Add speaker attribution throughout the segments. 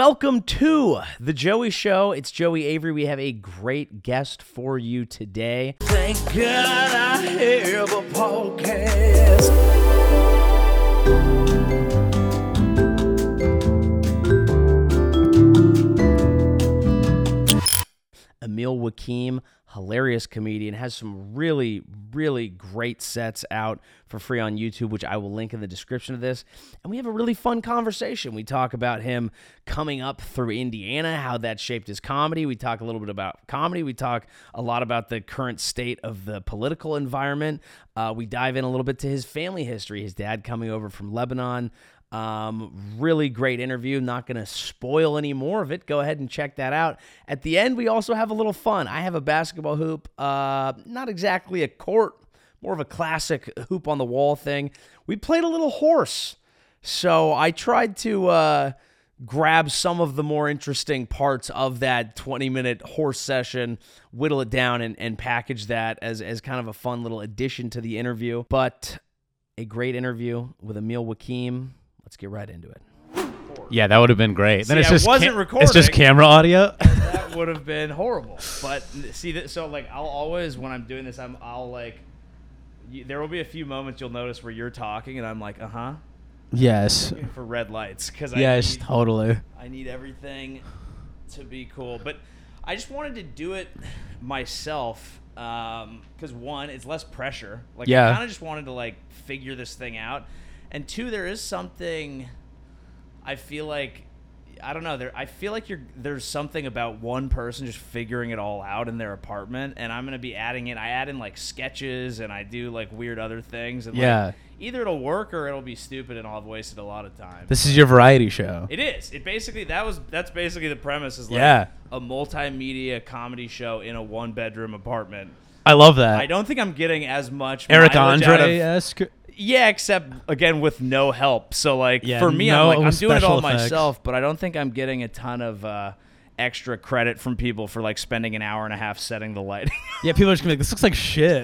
Speaker 1: Welcome to The Joey Show. It's Joey Avery. We have a great guest for you today.
Speaker 2: Thank God I have a podcast.
Speaker 1: Emil Wakim, hilarious comedian, has some really, really great sets out for free on YouTube, which I will link in the description of this. And we have a really fun conversation. We talk about him coming up through Indiana, how that shaped his comedy. We talk a little bit about comedy. We talk a lot about the current state of the political environment. Uh, we dive in a little bit to his family history, his dad coming over from Lebanon. Um, really great interview. Not going to spoil any more of it. Go ahead and check that out. At the end, we also have a little fun. I have a basketball hoop, uh, not exactly a court, more of a classic hoop on the wall thing. We played a little horse. So I tried to uh, grab some of the more interesting parts of that 20 minute horse session, whittle it down, and, and package that as, as kind of a fun little addition to the interview. But a great interview with Emil Wakim. Let's get right into it.
Speaker 3: Yeah, that would have been great. then
Speaker 1: See,
Speaker 3: it's
Speaker 1: I
Speaker 3: just
Speaker 1: wasn't
Speaker 3: It's just
Speaker 1: recording.
Speaker 3: camera audio.
Speaker 1: That would have been horrible. But see, that so like I'll always when I'm doing this, I'm I'll like you, there will be a few moments you'll notice where you're talking and I'm like, uh huh,
Speaker 3: yes.
Speaker 1: for red lights because I need,
Speaker 3: totally.
Speaker 1: I need everything to be cool. But I just wanted to do it myself because one, it's less pressure. Like I
Speaker 3: Yeah.
Speaker 1: kind of just wanted to like figure this thing out, and two, there is something I feel like. I don't know. There, I feel like you're, there's something about one person just figuring it all out in their apartment, and I'm gonna be adding in. I add in like sketches, and I do like weird other things. And like,
Speaker 3: Yeah.
Speaker 1: either it'll work or it'll be stupid, and I'll have wasted a lot of time.
Speaker 3: This is your variety show.
Speaker 1: It is. It basically that was that's basically the premise is like
Speaker 3: Yeah.
Speaker 1: a multimedia comedy show in a one bedroom apartment.
Speaker 3: I love that.
Speaker 1: I don't think I'm getting as much
Speaker 3: Eric
Speaker 1: mileage out
Speaker 3: Andre
Speaker 1: of-
Speaker 3: esque.
Speaker 1: yeah, except again with no help. So like
Speaker 3: Yeah,
Speaker 1: for me,
Speaker 3: no
Speaker 1: I'm like I'm doing it all
Speaker 3: special effects.
Speaker 1: myself, but I don't think I'm getting a ton of uh, extra credit from people for like spending an hour and a half setting the lighting.
Speaker 3: Yeah, people are just gonna be like, this looks like shit.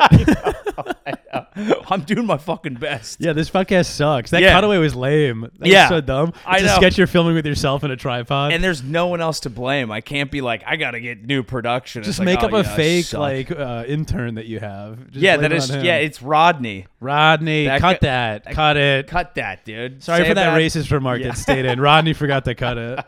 Speaker 1: I'm doing my fucking best.
Speaker 3: yeah, this podcast sucks. That
Speaker 1: Yeah.
Speaker 3: cutaway was lame. That
Speaker 1: Yeah.
Speaker 3: was so dumb. It's
Speaker 1: I
Speaker 3: a
Speaker 1: know.
Speaker 3: sketch you're filming with yourself in a tripod.
Speaker 1: And there's no one else to blame. I can't be like I gotta get new production. It's
Speaker 3: just
Speaker 1: like,
Speaker 3: make
Speaker 1: oh,
Speaker 3: up a
Speaker 1: yeah, I
Speaker 3: fake
Speaker 1: suck.
Speaker 3: like uh, intern that you have. Just
Speaker 1: yeah,
Speaker 3: blame
Speaker 1: that
Speaker 3: it
Speaker 1: is
Speaker 3: on him.
Speaker 1: yeah. It's Rodney.
Speaker 3: Rodney,
Speaker 1: That
Speaker 3: cut
Speaker 1: gu-
Speaker 3: that. cut it.
Speaker 1: Cut that, dude.
Speaker 3: Sorry
Speaker 1: Say
Speaker 3: for that
Speaker 1: about-
Speaker 3: racist remark
Speaker 1: Yeah.
Speaker 3: that stayed in. Rodney forgot to cut it.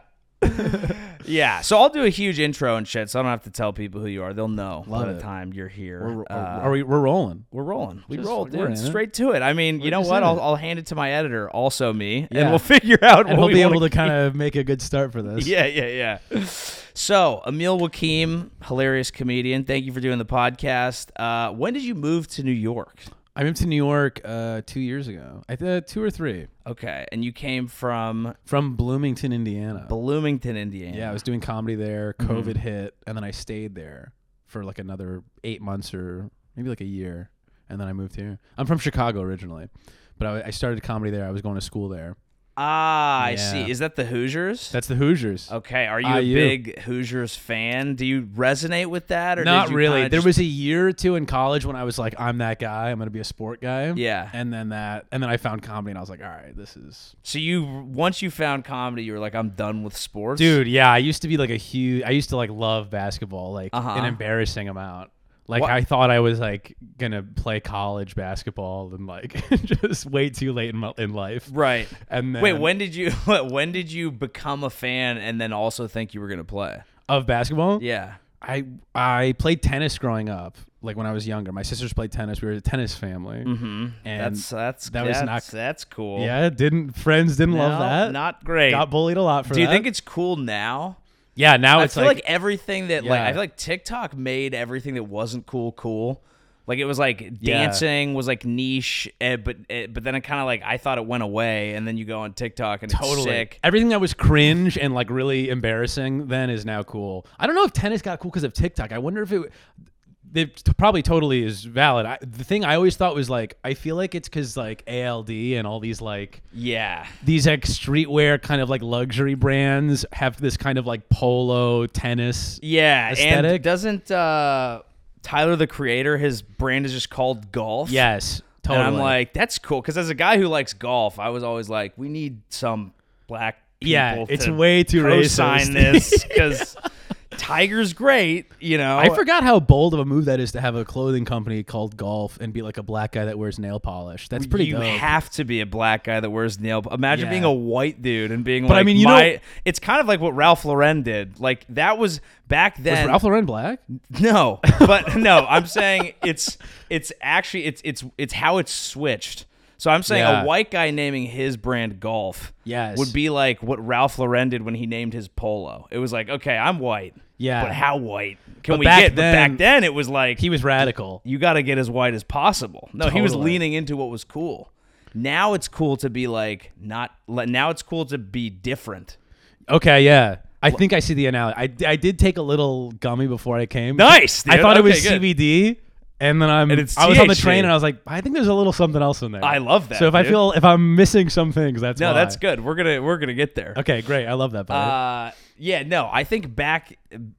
Speaker 1: Yeah. So I'll do a huge intro and shit, so I don't have to tell people who you are. They'll know
Speaker 3: Love
Speaker 1: by the
Speaker 3: it.
Speaker 1: time you're here.
Speaker 3: We're-
Speaker 1: Uh,
Speaker 3: are we? We're rolling.
Speaker 1: we're rolling. We
Speaker 3: Just-
Speaker 1: roll,
Speaker 3: we're in
Speaker 1: dude.
Speaker 3: it.
Speaker 1: Straight to it. I mean, you know
Speaker 3: just
Speaker 1: what?
Speaker 3: in
Speaker 1: I'll,
Speaker 3: it.
Speaker 1: I'll hand it to my editor, also me, and
Speaker 3: Yeah.
Speaker 1: we'll figure out what
Speaker 3: and he'll
Speaker 1: we
Speaker 3: be
Speaker 1: wanna
Speaker 3: able to kind of make a good start for this.
Speaker 1: Yeah, yeah, yeah. So, Emil Wakim, hilarious comedian. Thank you for doing the podcast. Uh, when did you move to New York?
Speaker 3: I moved to New York uh, two years ago. I think uh, two or three
Speaker 1: Okay, and you came from
Speaker 3: from Bloomington, Indiana.
Speaker 1: Bloomington, Indiana.
Speaker 3: Uh, yeah, I was doing comedy there. COVID hit, and then I stayed there for like another eight months or maybe like a year, and then I moved here. I'm from Chicago originally, but I, I started comedy there. I was going to school there.
Speaker 1: Ah, I
Speaker 3: Yeah.
Speaker 1: see. Is that the Hoosiers?
Speaker 3: That's the Hoosiers.
Speaker 1: Okay, are you a
Speaker 3: IU.
Speaker 1: big Hoosiers fan? Do you resonate with that, or
Speaker 3: Not
Speaker 1: did you
Speaker 3: really.
Speaker 1: kinda
Speaker 3: There
Speaker 1: just-
Speaker 3: was a year or two in college when I was like, I'm that guy. I'm gonna be a sport guy.
Speaker 1: Yeah.
Speaker 3: And then that, and then I found comedy, and I was like, all right, this is
Speaker 1: so you once you found comedy, you were like, I'm done with sports,
Speaker 3: Dude, yeah, I used to be like a huge. I used to like love basketball, like
Speaker 1: Uh-huh.
Speaker 3: an embarrassing amount. Like
Speaker 1: What-
Speaker 3: I thought I was like gonna play college basketball and like just way too late in my, in life.
Speaker 1: Right.
Speaker 3: And then
Speaker 1: Wait, when did you when did you become a fan and then also think you were gonna play?
Speaker 3: of basketball?
Speaker 1: Yeah.
Speaker 3: I I played tennis growing up. Like when I was younger, my sisters played tennis. We were a tennis family. Mm-hmm. And
Speaker 1: That's that's
Speaker 3: that was
Speaker 1: that's,
Speaker 3: not-
Speaker 1: that's cool.
Speaker 3: yeah, didn't friends didn't
Speaker 1: No,
Speaker 3: love that?
Speaker 1: Not great.
Speaker 3: Got bullied a lot for
Speaker 1: Do you
Speaker 3: that.
Speaker 1: think it's cool now?
Speaker 3: yeah, now
Speaker 1: I
Speaker 3: it's
Speaker 1: feel like,
Speaker 3: like
Speaker 1: everything that like I
Speaker 3: Yeah.
Speaker 1: feel like TikTok made everything that wasn't cool cool. Like it was like dancing was like niche, eh, but eh, but then it kind of like I thought it went away, and then you go on TikTok and it's sick.
Speaker 3: Everything that was cringe and like really embarrassing then is now cool. I don't know if tennis got cool because of TikTok. I wonder if it. It t- probably totally is valid. I, the thing I always thought was like, I feel like it's because like ALD and all these like
Speaker 1: Yeah,
Speaker 3: these like streetwear kind of like luxury brands have this kind of like polo tennis.
Speaker 1: yeah. And
Speaker 3: Aesthetic?
Speaker 1: doesn't uh, Tyler the Creator his brand is just called Golf?
Speaker 3: Yes,
Speaker 1: and
Speaker 3: totally.
Speaker 1: I'm like that's cool because as a guy who likes golf, I was always like, we need some black people.
Speaker 3: Yeah, it's
Speaker 1: to
Speaker 3: way too
Speaker 1: co-sign
Speaker 3: racist.
Speaker 1: this because Tiger's great. You know,
Speaker 3: I forgot how bold of a move that is to have a clothing company called Golf and be like a black guy that wears nail polish. That's pretty
Speaker 1: you
Speaker 3: dope.
Speaker 1: have to be a black guy that wears nail. Imagine
Speaker 3: Yeah.
Speaker 1: being a white dude and being
Speaker 3: But I
Speaker 1: like,
Speaker 3: mean, you
Speaker 1: my,
Speaker 3: know-
Speaker 1: it's kind of like what Ralph Lauren did. Like that was back
Speaker 3: is
Speaker 1: then.
Speaker 3: Ralph Lauren black?
Speaker 1: No, but no, I'm saying it's it's actually it's it's it's how it's switched. So I'm saying
Speaker 3: Yeah.
Speaker 1: a white guy naming his brand golf
Speaker 3: Yes.
Speaker 1: would be like what Ralph Lauren did when he named his polo. It was like, okay, I'm white.
Speaker 3: Yeah.
Speaker 1: But how white can
Speaker 3: But
Speaker 1: we
Speaker 3: back
Speaker 1: get?
Speaker 3: then-
Speaker 1: but back then it was like
Speaker 3: He was radical.
Speaker 1: you got to get as white as possible. No, he was
Speaker 3: Totally.
Speaker 1: leaning into what was cool. Now it's cool to be like not now it's cool to be different.
Speaker 3: Okay, yeah. I think I see the analogy. I, I did take a little gummy before I came.
Speaker 1: Nice,
Speaker 3: I
Speaker 1: dude.
Speaker 3: thought it was
Speaker 1: Okay, good.
Speaker 3: CBD, and then I'm.
Speaker 1: And it's
Speaker 3: I was on the
Speaker 1: THC.
Speaker 3: train and I was like, I think there's a little something else in there.
Speaker 1: I love that,
Speaker 3: So if I
Speaker 1: dude.
Speaker 3: feel if I'm missing some things, that's
Speaker 1: No,
Speaker 3: why.
Speaker 1: that's good. We're going to we're going to get there.
Speaker 3: Okay, great. I love that. Bud.
Speaker 1: Uh, yeah, no, I think back,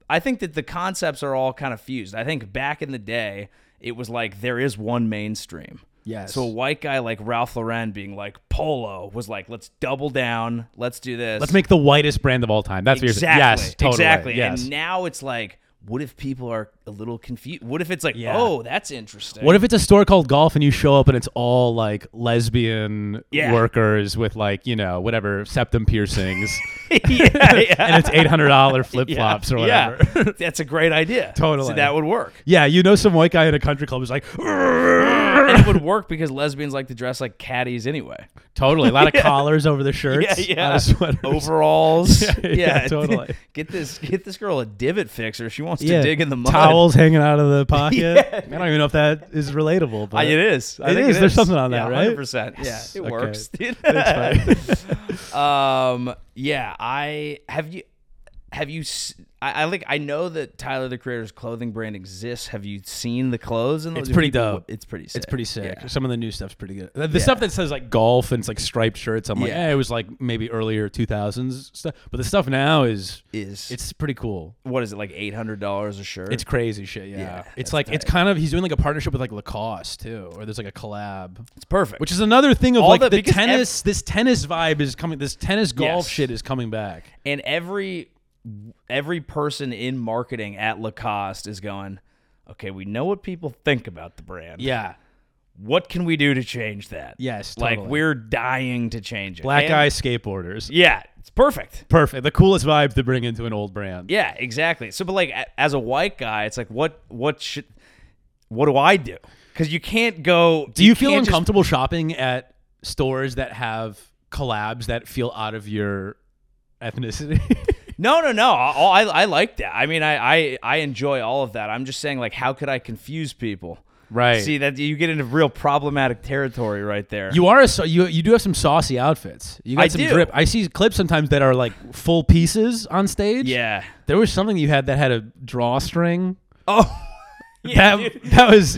Speaker 1: I think that the concepts are all kind of fused. I think back in the day, it was like there is one mainstream.
Speaker 3: Yes.
Speaker 1: So a white guy like Ralph Lauren being like polo was like, let's double down, let's do this.
Speaker 3: Let's make the whitest brand of all time. That's
Speaker 1: exactly
Speaker 3: what you're saying. Yes, totally.
Speaker 1: exactly.
Speaker 3: Yes.
Speaker 1: And now it's like, what if people are a little confused? What if it's like,
Speaker 3: Yeah.
Speaker 1: oh, that's interesting.
Speaker 3: What if it's a store called Golf and you show up and it's all like lesbian
Speaker 1: Yeah.
Speaker 3: workers with like you know whatever septum piercings
Speaker 1: yeah, yeah.
Speaker 3: and it's eight hundred dollar flip flops or whatever.
Speaker 1: Yeah. that's a great idea.
Speaker 3: Totally.
Speaker 1: So that would work.
Speaker 3: Yeah, you know some white guy in a country club is like
Speaker 1: and it would work because lesbians like to dress like caddies anyway.
Speaker 3: totally a lot of collars over the shirts,
Speaker 1: Yeah,
Speaker 3: a
Speaker 1: yeah.
Speaker 3: lot of sweaters.
Speaker 1: overalls. yeah,
Speaker 3: yeah, totally.
Speaker 1: Get this, get this girl a divot fixer. She wants
Speaker 3: yeah,
Speaker 1: to dig in the mud.
Speaker 3: towels hanging out of the pocket.
Speaker 1: Yeah.
Speaker 3: I don't even know if that is relatable,
Speaker 1: Uh,
Speaker 3: but
Speaker 1: it is. I
Speaker 3: It
Speaker 1: think
Speaker 3: is. There's something on
Speaker 1: yeah,
Speaker 3: that, right?
Speaker 1: 100%.
Speaker 3: Yes.
Speaker 1: Yeah, it
Speaker 3: Okay.
Speaker 1: works. dude.
Speaker 3: That's funny.
Speaker 1: um, yeah. I have you. Have you? s- I, I like. I know that Tyler the Creator's clothing brand exists. Have you seen the clothes? And
Speaker 3: It's
Speaker 1: do
Speaker 3: pretty
Speaker 1: people-
Speaker 3: dope.
Speaker 1: It's pretty. Sick.
Speaker 3: It's pretty sick.
Speaker 1: Yeah.
Speaker 3: Some of the new stuff's pretty good. The the stuff that says like golf and it's like striped shirts, I'm like,
Speaker 1: Yeah.
Speaker 3: yeah, it was like maybe earlier 2000s stuff. But the stuff now is
Speaker 1: Is it's
Speaker 3: it's pretty cool.
Speaker 1: what is it like eight hundred dollars a shirt?
Speaker 3: It's crazy shit. Yeah,
Speaker 1: Yeah,
Speaker 3: it's
Speaker 1: that's
Speaker 3: like it's kind of he's doing like a partnership with like Lacoste too, or there's like a collab,
Speaker 1: it's perfect.
Speaker 3: which is another thing of
Speaker 1: All
Speaker 3: like
Speaker 1: the-
Speaker 3: the,
Speaker 1: because ev-
Speaker 3: tennis. this tennis vibe is coming. This tennis golf
Speaker 1: Yes.
Speaker 3: shit is coming back.
Speaker 1: and every every person in marketing at Lacoste is going, okay, we know what people think about the brand.
Speaker 3: Yeah,
Speaker 1: What can we do to change that?
Speaker 3: Yes,
Speaker 1: Like
Speaker 3: totally.
Speaker 1: we're dying to change it.
Speaker 3: black
Speaker 1: And-
Speaker 3: guy skateboarders.
Speaker 1: Yeah, it's perfect.
Speaker 3: Perfect. The coolest vibe to bring into an old brand.
Speaker 1: Yeah, exactly. So, but like a- as a white guy, it's like what what should what do I do? Because you can't go.
Speaker 3: Do you, feel
Speaker 1: can't just-
Speaker 3: uncomfortable shopping at stores that have collabs that feel out of your ethnicity?
Speaker 1: No, no, no. I, I, I like that. I mean, I, I, I enjoy all of that. I'm just saying, like, how could I confuse people?
Speaker 3: Right.
Speaker 1: See that you get into real problematic territory right there.
Speaker 3: you are a sau- you you do have some saucy outfits. You got
Speaker 1: I
Speaker 3: some
Speaker 1: do.
Speaker 3: drip. I see clips sometimes that are like full pieces on stage.
Speaker 1: yeah.
Speaker 3: There was something you had that had a drawstring.
Speaker 1: Oh, yeah,
Speaker 3: That
Speaker 1: dude.
Speaker 3: that was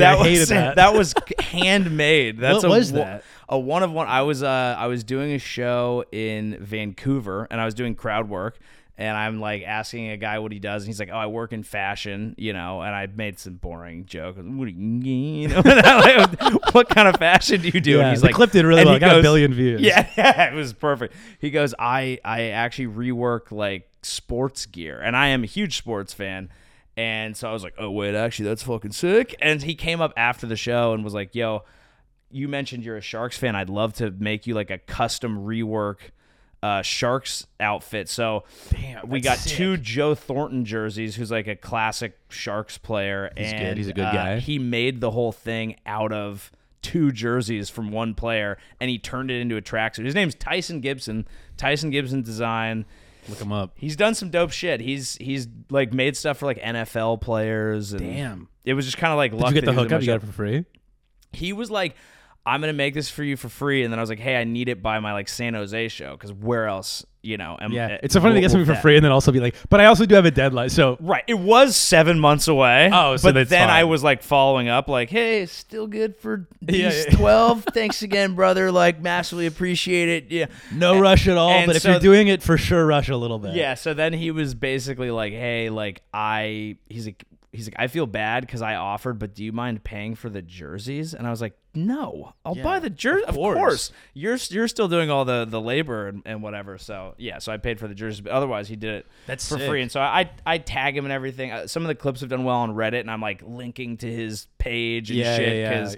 Speaker 1: that
Speaker 3: I hated
Speaker 1: was
Speaker 3: that.
Speaker 1: was handmade. That's
Speaker 3: What
Speaker 1: a,
Speaker 3: was
Speaker 1: wo-
Speaker 3: that?
Speaker 1: A one of one. I was uh I was doing a show in Vancouver and I was doing crowd work and I'm like asking a guy what he does and he's like, oh, I work in fashion, you know. And I made some boring joke. What, do you, you know, and I'm like, what kind of fashion do you do?
Speaker 3: Yeah,
Speaker 1: and he's
Speaker 3: the
Speaker 1: like,
Speaker 3: clip did really
Speaker 1: and
Speaker 3: well.
Speaker 1: he
Speaker 3: It got a billion views.
Speaker 1: Yeah, yeah, it was perfect. He goes, I I actually rework like sports gear, and I am a huge sports fan. And so I was like, oh wait, actually that's fucking sick. And he came up after the show and was like, yo, you mentioned you're a Sharks fan. I'd love to make you like a custom rework uh, Sharks outfit. So
Speaker 3: Damn,
Speaker 1: we got
Speaker 3: that's
Speaker 1: two Joe Thornton jerseys, who's like a classic Sharks player. He's
Speaker 3: good.
Speaker 1: and,
Speaker 3: He's a good
Speaker 1: uh,
Speaker 3: guy.
Speaker 1: He made the whole thing out of two jerseys from one player, and he turned it into a tracksuit. His name's Tyson Gibson. Tyson Gibson Design.
Speaker 3: Look them up.
Speaker 1: He's done some dope shit. He's he's like made stuff for like NFL players. And
Speaker 3: Damn.
Speaker 1: it was just kind of like
Speaker 3: Did
Speaker 1: luck.
Speaker 3: you get
Speaker 1: that
Speaker 3: the
Speaker 1: he was in my
Speaker 3: hookup? You got
Speaker 1: show
Speaker 3: it for free.
Speaker 1: he was like i'm gonna make this for you for free and then i was like hey i need it by my like san jose show because where else you know am,
Speaker 3: Yeah,
Speaker 1: eh,
Speaker 3: it's so funny to
Speaker 1: will-
Speaker 3: get
Speaker 1: will
Speaker 3: something for
Speaker 1: that-
Speaker 3: free and then also be like, but I also do have a deadline. So
Speaker 1: right it was seven months away
Speaker 3: Oh, so
Speaker 1: but
Speaker 3: that's
Speaker 1: then i
Speaker 3: fine.
Speaker 1: was like following up like hey still good for these
Speaker 3: Yeah, yeah.
Speaker 1: 12 thanks again brother like massively appreciate it yeah
Speaker 3: no rush at all.
Speaker 1: and
Speaker 3: But if
Speaker 1: so-
Speaker 3: you're doing it, for sure, rush a little bit.
Speaker 1: yeah so then he was basically like hey like i he's like he's like, I feel bad because I offered, but do you mind paying for the jerseys? And I was like, No, I'll buy the jersey. Of course.
Speaker 3: course.
Speaker 1: you're you're still doing all the the labor and, and whatever. So yeah, so I paid for the jerseys, but otherwise he did it
Speaker 3: That's
Speaker 1: for
Speaker 3: sick.
Speaker 1: free. And so I I tag him and everything. Uh, some of the clips have done well on Reddit, and I'm like linking to his page and
Speaker 3: Yeah,
Speaker 1: shit
Speaker 3: yeah, yeah.
Speaker 1: because.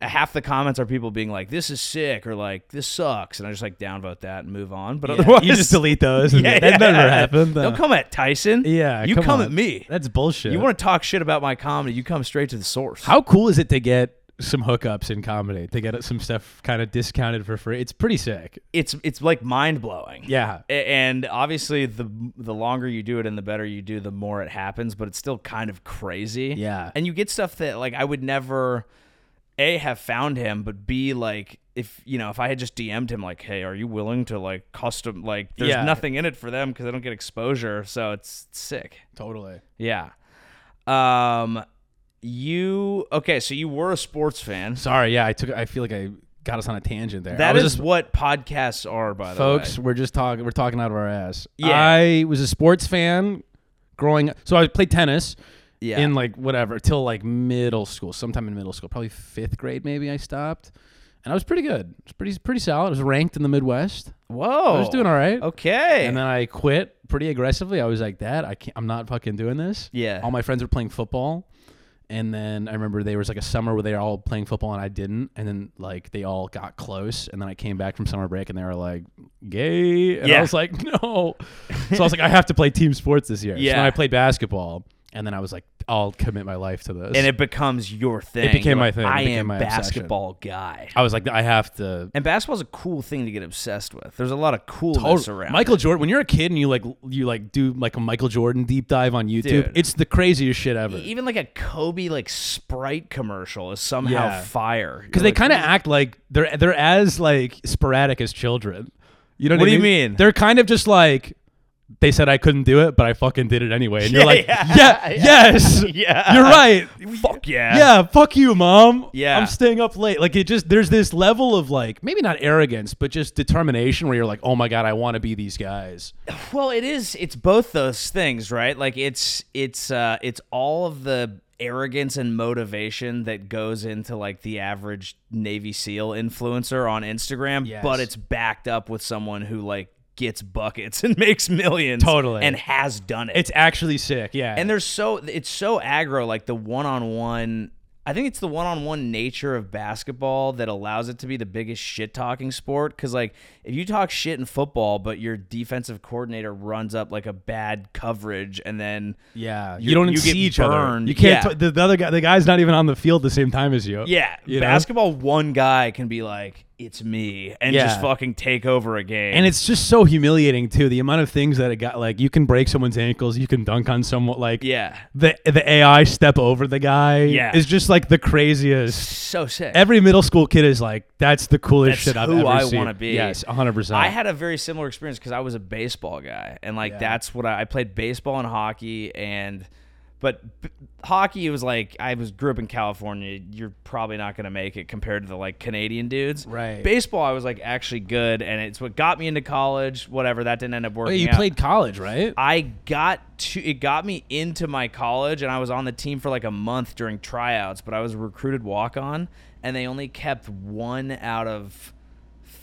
Speaker 1: Half the comments are people being like, "This is sick," or like, "This sucks," and I just like downvote that and move on. But otherwise,
Speaker 3: you just delete those. and
Speaker 1: Yeah,
Speaker 3: that
Speaker 1: yeah.
Speaker 3: never happened.
Speaker 1: Don't
Speaker 3: Uh,
Speaker 1: come at Tyson.
Speaker 3: yeah,
Speaker 1: you come,
Speaker 3: come, on.
Speaker 1: at me.
Speaker 3: That's bullshit.
Speaker 1: You want to talk shit about my comedy? You come straight to the source.
Speaker 3: How cool is it to get some hookups in comedy? To get some stuff kind of discounted for free. It's pretty sick.
Speaker 1: It's it's like mind blowing.
Speaker 3: Yeah.
Speaker 1: And obviously, the the longer you do it and the better you do, the more it happens. But it's still kind of crazy.
Speaker 3: Yeah.
Speaker 1: And you get stuff that like I would never, a have found him, but b like if you know if I had just DM'd him like, hey, are you willing to like custom like there's
Speaker 3: Yeah.
Speaker 1: nothing in it for them because I don't get exposure, so it's sick.
Speaker 3: Totally.
Speaker 1: Yeah. Um, you okay? So you were a sports fan.
Speaker 3: Sorry. Yeah, I took. I feel like I got us on a tangent there. I
Speaker 1: That
Speaker 3: was
Speaker 1: is
Speaker 3: just-
Speaker 1: what podcasts are, by the
Speaker 3: folks.
Speaker 1: way.
Speaker 3: We're just talking. We're talking out of our ass.
Speaker 1: Yeah.
Speaker 3: I was a sports fan growing. up. So I played tennis.
Speaker 1: Yeah.
Speaker 3: in like whatever till like middle school, sometime in middle school, probably fifth grade maybe I stopped, and I was pretty good. It was pretty pretty solid. I was ranked in the Midwest.
Speaker 1: Whoa,
Speaker 3: I was doing all right.
Speaker 1: Okay.
Speaker 3: And then I quit pretty aggressively. I was like, "Dad, I can't. I'm not fucking doing this."
Speaker 1: Yeah.
Speaker 3: All my friends were playing football, and then I remember there was like a summer where they were all playing football and I didn't, and then like they all got close, and then I came back from summer break and they were like, "Gay," and
Speaker 1: Yeah.
Speaker 3: I was like, "No." so I was like, "I have to play team sports this year." So
Speaker 1: Yeah.
Speaker 3: then I played basketball, and then I was like, "I'll commit my life to this."
Speaker 1: and it becomes your thing.
Speaker 3: became
Speaker 1: You're
Speaker 3: my
Speaker 1: like,
Speaker 3: thing. It
Speaker 1: I
Speaker 3: became
Speaker 1: am
Speaker 3: my obsession.
Speaker 1: basketball guy.
Speaker 3: I was like, "I have to."
Speaker 1: And basketball's a cool thing to get obsessed with. There's a lot of coolness around.
Speaker 3: Michael Jordan. When you're a kid and you like you like do like a Michael Jordan deep dive on YouTube,
Speaker 1: Dude.
Speaker 3: it's the craziest shit ever.
Speaker 1: it. even like a Kobe like Sprite commercial is somehow
Speaker 3: Yeah.
Speaker 1: fire
Speaker 3: because they kind of act like they're they're as like sporadic as children. You know what,
Speaker 1: What
Speaker 3: I
Speaker 1: do you mean?
Speaker 3: They're kind of just like they said I couldn't do it, but I fucking did it anyway. And you're
Speaker 1: Yeah,
Speaker 3: like,
Speaker 1: yeah,
Speaker 3: yeah, yes,
Speaker 1: Yeah.
Speaker 3: you're right.
Speaker 1: fuck yeah
Speaker 3: Yeah, fuck you, mom.
Speaker 1: Yeah.
Speaker 3: I'm staying up late. Like it just there's this level of like maybe not arrogance, but just determination where you're like, oh my god, I want to be these guys.
Speaker 1: Well, it is. It's both those things, right? Like it's it's uh it's all of the arrogance and motivation that goes into like the average Navy SEAL influencer on Instagram,
Speaker 3: Yes.
Speaker 1: but it's backed up with someone who like gets buckets and makes millions,
Speaker 3: Totally.
Speaker 1: and has done it.
Speaker 3: It's actually sick. Yeah,
Speaker 1: and there's so it's so aggro, like the one on one. I think it's the one on one nature of basketball that allows it to be the biggest shit talking sport. Cause, like, if you talk shit in football, but your defensive coordinator runs up like a bad coverage and then.
Speaker 3: yeah,
Speaker 1: you-
Speaker 3: you don't
Speaker 1: you
Speaker 3: even
Speaker 1: get
Speaker 3: see each
Speaker 1: burned.
Speaker 3: other. You can't.
Speaker 1: Yeah.
Speaker 3: t- the, the other guy, the guy's not even on the field the same time as you.
Speaker 1: Yeah,
Speaker 3: You know?
Speaker 1: basketball, one guy can be like, it's me, and just
Speaker 3: Yeah.
Speaker 1: fucking take over a game.
Speaker 3: And it's just so humiliating too. The amount of things that it got like you can break someone's ankles, you can dunk on someone like
Speaker 1: Yeah.
Speaker 3: the the AI step over the guy
Speaker 1: Yeah.
Speaker 3: is just like the craziest.
Speaker 1: So sick.
Speaker 3: Every middle school kid is like, that's the coolest
Speaker 1: That's
Speaker 3: shit I've
Speaker 1: who
Speaker 3: ever
Speaker 1: I
Speaker 3: seen.
Speaker 1: wanna be.
Speaker 3: Yes, 100. percent
Speaker 1: I had a very similar experience because I was a baseball guy, and like that's what I, I played baseball and hockey, and but b- hockey was like I was grew up in California. You're probably not gonna make it compared to the like Canadian dudes.
Speaker 3: Right.
Speaker 1: Baseball, I was like actually good, and it's what got me into college. Whatever that didn't end up working.
Speaker 3: Wait, you
Speaker 1: out.
Speaker 3: played college, right?
Speaker 1: I got to it got me into my college and I was on the team for like a month during tryouts, but I was a recruited walk on and they only kept one out of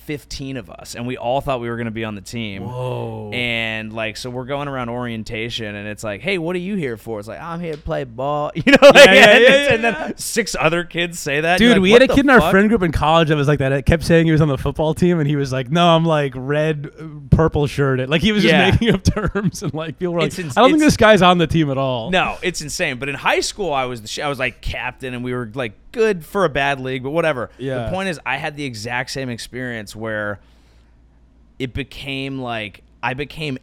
Speaker 1: 15 of us and we all thought we were going to be on the team.
Speaker 3: Whoa.
Speaker 1: And like so we're going around orientation and it's like, "Hey, what are you here for?" It's like, "I'm here to play ball." You know, like,
Speaker 3: yeah, yeah,
Speaker 1: and, it's-
Speaker 3: yeah,
Speaker 1: and
Speaker 3: yeah.
Speaker 1: then six other kids say that.
Speaker 3: Dude,
Speaker 1: You're like,
Speaker 3: we
Speaker 1: "What
Speaker 3: had a
Speaker 1: the
Speaker 3: kid in our
Speaker 1: fuck?"
Speaker 3: friend group in college that was like that. It kept saying he was on the football team, and he was like, "No, I'm like red, uh, purple shirted." Like he was
Speaker 1: Yeah.
Speaker 3: just making up terms, and like people were like,
Speaker 1: It's ins-
Speaker 3: "I don't think
Speaker 1: it's-
Speaker 3: this guy's on the team at all."
Speaker 1: No, it's insane. But in high school, I was the sh- I was like captain, and we were like good for a bad league, but whatever.
Speaker 3: Yeah.
Speaker 1: The point is, I had the exact same experience where it became like I became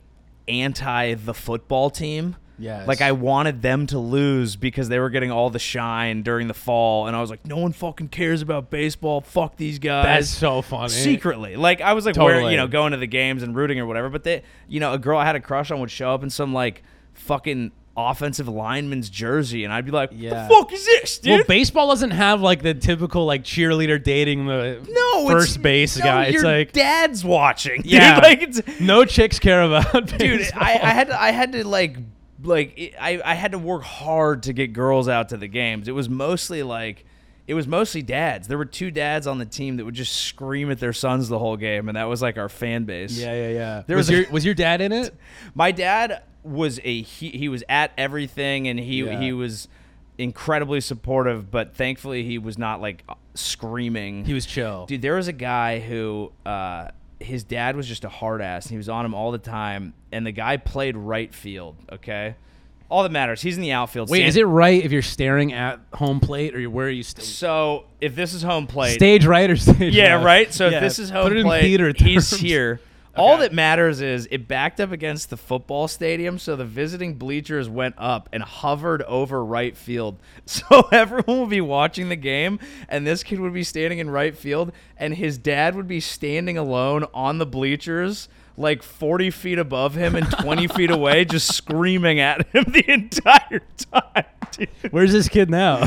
Speaker 1: anti the football team.
Speaker 3: Yes.
Speaker 1: Like I wanted them to lose because they were getting all the shine during the fall, and I was like, no one fucking cares about baseball. Fuck these guys
Speaker 3: That's so funny.
Speaker 1: secretly. Like I was like where
Speaker 3: Totally.
Speaker 1: you know going to the games and rooting or whatever. But they, you know, a girl I had a crush on would show up in some like fucking offensive lineman's jersey, and I'd be like,
Speaker 3: Yeah.
Speaker 1: "The fuck is this, dude?"
Speaker 3: Well, baseball doesn't have like the typical like cheerleader dating the
Speaker 1: no, it's-
Speaker 3: first base
Speaker 1: no,
Speaker 3: guy. It's
Speaker 1: your
Speaker 3: like
Speaker 1: dad's watching. dude.
Speaker 3: Yeah.
Speaker 1: like it's
Speaker 3: no chicks care about.
Speaker 1: dude. I,
Speaker 3: baseball.
Speaker 1: I had to, I had to like like it, I, I had to work hard to get girls out to the games. It was mostly like it was mostly dads. There were two dads on the team that would just scream at their sons the whole game, and that was like our fan base.
Speaker 3: Yeah, yeah, yeah.
Speaker 1: There
Speaker 3: was,
Speaker 1: was a-
Speaker 3: your was your dad in it?
Speaker 1: My dad was a he, he was at everything and he
Speaker 3: Yeah.
Speaker 1: he was incredibly supportive, but thankfully he was not like screaming.
Speaker 3: He was chill.
Speaker 1: Dude, there was a guy who uh, his dad was just a hard ass, and he was on him all the time. And the guy played right field. Okay, all that matters. He's in the outfield.
Speaker 3: Wait,
Speaker 1: San-
Speaker 3: is it right if you're staring at home plate or you- where are you? St-
Speaker 1: So if this is home plate,
Speaker 3: stage right or stage?
Speaker 1: yeah,
Speaker 3: left?
Speaker 1: right. So
Speaker 3: Yeah,
Speaker 1: if this is
Speaker 3: put
Speaker 1: home
Speaker 3: it in
Speaker 1: plate,
Speaker 3: theater
Speaker 1: he's
Speaker 3: terms.
Speaker 1: here. All that matters is it backed up against the football stadium, so the visiting bleachers went up and hovered over right field. So everyone would be watching the game, and this kid would be standing in right field, and his dad would be standing alone on the bleachers, like 40 feet above him and 20 feet away, just screaming at him the entire time. dude.
Speaker 3: Where's this kid now?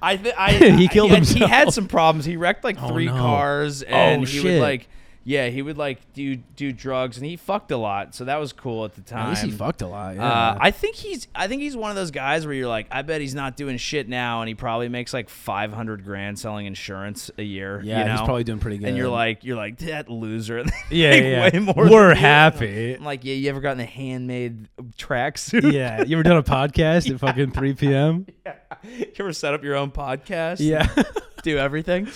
Speaker 1: I, th- I
Speaker 3: He killed
Speaker 1: he had, He
Speaker 3: himself. Oh,
Speaker 1: had some problems. He wrecked like three
Speaker 3: no.
Speaker 1: cars, and
Speaker 3: Oh,
Speaker 1: he would
Speaker 3: shit.
Speaker 1: like, yeah, he would like do do drugs, and he fucked a lot. So that was cool at the time.
Speaker 3: At least he fucked a lot. Yeah.
Speaker 1: Uh, I think he's I think he's one of those guys where you're like, I bet he's not doing shit now, and he probably makes like 500 grand selling insurance a year.
Speaker 3: Yeah,
Speaker 1: you
Speaker 3: he's
Speaker 1: know?
Speaker 3: probably doing pretty
Speaker 1: And you're
Speaker 3: good.
Speaker 1: like, you're like that loser.
Speaker 3: yeah,
Speaker 1: Like,
Speaker 3: yeah.
Speaker 1: way more.
Speaker 3: We're
Speaker 1: than you.
Speaker 3: happy.
Speaker 1: I'm like, yeah, you ever gotten a handmade tracksuit?
Speaker 3: yeah, you ever done a podcast at fucking 3 p.m.?
Speaker 1: you ever set up your own podcast?
Speaker 3: Yeah.
Speaker 1: do everything.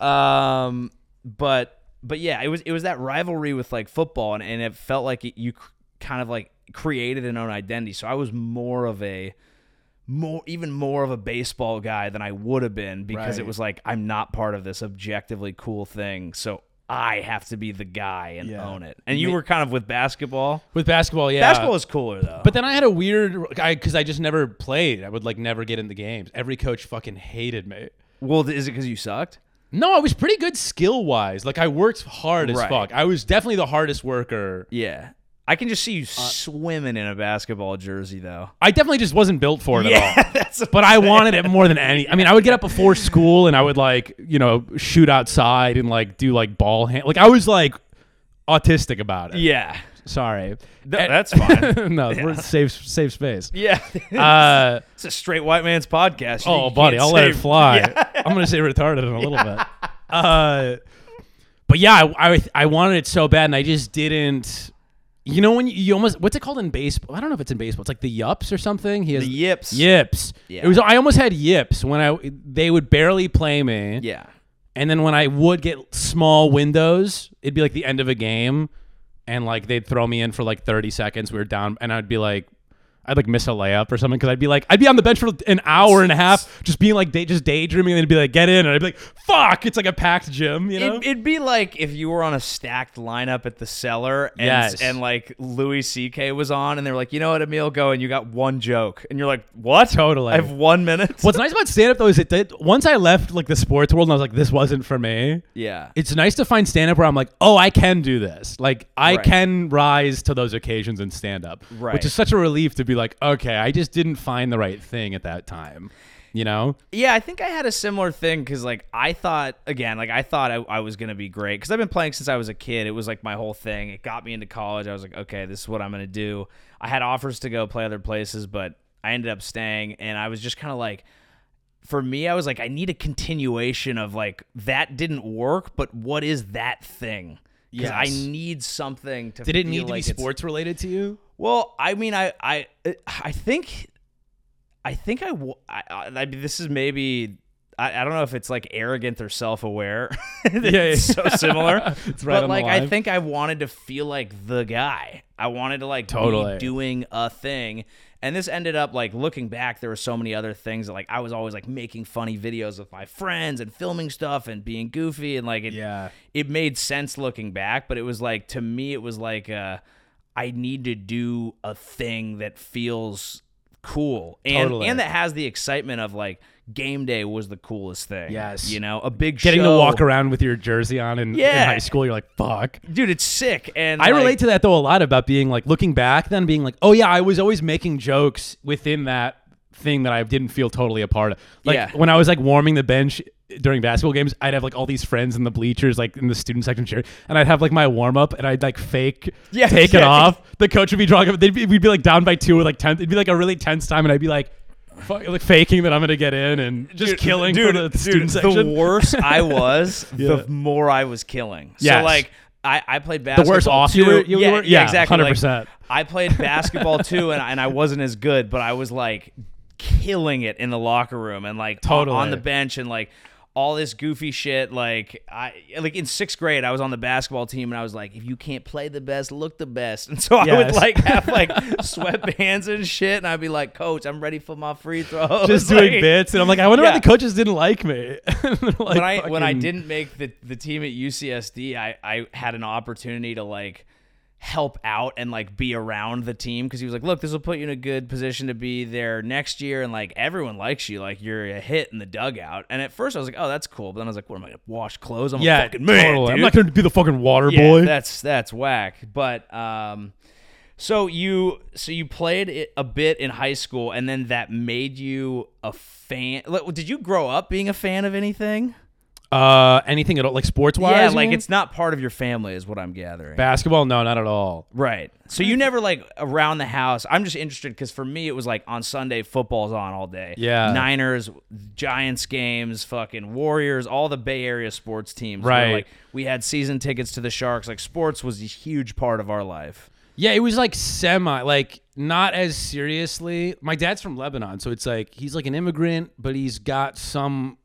Speaker 1: Um, but but yeah, it was it was that rivalry with like football, and, and it felt like it, you c- kind of like created an own identity. So I was more of a more even more of a baseball guy than I would have been because it
Speaker 3: Right.
Speaker 1: was like I'm not part of this objectively cool thing, so I have to be the guy and
Speaker 3: Yeah.
Speaker 1: own it. And you were kind of with basketball. Uh,
Speaker 3: With basketball, yeah.
Speaker 1: Basketball is cooler though.
Speaker 3: But then I had a weird guy because I just never played. I would like never get in the games. Every coach fucking hated me.
Speaker 1: well, is it because you sucked?
Speaker 3: No, I was pretty good skill wise. Like I worked hard as
Speaker 1: Right.
Speaker 3: fuck. I was definitely the hardest worker.
Speaker 1: Yeah, Uh, I can just see you swimming in a basketball jersey though.
Speaker 3: I definitely just wasn't built for it at all.
Speaker 1: Yeah, that's
Speaker 3: But I wanted it more than any. I mean, I would get up before school and I would like, you know, shoot outside and like do like ball hand. Like I was like autistic about it.
Speaker 1: Yeah.
Speaker 3: Sorry.
Speaker 1: Th- that's fine.
Speaker 3: no, we're safe safe space.
Speaker 1: Yeah.
Speaker 3: Uh,
Speaker 1: it's a straight white man's podcast. You-
Speaker 3: oh,
Speaker 1: you
Speaker 3: buddy,
Speaker 1: can't
Speaker 3: I'll let it
Speaker 1: say-
Speaker 3: fly. I'm gonna say retarded in a little bit. Uh, but yeah, I, I I wanted it so bad, and I just didn't. You know when you, you almost what's it called in baseball? I don't know if it's in baseball. It's like the yups or something. He has
Speaker 1: The yips.
Speaker 3: Yips.
Speaker 1: Yeah.
Speaker 3: It was. I almost had yips when I. They would barely play me.
Speaker 1: Yeah.
Speaker 3: And then when I would get small windows, it'd be like the end of a game, and like they'd throw me in for like 30 seconds. We were down, and I'd be like, I'd like miss a layup or something because I'd be like, I'd be on the bench for an hour and a half, just being like, day, just daydreaming, and they'd be like, get in, and I'd be like, fuck, it's like a packed gym, you know?
Speaker 1: It, it'd be like if you were on a stacked lineup at the cellar and,
Speaker 3: Yes.
Speaker 1: and like Louis C.K. was on and they were like, you know what, Emil, go and you got one joke. And you're like, what?
Speaker 3: Totally.
Speaker 1: I have one minute.
Speaker 3: What's nice about stand up though is it did, once I left like the sports world and I was like, this wasn't for me.
Speaker 1: Yeah.
Speaker 3: It's nice to find stand up where I'm like, oh, I can do this. Like, I
Speaker 1: Right.
Speaker 3: can rise to those occasions in stand up.
Speaker 1: Right.
Speaker 3: Which is such a relief to be like, okay, I just didn't find the right thing at that time. You know?
Speaker 1: Yeah, I think I had a similar thing because, like, I thought again, like, I thought I, I was gonna be great because I've been playing since I was a kid. It was like my whole thing. It got me into college. I was like, okay, this is what I'm gonna do. I had offers to go play other places, but I ended up staying, and I was just kind of like, for me, I was like, I need a continuation of like that didn't work, but what is that thing? Because I
Speaker 3: Yes.
Speaker 1: need something to.
Speaker 3: Did it
Speaker 1: feel
Speaker 3: need to be
Speaker 1: like it's-
Speaker 3: sports related to you?
Speaker 1: well, I mean, I, I, uh, I think, I think I, w- I, I- I mean, this is maybe, I, I don't know if it's like arrogant or self-aware. it's
Speaker 3: yeah.
Speaker 1: so similar.
Speaker 3: It's right
Speaker 1: but
Speaker 3: on the
Speaker 1: like, I
Speaker 3: line.
Speaker 1: think I wanted to feel like the guy. I wanted to like be
Speaker 3: Totally.
Speaker 1: doing a thing. And this ended up like looking back, there were so many other things that like I was always like making funny videos with my friends and filming stuff and being goofy and like it,
Speaker 3: Yeah.
Speaker 1: it made sense looking back, but it was like to me it was like uh I need to do a thing that feels cool and
Speaker 3: Totally.
Speaker 1: and that has the excitement of like game day was the coolest thing.
Speaker 3: Yes.
Speaker 1: You know, a big
Speaker 3: Getting
Speaker 1: show.
Speaker 3: to walk around with your jersey on in, in
Speaker 1: Yeah.
Speaker 3: high school, you're like, fuck.
Speaker 1: Dude, it's sick and
Speaker 3: I
Speaker 1: like,
Speaker 3: relate to that though a lot about being like looking back then being like, oh yeah, I was always making jokes within that thing that I didn't feel totally a part of. Like
Speaker 1: Yeah.
Speaker 3: when I was like warming the bench during basketball games, I'd have like all these friends in the bleachers, like in the student section chair, and I'd have like my warm up, and I'd like fake
Speaker 4: Yeah,
Speaker 3: take it
Speaker 4: yeah.
Speaker 3: off. The coach would be drawing up. They'd be, we'd be like down by two, or like tenth. It'd be like a really tense time, and I'd be like, fuck, like faking that I'm gonna get in and just killing for the student
Speaker 1: the
Speaker 3: section.
Speaker 1: worse I was, the more I was killing. So
Speaker 3: Yes.
Speaker 1: like I, I played basketball.
Speaker 3: worse off you
Speaker 1: too.
Speaker 3: were- you
Speaker 1: yeah,
Speaker 3: were?
Speaker 1: yeah,
Speaker 3: Yeah,
Speaker 1: exactly. Like,
Speaker 3: 100%.
Speaker 1: I played basketball too, and and I wasn't as good, but I was like killing it in the locker room and like on-
Speaker 3: Totally.
Speaker 1: on the bench and like all this goofy shit. Like I like in sixth grade, I was on the basketball team, and I was like, if you can't play the best, look the best. And so I would
Speaker 3: Yes.
Speaker 1: like have like sweatbands and shit, and I'd be like, Coach, I'm ready for my free throws.
Speaker 3: just doing
Speaker 1: Like-
Speaker 3: bits, and I'm like, I wonder
Speaker 1: Yeah.
Speaker 3: why the coaches didn't like me. And they're like,
Speaker 1: when I when I
Speaker 3: fucking-
Speaker 1: didn't make the the team at UCSD, I I had an opportunity to like help out and like be around the team because he was like, look, this will put you in a good position to be there next year, and like everyone likes you, like you're a hit in the dugout. And at first, I was like, oh, that's cool, but then I was like, what am I gonna wash clothes? I'm
Speaker 3: yeah,
Speaker 1: a fucking man,
Speaker 3: totally. I'm
Speaker 1: dude."
Speaker 3: not gonna be the fucking water
Speaker 1: yeah,
Speaker 3: boy.
Speaker 1: That's that's whack. But um, so you so you played it a bit in high school, and then that made you a fan. like, Did you grow up being a fan of anything?
Speaker 3: uh, anything at all, like sports wise?
Speaker 1: Yeah, like it's not part of your family, is what I'm gathering.
Speaker 3: basketball. No, not at all.
Speaker 1: right. So you never like around the house. I'm just interested because for me, it was like on Sunday, football's on all day.
Speaker 3: Yeah.
Speaker 1: Niners, Giants games, fucking Warriors, all the Bay Area sports teams.
Speaker 3: Right.
Speaker 1: Like we had season tickets to the Sharks. Like sports was a huge part of our life.
Speaker 3: Yeah, it was like semi, like not as seriously. My dad's from Lebanon, so it's like he's like an immigrant, but he's got some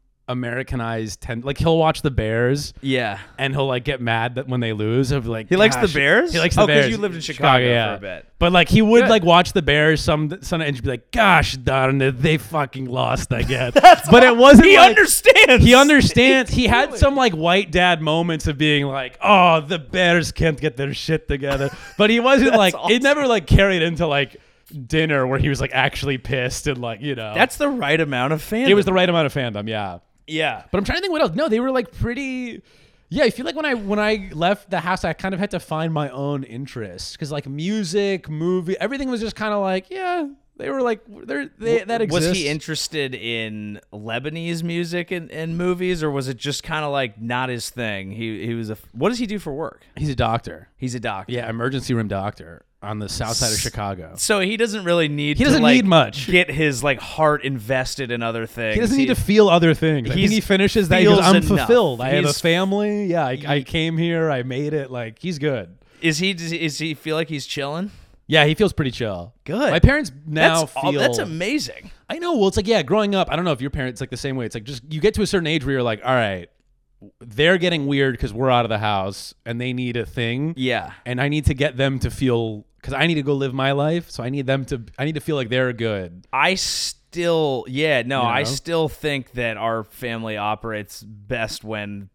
Speaker 3: Americanized ten. Like he'll watch the Bears,
Speaker 1: Yeah.
Speaker 3: and he'll like get mad that when they lose. Of like
Speaker 1: He likes the
Speaker 3: "Gosh."
Speaker 1: Bears?
Speaker 3: He likes the
Speaker 1: Oh, 'cause
Speaker 3: Bears.
Speaker 1: you lived in Chicago for
Speaker 3: yeah.
Speaker 1: a bit.
Speaker 3: But like he would
Speaker 1: Good.
Speaker 3: like watch the Bears some some and be like, "Gosh darn it, they fucking lost again." but it wasn't.
Speaker 1: He
Speaker 3: like-
Speaker 1: understands.
Speaker 3: He understands. He had some like white dad moments of being like, "Oh, the Bears can't get their shit together," but he wasn't like. It never like carried into like dinner where he was like actually pissed and like you know.
Speaker 1: That's the right amount of fandom.
Speaker 3: it was the right amount of fandom, yeah.
Speaker 1: yeah.
Speaker 3: But I'm trying to think what else. No, they were like pretty. Yeah, I feel like when I when I left the house, I kind of had to find my own interests because like music, movie, everything was just kind of like yeah. They were like they're, they that
Speaker 1: was
Speaker 3: exists.
Speaker 1: he interested in Lebanese music and, and movies, or was it just kind of like not his thing? He he was a what does he do for work?
Speaker 3: He's a doctor.
Speaker 1: He's a doctor.
Speaker 3: Yeah, emergency room doctor on the south side of Chicago.
Speaker 1: So he doesn't really need.
Speaker 3: He
Speaker 1: to,
Speaker 3: doesn't
Speaker 1: like,
Speaker 3: need much.
Speaker 1: Get his like heart invested in other things.
Speaker 3: He doesn't need to feel other things. I think
Speaker 1: he's-
Speaker 3: he finishes that. He
Speaker 1: feels
Speaker 3: goes, I'm
Speaker 1: enough.
Speaker 3: fulfilled. I have a
Speaker 1: He's-
Speaker 3: family. Yeah, I, I came here. I made it. Like he's good.
Speaker 1: Is he? Does he, is he feel like he's chilling?
Speaker 3: Yeah, he feels pretty chill.
Speaker 1: Good.
Speaker 3: My parents now
Speaker 1: that's all-
Speaker 3: feel.
Speaker 1: that's amazing.
Speaker 3: I know. Well, it's like yeah, growing up. I don't know if your parents like the same way. It's like just you get to a certain age where you're like, all right, they're getting weird because we're out of the house and they need a thing.
Speaker 1: Yeah.
Speaker 3: And I need to get them to feel because I need to go live my life. So I need them to. I need to feel like they're good.
Speaker 1: I still, yeah, no, I
Speaker 3: know?
Speaker 1: still think that our family operates best when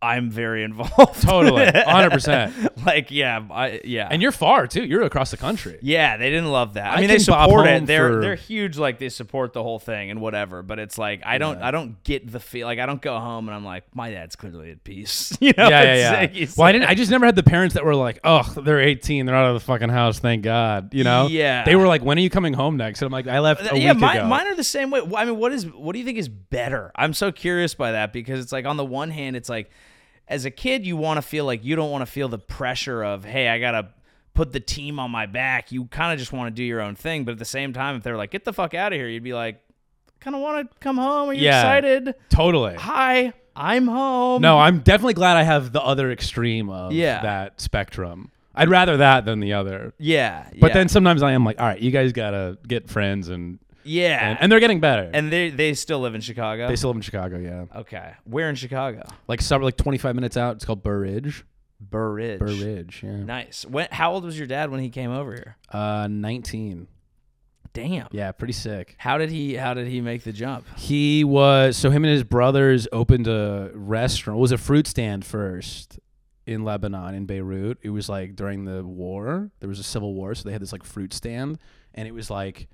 Speaker 1: I'm very involved.
Speaker 3: Totally, 100. percent
Speaker 1: like, yeah, I, yeah.
Speaker 3: And you're far too. You're across the country.
Speaker 1: Yeah, they didn't love that. I,
Speaker 3: I
Speaker 1: mean, they
Speaker 3: can bob
Speaker 1: support it.
Speaker 3: home
Speaker 1: They're
Speaker 3: for-
Speaker 1: they're huge. Like they support the whole thing and whatever. But it's like I don't I don't get the feel. Like I don't go home and I'm like my dad's clearly at peace. You know?
Speaker 3: yeah,
Speaker 1: It's
Speaker 3: yeah,
Speaker 1: like-
Speaker 3: yeah.
Speaker 1: it's
Speaker 3: Well, I
Speaker 1: like-
Speaker 3: didn't. I just never had the parents that were like, "Oh, they're 18, they're out of the fucking house. Thank God." You know?
Speaker 1: Yeah.
Speaker 3: They were like, "When are you coming home next?" And I'm like, "I left a
Speaker 1: yeah,
Speaker 3: week
Speaker 1: mine,
Speaker 3: ago."
Speaker 1: mine are the same way. Well, I mean, what is what do you think is better? I'm so curious by that because it's like on the one hand, it's like as a kid you want to feel like you don't want to feel the pressure of hey, I gotta put the team on my back. You kind of just want to do your own thing, but at the same time, if they're like get the fuck out of here, you'd be like kind of want to come home. Are you
Speaker 3: Yeah.
Speaker 1: excited?
Speaker 3: totally.
Speaker 1: Hi, I'm home.
Speaker 3: No, I'm definitely glad I have the other extreme of
Speaker 1: Yeah.
Speaker 3: that spectrum. I'd rather that than the other.
Speaker 1: Yeah,
Speaker 3: But
Speaker 1: yeah,
Speaker 3: then sometimes I am like, "All right, you guys gotta get friends," and
Speaker 1: yeah,
Speaker 3: and, and they're getting better.
Speaker 1: and they they still live in Chicago.
Speaker 3: they still live in Chicago, yeah.
Speaker 1: okay, where in Chicago?
Speaker 3: Like sub, like 25 minutes out. It's called Burridge.
Speaker 1: Burridge.
Speaker 3: Burridge, yeah.
Speaker 1: Nice. When, how old was your dad when he came over here?
Speaker 3: Uh, 19.
Speaker 1: Damn.
Speaker 3: Yeah, pretty sick.
Speaker 1: How did he? How did he make the jump?
Speaker 3: He was so him and his brothers opened a restaurant. It was a fruit stand first in Lebanon in Beirut. It was like during the war. There was a civil war, so they had this like fruit stand and it was like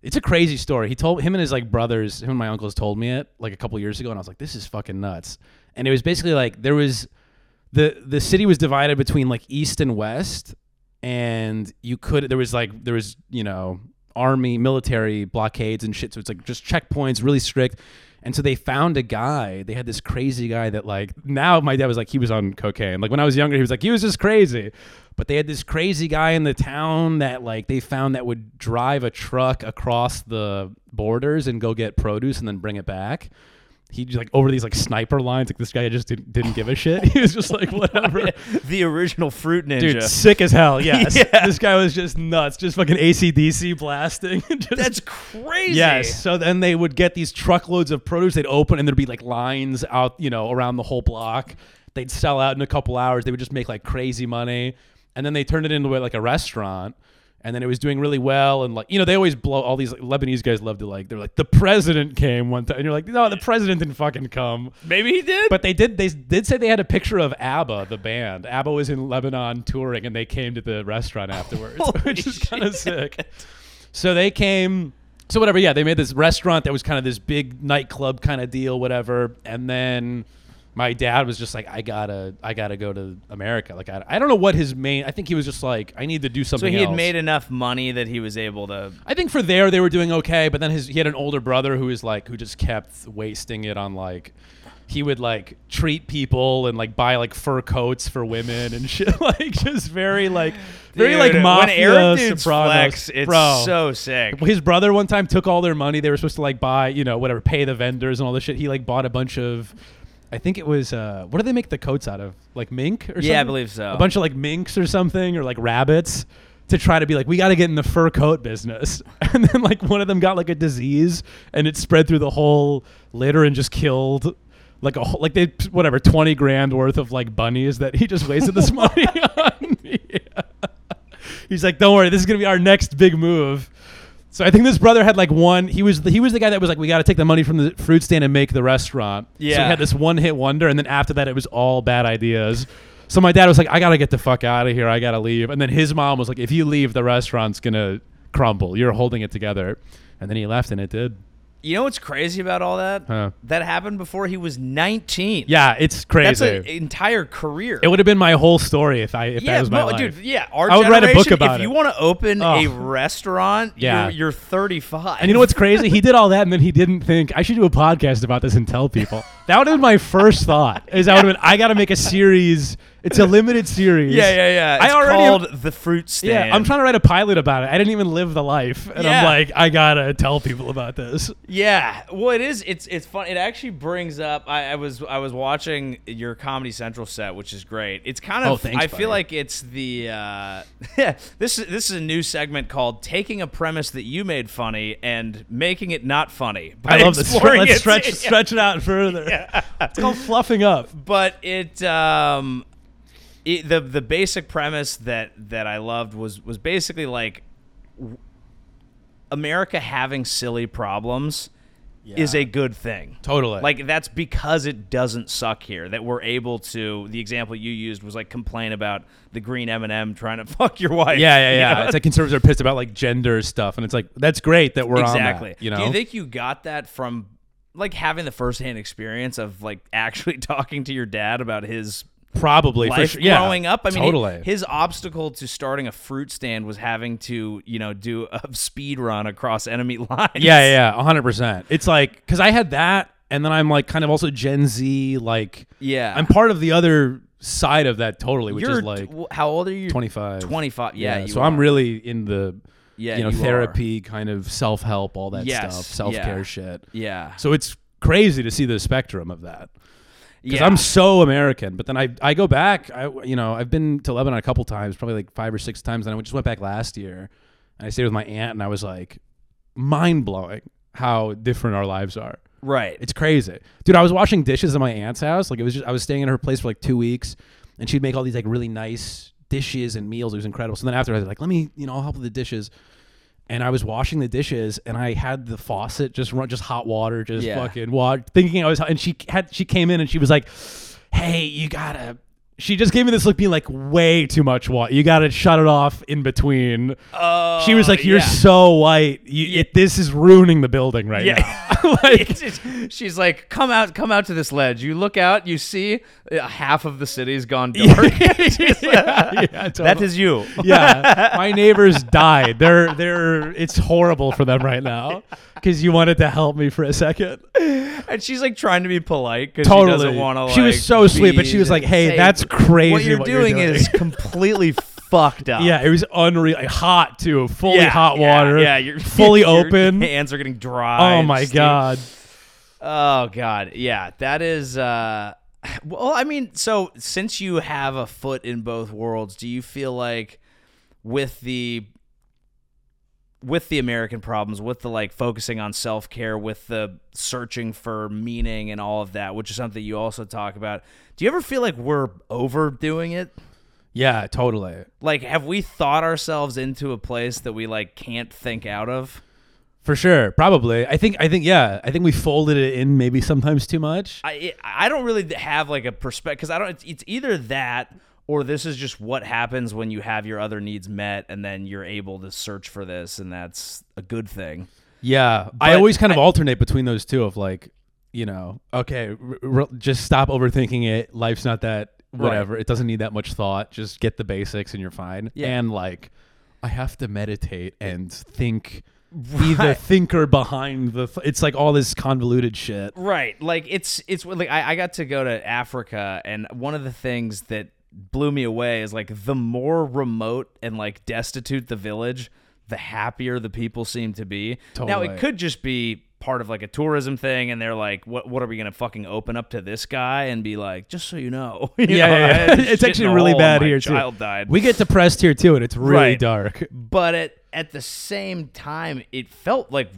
Speaker 3: it's a crazy story. He told him and his like brothers, him and my uncles told me it like a couple years ago and I was like this is fucking nuts. And it was basically like there was the the city was divided between like east and west and you could there was like there was, you know, army military blockades and shit. So it's like just checkpoints, really strict. And so they found a guy. They had this crazy guy that like now my dad was like he was on cocaine. Like when I was younger, he was like he was just crazy. But they had this crazy guy in the town that like they found that would drive a truck across the borders and go get produce and then bring it back he just, like over these like sniper lines like this guy just didn't, didn't give a shit he was just like whatever
Speaker 1: the original fruit ninja.
Speaker 3: dude sick as hell yes this guy was just nuts just fucking acdc blasting just,
Speaker 1: That's crazy.
Speaker 3: yes so then they would get these truckloads of produce they'd open and there'd be like lines out you know around the whole block they'd sell out in a couple hours they would just make like crazy money and then they turned it into like a restaurant and then it was doing really well and like you know they always blow all these like, lebanese guys love to like they're like the president came one time and you're like no the president didn't fucking come
Speaker 1: Maybe he did.
Speaker 3: but they did. They did say they had a picture of ABBA, the band. ABBA was in Lebanon touring, and they came to the restaurant afterwards, which is kind of sick. So they came. So whatever. Yeah, they made this restaurant that was kind of this big nightclub kind of deal, whatever. And then my dad was just like, I gotta, I gotta go to America. Like I, I don't know what his main. I think he was just like, I need to do
Speaker 1: so
Speaker 3: something.
Speaker 1: he had
Speaker 3: else.
Speaker 1: made enough money that he was able to.
Speaker 3: I think for there they were doing okay, but then his he had an older brother who was like who just kept wasting it on like he would like treat people and like buy like fur coats for women and shit like just very like very
Speaker 1: Dude,
Speaker 3: like mafia
Speaker 1: when Arab dudes
Speaker 3: Sopranos.
Speaker 1: flex, it's
Speaker 3: Bro,
Speaker 1: so sick.
Speaker 3: his brother one time took all their money they were supposed to like buy you know whatever pay the vendors and all this shit he like bought a bunch of I think it was uh what do they make the coats out of like mink or something
Speaker 1: Yeah, I believe so.
Speaker 3: a bunch of like minks or something or like rabbits to try to be like we got to get in the fur coat business and then like one of them got like a disease and it spread through the whole litter and just killed like a whole, like they whatever 20 grand worth of like bunnies that he just wasted this money on Yeah. he's like don't worry this is going to be our next big move so I think this brother had like one. He was the, he was the guy that was like, we got to take the money from the fruit stand and make the restaurant. So
Speaker 1: Yeah.
Speaker 3: he had this one hit wonder, and then after that, it was all bad ideas. So my dad was like, I gotta get the fuck out of here. I gotta leave. And then his mom was like, if you leave, the restaurant's gonna crumble. You're holding it together. And then he left, and it did.
Speaker 1: You know what's crazy about all that?
Speaker 3: Huh.
Speaker 1: That happened before he was 19.
Speaker 3: Yeah, it's crazy.
Speaker 1: That's an entire career.
Speaker 3: it would have been my whole story if I if
Speaker 1: yeah,
Speaker 3: that was my
Speaker 1: no,
Speaker 3: life.
Speaker 1: dude. Yeah, our
Speaker 3: I would write a book
Speaker 1: generation,
Speaker 3: about
Speaker 1: If you
Speaker 3: it.
Speaker 1: want to open a
Speaker 3: Oh.
Speaker 1: restaurant,
Speaker 3: Yeah.
Speaker 1: you're, you're 35.
Speaker 3: And you know what's crazy? He did all that, and then he didn't think I should do a podcast about this and tell people. That would have been my first thought. Is I would have been I got to make a series. It's a limited series.
Speaker 1: Yeah, yeah, yeah.
Speaker 3: I
Speaker 1: It's
Speaker 3: already
Speaker 1: called the fruit stand.
Speaker 3: yeah. I'm trying to write a pilot about it. I didn't even live the life, and
Speaker 1: Yeah.
Speaker 3: I'm like, I gotta tell people about this.
Speaker 1: Yeah, well, it is. It's it's fun. It actually brings up. I, I was I was watching your Comedy Central set, which is great. It's kind of.
Speaker 3: Oh, thanks,
Speaker 1: I feel
Speaker 3: buddy.
Speaker 1: like it's the. Uh, this is this is a new segment called "Taking a Premise That You Made Funny and Making It Not Funny."
Speaker 3: I
Speaker 1: by
Speaker 3: love this.
Speaker 1: exploring
Speaker 3: Let's
Speaker 1: it.
Speaker 3: stretch
Speaker 1: Yeah.
Speaker 3: stretch it out further. It's called fluffing up.
Speaker 1: But it. Um, it, the the basic premise that that I loved was was basically like w- America having silly problems is a good thing.
Speaker 3: Totally.
Speaker 1: Like that's because it doesn't suck here that we're able to. The example you used was like complain about the green M and m trying to fuck your wife.
Speaker 3: Yeah, yeah,
Speaker 1: you
Speaker 3: yeah.
Speaker 1: know?
Speaker 3: It's like conservatives are pissed about like gender stuff, and it's like that's great that we're
Speaker 1: exactly.
Speaker 3: on that. You
Speaker 1: do
Speaker 3: know,
Speaker 1: you think you got that from like having the firsthand experience of like actually talking to your dad about his
Speaker 3: probably for
Speaker 1: life
Speaker 3: sure. Yeah,
Speaker 1: growing up? I mean,
Speaker 3: totally.
Speaker 1: hi- his obstacle to starting a fruit stand was having to you know do a speed run across enemy lines.
Speaker 3: Yeah, yeah, yeah, 100%. It's like, because I had that, and then I'm like kind of also Gen Z, like,
Speaker 1: Yeah.
Speaker 3: I'm part of the other side of that totally, which
Speaker 1: You're
Speaker 3: is like
Speaker 1: w- how old are you?
Speaker 3: 25.
Speaker 1: 25. Yeah, you
Speaker 3: so I'm
Speaker 1: are.
Speaker 3: really in the,
Speaker 1: Yeah,
Speaker 3: you know,
Speaker 1: you
Speaker 3: therapy, kind of self help, all that
Speaker 1: Yes,
Speaker 3: stuff, self care
Speaker 1: yeah.
Speaker 3: shit.
Speaker 1: Yeah.
Speaker 3: So it's crazy to see the spectrum of that. Because
Speaker 1: yeah.
Speaker 3: I'm so American, but then I, I go back. I you know I've been to Lebanon a couple times, probably like five or six times, and I just went back last year, and I stayed with my aunt, and I was like, mind blowing how different our lives are.
Speaker 1: right.
Speaker 3: It's crazy. Dude, I was washing dishes at my aunt's house. Like it was just I was staying in her place for like two weeks and she'd make all these like really nice dishes and meals. It was incredible. So then after I was like, let me, you know, I'll help with the dishes. And I was washing the dishes and I had the faucet just run just hot water, just
Speaker 1: Yeah.
Speaker 3: fucking water thinking I was and she had she came in and she was like, Hey, you gotta she just gave me this look being like way too much water. You gotta shut it off in between. she was like, You're
Speaker 1: Oh, yeah.
Speaker 3: so white. You, it, this is ruining the building right
Speaker 1: Yeah.
Speaker 3: now. like
Speaker 1: She's like, come out, come out to this ledge. You look out, you see uh, half of the city's gone dark. She's like,
Speaker 3: yeah,
Speaker 1: that is you.
Speaker 3: yeah. My neighbors died. They're they're it's horrible for them right now because you wanted to help me for a second.
Speaker 1: And she's like trying to be polite because
Speaker 3: Totally.
Speaker 1: she doesn't want to.
Speaker 3: She was so sweet, but she was like, "Hey, that's crazy
Speaker 1: What you're,
Speaker 3: what you're
Speaker 1: doing,
Speaker 3: doing."
Speaker 1: is completely fucked up."
Speaker 3: Yeah, it was unreal, like, hot too, fully
Speaker 1: Yeah,
Speaker 3: hot
Speaker 1: yeah,
Speaker 3: water.
Speaker 1: Yeah, you're
Speaker 3: fully
Speaker 1: your
Speaker 3: open.
Speaker 1: Hands are getting dry.
Speaker 3: Oh
Speaker 1: and
Speaker 3: my
Speaker 1: steam.
Speaker 3: god.
Speaker 1: Oh god, yeah, that is. uh Well, I mean, so since you have a foot in both worlds, do you feel like with the with the American problems, with the like focusing on self care, with the searching for meaning and all of that, which is something you also talk about, do you ever feel like we're overdoing it?
Speaker 3: Yeah, totally.
Speaker 1: Like, have we thought ourselves into a place that we like can't think out of?
Speaker 3: For sure. Probably. I think I think yeah, I think we folded it in maybe sometimes too much.
Speaker 1: I I don't really have like a perspective because I don't. It's, it's either that or this is just what happens when you have your other needs met and then you're able to search for this and that's a good thing.
Speaker 3: Yeah, I always kind of alternate between those two of like, you know, okay, r- r- just stop overthinking it. Life's not that whatever. It doesn't need that much thought. Just get the basics and you're fine. And like, I have to meditate and think. Be the thinker behind the. Th- it's like all this convoluted shit.
Speaker 1: Right. Like it's it's like I, I got to go to Africa and one of the things that blew me away is like the more remote and like destitute the village, the happier the people seem to be. Now
Speaker 3: Totally.
Speaker 1: it could just be part of like a tourism thing and they're like what what are we going to fucking open up to this guy and be like just so you know. You
Speaker 3: Yeah,
Speaker 1: know,
Speaker 3: yeah,
Speaker 1: I
Speaker 3: yeah.
Speaker 1: had to shit
Speaker 3: it's
Speaker 1: in
Speaker 3: actually
Speaker 1: a
Speaker 3: really
Speaker 1: hole and
Speaker 3: bad
Speaker 1: my
Speaker 3: here
Speaker 1: Child
Speaker 3: too.
Speaker 1: died.
Speaker 3: We get depressed here too, and it's really
Speaker 1: Right.
Speaker 3: dark.
Speaker 1: but at at the same time it felt like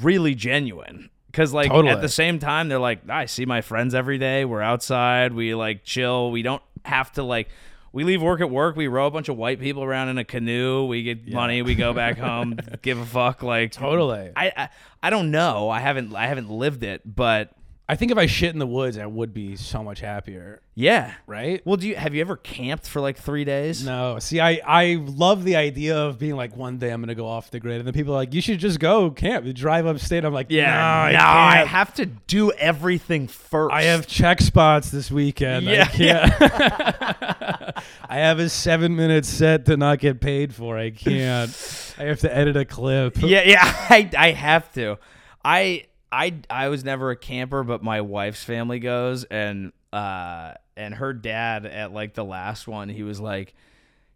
Speaker 1: really genuine because like
Speaker 3: Totally.
Speaker 1: at the same time they're like i see my friends every day we're outside we like chill we don't have to like we leave work at work we row a bunch of white people around in a canoe we get money we go back home give a fuck like
Speaker 3: Totally.
Speaker 1: I, I i don't know i haven't i haven't lived it but
Speaker 3: I think if I shit in the woods, I would be so much happier,
Speaker 1: yeah
Speaker 3: right?
Speaker 1: well do you have you ever camped for like three days
Speaker 3: No, see, I I love the idea of being like one day I'm gonna go off the grid, and then people are like, you should just go camp, You drive upstate. I'm like,
Speaker 1: yeah
Speaker 3: no,
Speaker 1: no,
Speaker 3: I,
Speaker 1: I,
Speaker 3: can't.
Speaker 1: have to do everything first
Speaker 3: I have check spots this weekend. I
Speaker 1: Yeah.
Speaker 3: can't. I have a seven minute set to not get paid for. I can't. I have to edit a clip.
Speaker 1: yeah, yeah. I, I have to. I I I was never a camper, but my wife's family goes, and uh, and her dad at like the last one, he was like,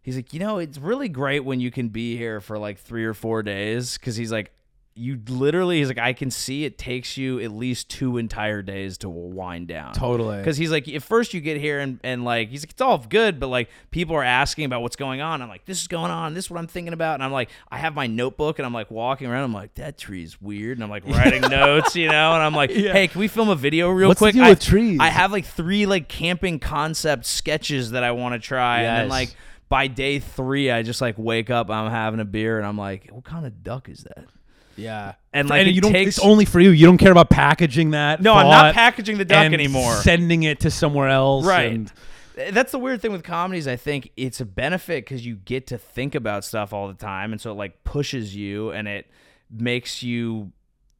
Speaker 1: he's like, you know, it's really great when you can be here for like three or four days, because he's like. You literally, he's like, I can see it takes you at least two entire days to wind down.
Speaker 3: Totally.
Speaker 1: Because he's like, at first you get here and, and like, he's like, it's all good, but like, people are asking about what's going on. I'm like, this is going on. This is what I'm thinking about. And I'm like, I have my notebook and I'm like walking around. I'm like, that tree's weird. And I'm like writing notes, you know? And I'm like, hey, can we film a video real
Speaker 3: What's the
Speaker 1: quick?
Speaker 3: deal
Speaker 1: I,
Speaker 3: with trees?
Speaker 1: I have like three like camping concept sketches that I want to try. And then
Speaker 3: Yes.
Speaker 1: like, by day three, I just like wake up, I'm having a beer, and I'm like, what kind of duck is that?
Speaker 3: yeah.
Speaker 1: And, like, it
Speaker 3: you don't.
Speaker 1: takes-
Speaker 3: it's only for you. You don't care about packaging that.
Speaker 1: No, I'm not
Speaker 3: thought
Speaker 1: packaging the duck
Speaker 3: and
Speaker 1: anymore.
Speaker 3: Sending it to somewhere else.
Speaker 1: Right.
Speaker 3: and-
Speaker 1: That's the weird thing with comedies. I think it's a benefit because you get to think about stuff all the time, and so it like pushes you and it makes you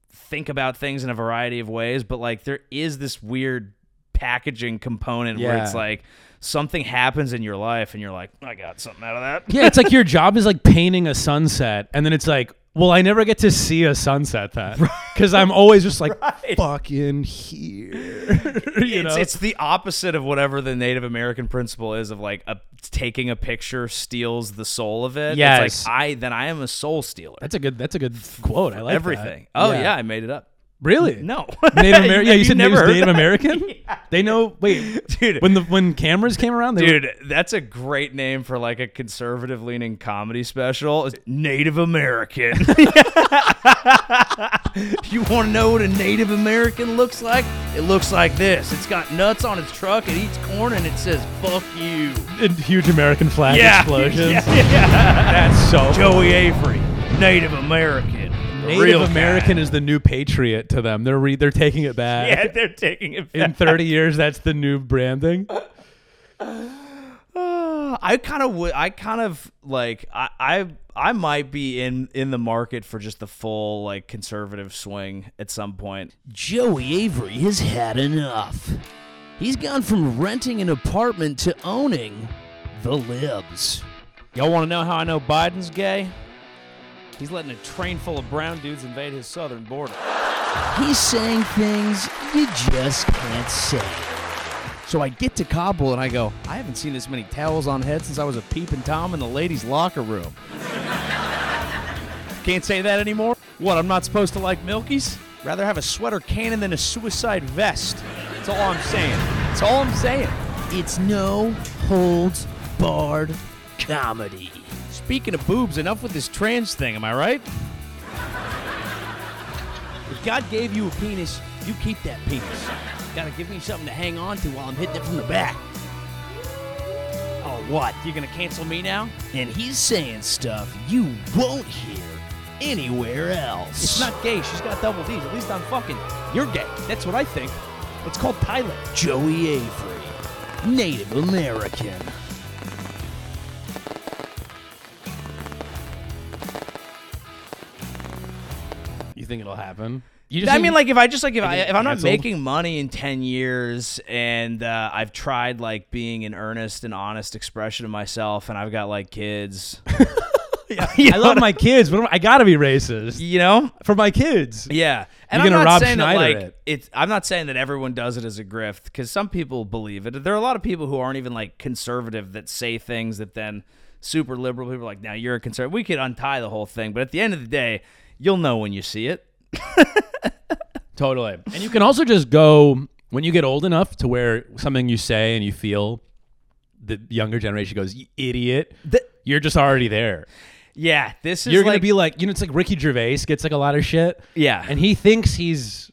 Speaker 1: think about things in a variety of ways. But like there is this weird packaging component where it's
Speaker 3: Yeah.
Speaker 1: like something happens in your life, and you're like, I got something out of that.
Speaker 3: Yeah, it's like your job is like painting a sunset, and then it's like, well, I never get to see a sunset then because I'm always just like fucking here. you
Speaker 1: it's,
Speaker 3: know?
Speaker 1: it's the opposite of whatever the Native American principle is of like a, taking a picture steals the soul of it.
Speaker 3: Yes.
Speaker 1: It's like I then I am a soul stealer.
Speaker 3: that's a good that's a good quote. I like that.
Speaker 1: Everything. Oh yeah. I made it up.
Speaker 3: really?
Speaker 1: No.
Speaker 3: Native American. yeah, you
Speaker 1: You've
Speaker 3: said
Speaker 1: never
Speaker 3: Native,
Speaker 1: heard
Speaker 3: Native
Speaker 1: that?
Speaker 3: American. They know. Wait,
Speaker 1: Dude.
Speaker 3: When the when cameras came around, they
Speaker 1: Dude, that's a great name for like a conservative leaning comedy special. It's Native American. you want to know what a Native American looks like? It looks like this. It's got nuts on its truck, it eats corn, and it says, fuck you.
Speaker 3: were, huge American flag
Speaker 1: Yeah.
Speaker 3: explosions.
Speaker 1: Yeah,
Speaker 3: That's so.
Speaker 1: Joey Avery, Native American. the
Speaker 3: Native
Speaker 1: real guy.
Speaker 3: American is the new patriot to them. They're re- they're taking it back.
Speaker 1: Yeah, they're taking it
Speaker 3: In
Speaker 1: back.
Speaker 3: 30 years, that's the new branding.
Speaker 1: Uh, I kind of would. I kind of like. I, I I might be in in the market for just the full like conservative swing at some point.
Speaker 4: Joey Avery has had enough. He's gone from renting an apartment to owning the libs.
Speaker 5: Y'all want to know how I know Biden's gay? He's letting a train full of brown dudes invade his southern border.
Speaker 4: He's saying things you just can't say.
Speaker 5: So I get to Kabul and I go, I haven't seen this many towels on head since I was a peeping Tom in the ladies' locker room. Can't say that anymore? What, I'm not supposed to like Milkies? Rather have a sweater cannon than a suicide vest. That's all I'm saying. That's all I'm saying.
Speaker 4: It's no holds barred comedy.
Speaker 5: Speaking of boobs, enough with this trans thing, am I right? If God gave you a penis, you keep that penis.
Speaker 4: Gotta give me something to hang on to while I'm hitting it from the back.
Speaker 5: Oh, what? You're gonna cancel me now?
Speaker 4: And he's saying stuff you won't hear anywhere else.
Speaker 5: It's not gay. She's got double D's. At least I'm fucking. You're gay. That's what I think. It's called Thailand.
Speaker 4: Joey Avery, Native American.
Speaker 3: You think it'll happen? You just
Speaker 1: I
Speaker 3: think-
Speaker 1: mean, like if I just like if I if I'm not
Speaker 3: Canceled.
Speaker 1: making money in ten years and uh, I've tried like being an earnest and honest expression of myself, and I've got like kids,
Speaker 3: I love my kids, but I gotta be racist
Speaker 1: you know.
Speaker 3: for my kids.
Speaker 1: Yeah, and
Speaker 3: You're
Speaker 1: I'm
Speaker 3: gonna
Speaker 1: not
Speaker 3: Rob
Speaker 1: saying that,
Speaker 3: Schneider
Speaker 1: like
Speaker 3: it.
Speaker 1: it's. I'm not saying that everyone does it as a grift because some people believe it. There are a lot of people who aren't even like conservative that say things that then super liberal people are like, "Now you're a conservative." We could untie the whole thing, but at the end of the day, you'll know when you see it.
Speaker 3: Totally. And you can also just go when you get old enough to where something you say and you feel the younger generation goes, you idiot. You're just already there.
Speaker 1: Yeah, this is
Speaker 3: You're gonna
Speaker 1: like
Speaker 3: be like, you know, it's like Ricky Gervais gets like a lot of shit.
Speaker 1: Yeah.
Speaker 3: And he thinks he's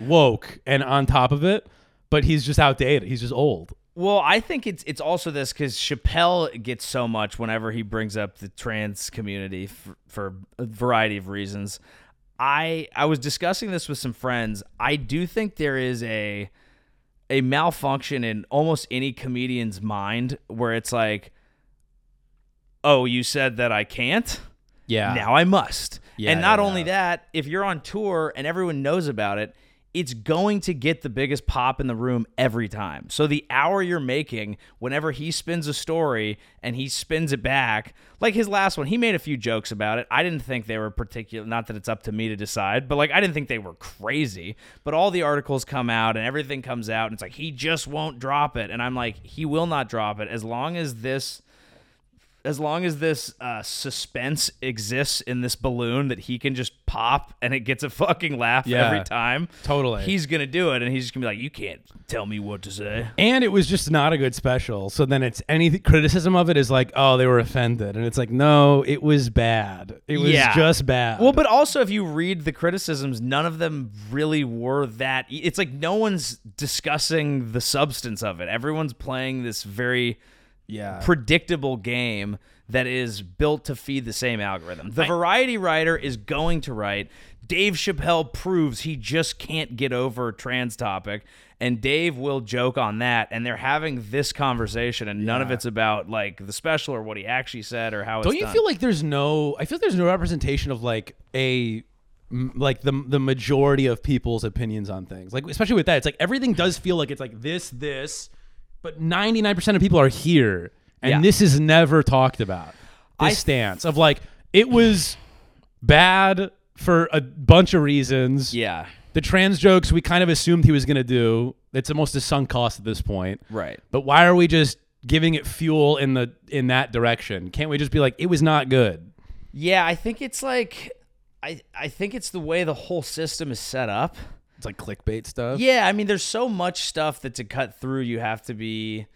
Speaker 3: woke and on top of it, but he's just outdated. He's just old.
Speaker 1: Well, I think it's it's also this because Chappelle gets so much whenever he brings up the trans community for, for a variety of reasons. I I was discussing this with some friends. I do think there is a a malfunction in almost any comedian's mind where it's like, oh, you said that I can't
Speaker 3: Yeah.
Speaker 1: now I must.
Speaker 3: Yeah,
Speaker 1: and not
Speaker 3: yeah,
Speaker 1: only
Speaker 3: yeah.
Speaker 1: that, if you're on tour and everyone knows about it, it's going to get the biggest pop in the room every time. So the hour you're making, whenever he spins a story and he spins it back, like his last one, he made a few jokes about it. I didn't think they were particular. Not that it's up to me to decide, but like I didn't think they were crazy. But all the articles come out and everything comes out, and it's like he just won't drop it. And I'm like, he will not drop it as long as this as long as this uh, suspense exists in this balloon that he can just pop and it gets a fucking laugh
Speaker 3: Yeah,
Speaker 1: every time,
Speaker 3: totally.
Speaker 1: he's gonna do it, and he's just gonna be like, "You can't tell me what to say."
Speaker 3: And it was just not a good special. So then it's any criticism of it is like, oh, they were offended. And it's like, no, it was bad. It was
Speaker 1: Yeah.
Speaker 3: just bad.
Speaker 1: Well, but also if you read the criticisms, none of them really were that. e, It's like no one's discussing the substance of it. Everyone's playing this very
Speaker 3: yeah.
Speaker 1: predictable game that is built to feed the same algorithm. The variety writer is going to write. Dave Chappelle proves he just can't get over a trans topic, and Dave will joke on that. And they're having this conversation, and none of it's about like the special or what he actually said or how.
Speaker 3: Don't
Speaker 1: it's
Speaker 3: you
Speaker 1: done.
Speaker 3: feel like there's no? I feel there's no representation of like a m- like the the majority of people's opinions on things. Like especially with that, it's like everything does feel like it's like this this, but 99% of people are here, and
Speaker 1: Yeah.
Speaker 3: this is never talked about. This stance of like it was bad for a bunch of reasons.
Speaker 1: Yeah.
Speaker 3: The trans jokes we kind of assumed he was going to do. It's almost a sunk cost at this point.
Speaker 1: Right.
Speaker 3: But why are we just giving it fuel in the in that direction? Can't we just be like it was not good?
Speaker 1: Yeah, I think it's like, I I think it's the way the whole system is set up.
Speaker 3: It's like clickbait stuff.
Speaker 1: Yeah, I mean, there's so much stuff that to cut through, you have to be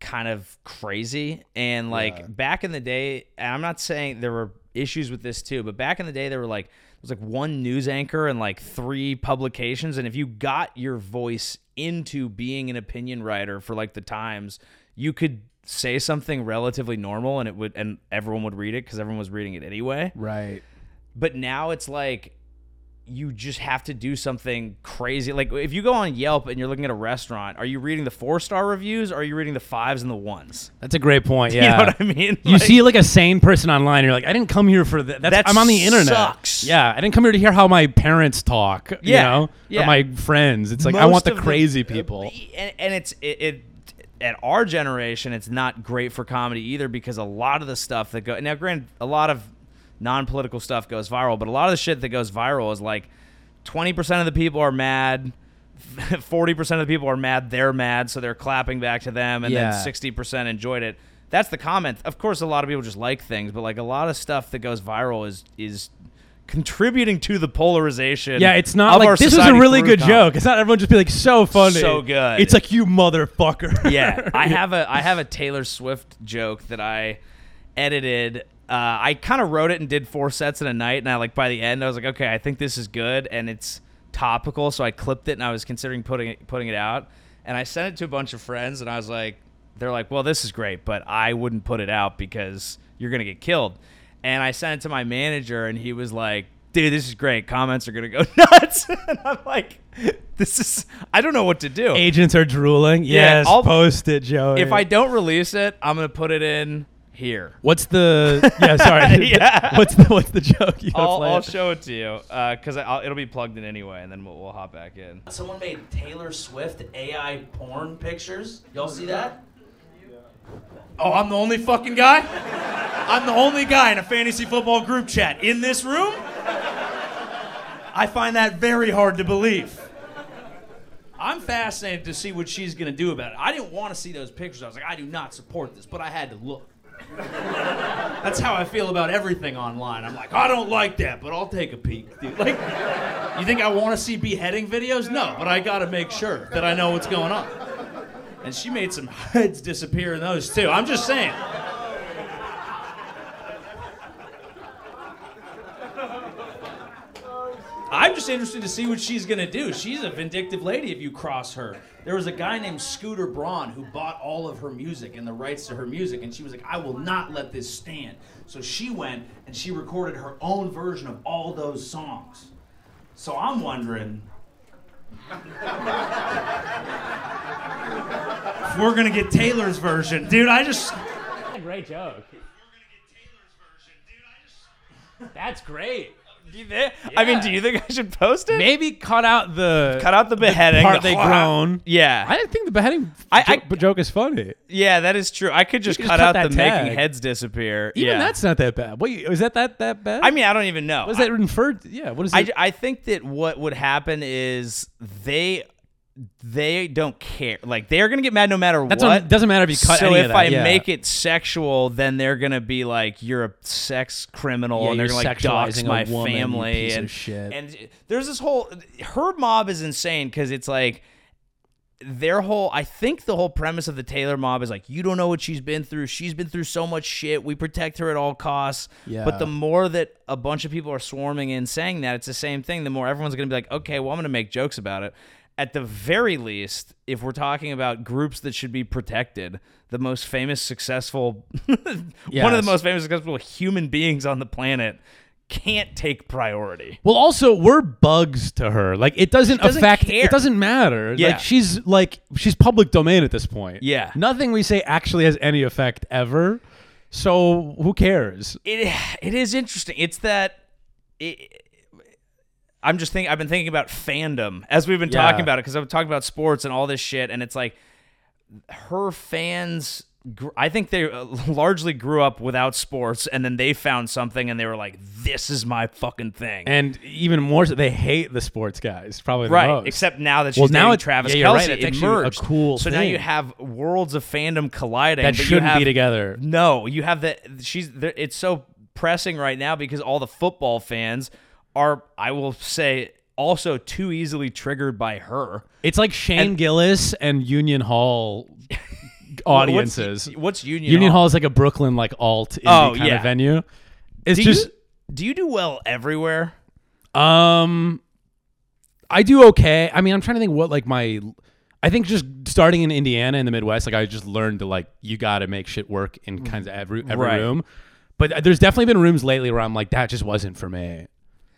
Speaker 1: kind of crazy. And like back in the day, and I'm not saying there were issues with this too, but back in the day, there were like, there was like one news anchor and like three publications. And if you got your voice into being an opinion writer for like the Times, you could say something relatively normal and it would, and everyone would read it because everyone was reading it anyway
Speaker 3: Right.
Speaker 1: but now it's like you just have to do something crazy. Like if you go on Yelp and you're looking at a restaurant, are you reading the four star reviews or are you reading the fives and the ones?
Speaker 3: That's a great point. Yeah.
Speaker 1: You know what I mean?
Speaker 3: You
Speaker 1: Like-
Speaker 3: see like a sane person online, you're like, I didn't come here for that. That's,
Speaker 1: That
Speaker 3: I'm on the internet.
Speaker 1: sucks.
Speaker 3: Yeah, I didn't come here to hear how my parents talk.
Speaker 1: Yeah,
Speaker 3: you know,
Speaker 1: yeah.
Speaker 3: or my friends. It's like I
Speaker 1: most
Speaker 3: want the
Speaker 1: of
Speaker 3: crazy people.
Speaker 1: and, and it's it, it at our generation it's not great for comedy either because a lot of the stuff that go now granted a lot of non-political stuff goes viral but a lot of the shit that goes viral is like 20% of the people are mad 40% of the people are mad they're mad so they're clapping back to them and
Speaker 3: Yeah.
Speaker 1: then 60% enjoyed it that's the comment of course a lot of people just like things but like a lot of stuff that goes viral is is contributing to the polarization
Speaker 3: Yeah, it's not
Speaker 1: of our
Speaker 3: like this was a
Speaker 1: society
Speaker 3: really
Speaker 1: through
Speaker 3: good
Speaker 1: comedy.
Speaker 3: joke. It's not everyone just be like so funny,
Speaker 1: So good.
Speaker 3: It's like you motherfucker.
Speaker 1: yeah, I have a I have a Taylor Swift joke that I edited. Uh, I kind of wrote it and did four sets in a night, and I like by the end I was like, okay, I think this is good and it's topical, so I clipped it and I was considering putting it putting it out, and I sent it to a bunch of friends, and I was like, they're like, well, this is great, but I wouldn't put it out because you're gonna get killed, and I sent it to my manager, and he was like. Dude, this is great. Comments are gonna go nuts, and I'm like, "This is—I don't know what to do."
Speaker 3: Agents are drooling.
Speaker 1: Yeah,
Speaker 3: Yes,
Speaker 1: I'll-
Speaker 3: post it, Joey.
Speaker 1: if I don't release it, I'm gonna put it in here.
Speaker 3: what's the yeah? Sorry.
Speaker 1: Yeah.
Speaker 3: What's the what's the joke? You gotta
Speaker 1: I'll,
Speaker 3: play
Speaker 1: I'll
Speaker 3: it.
Speaker 1: show it to you because I'll it'll be plugged in anyway, and then we'll, we'll hop back in.
Speaker 2: Someone made Taylor Swift AI porn pictures. Y'all see that?
Speaker 5: Oh, I'm the only fucking guy? I'm the only guy in a fantasy football group chat in this room? I find that very hard to believe. I'm fascinated to see what she's gonna do about it. I didn't want to see those pictures. I was like, I do not support this, but I had to look. That's how I feel about everything online. I'm like, I don't like that, but I'll take a peek, dude. Like, you think I want to see beheading videos? No, but I gotta make sure that I know what's going on. And she made some heads disappear in those too. I'm just saying. I'm just interested to see what she's gonna do. She's a vindictive lady if you cross her. There was a guy named Scooter Braun who bought all of her music and the rights to her music, and she was like, I will not let this stand. So she went and she recorded her own version of all those songs. So I'm wondering if we're gonna get Taylor's version. Dude, I just
Speaker 6: Great joke. That's great.
Speaker 1: I mean, do you think I should post it?
Speaker 3: Maybe cut out the
Speaker 1: Cut out the beheading.
Speaker 3: part
Speaker 1: the-
Speaker 3: they groan.
Speaker 1: Yeah,
Speaker 3: I didn't think the beheading
Speaker 1: I-
Speaker 3: jo- joke is funny.
Speaker 1: yeah, that is true. I could just
Speaker 3: could just
Speaker 1: cut
Speaker 3: cut
Speaker 1: out the
Speaker 3: that tag.
Speaker 1: making heads disappear.
Speaker 3: Even
Speaker 1: yeah,
Speaker 3: that's not that bad. What you- is that that that bad?
Speaker 1: I mean, I don't even know.
Speaker 3: was
Speaker 1: I-
Speaker 3: that inferred? Yeah. What is
Speaker 1: I,
Speaker 3: it?
Speaker 1: ju- I think that what would happen is they they don't care. Like they're gonna get mad no matter
Speaker 3: That's
Speaker 1: what.
Speaker 3: what- doesn't matter if you cut
Speaker 1: So
Speaker 3: any
Speaker 1: if
Speaker 3: of that,
Speaker 1: I
Speaker 3: yeah.
Speaker 1: make it sexual, then they're gonna be like, "You're a sex criminal,"
Speaker 3: Yeah,
Speaker 1: and they're
Speaker 3: you're
Speaker 1: gonna like
Speaker 3: sexualizing
Speaker 1: dox my
Speaker 3: a woman, you
Speaker 1: family
Speaker 3: piece of
Speaker 1: and
Speaker 3: shit.
Speaker 1: and there's this whole her mob is insane because it's like their whole I think the whole premise of the Taylor mob is like you don't know what she's been through. She's been through so much shit. We protect her at all costs.
Speaker 3: Yeah.
Speaker 1: But the more that a bunch of people are swarming in saying that, it's the same thing. The more everyone's going to be like, "Okay, well I'm going to make jokes about it." At the very least, if we're talking about groups that should be protected, the most famous successful one of
Speaker 3: Yes.
Speaker 1: the most famous successful human beings on the planet can't take priority.
Speaker 3: well, also we're bugs to her. Like it doesn't,
Speaker 1: doesn't
Speaker 3: affect.
Speaker 1: care.
Speaker 3: It doesn't matter.
Speaker 1: Yeah.
Speaker 3: Like she's like she's public domain at this point.
Speaker 1: Yeah.
Speaker 3: Nothing we say actually has any effect ever. So who cares?
Speaker 1: it it is interesting. It's that it, I'm just thinking. I've been thinking about fandom as we've been
Speaker 3: Yeah.
Speaker 1: talking about it because I've been talking about sports and all this shit, and it's like her fans. gr- I think they uh, largely grew up without sports, and then they found something, and they were like, "This is my fucking thing."
Speaker 3: And even more, so, they hate the sports guys. Probably the
Speaker 1: right.
Speaker 3: most.
Speaker 1: Except now that she's
Speaker 3: Well, now
Speaker 1: dating
Speaker 3: it-
Speaker 1: Travis
Speaker 3: yeah, you're right.
Speaker 1: Kelsey,
Speaker 3: It's
Speaker 1: it
Speaker 3: actually a
Speaker 1: merged.
Speaker 3: cool
Speaker 1: so now
Speaker 3: thing.
Speaker 1: you have worlds of fandom colliding
Speaker 3: that
Speaker 1: but you
Speaker 3: shouldn't
Speaker 1: have-
Speaker 3: be together.
Speaker 1: No, you have the she's there, it's so pressing right now because all the football fans are I will say also too easily triggered by her.
Speaker 3: It's like Shane Gillis and Union Hall audiences.
Speaker 1: What's, what's Union
Speaker 3: Union
Speaker 1: Hall?
Speaker 3: Hall is like a Brooklyn like alt indie
Speaker 1: Oh,
Speaker 3: kind
Speaker 1: yeah.
Speaker 3: of venue. It's
Speaker 1: Do
Speaker 3: just
Speaker 1: you, do you do well everywhere?
Speaker 3: um I do okay. I mean, I'm trying to think what like my I think just starting in Indiana in the Midwest, like I just learned to like you got to make shit work in kinds of every every
Speaker 1: Mm. Right.
Speaker 3: room. But there's definitely been rooms lately where I'm like that just wasn't for me.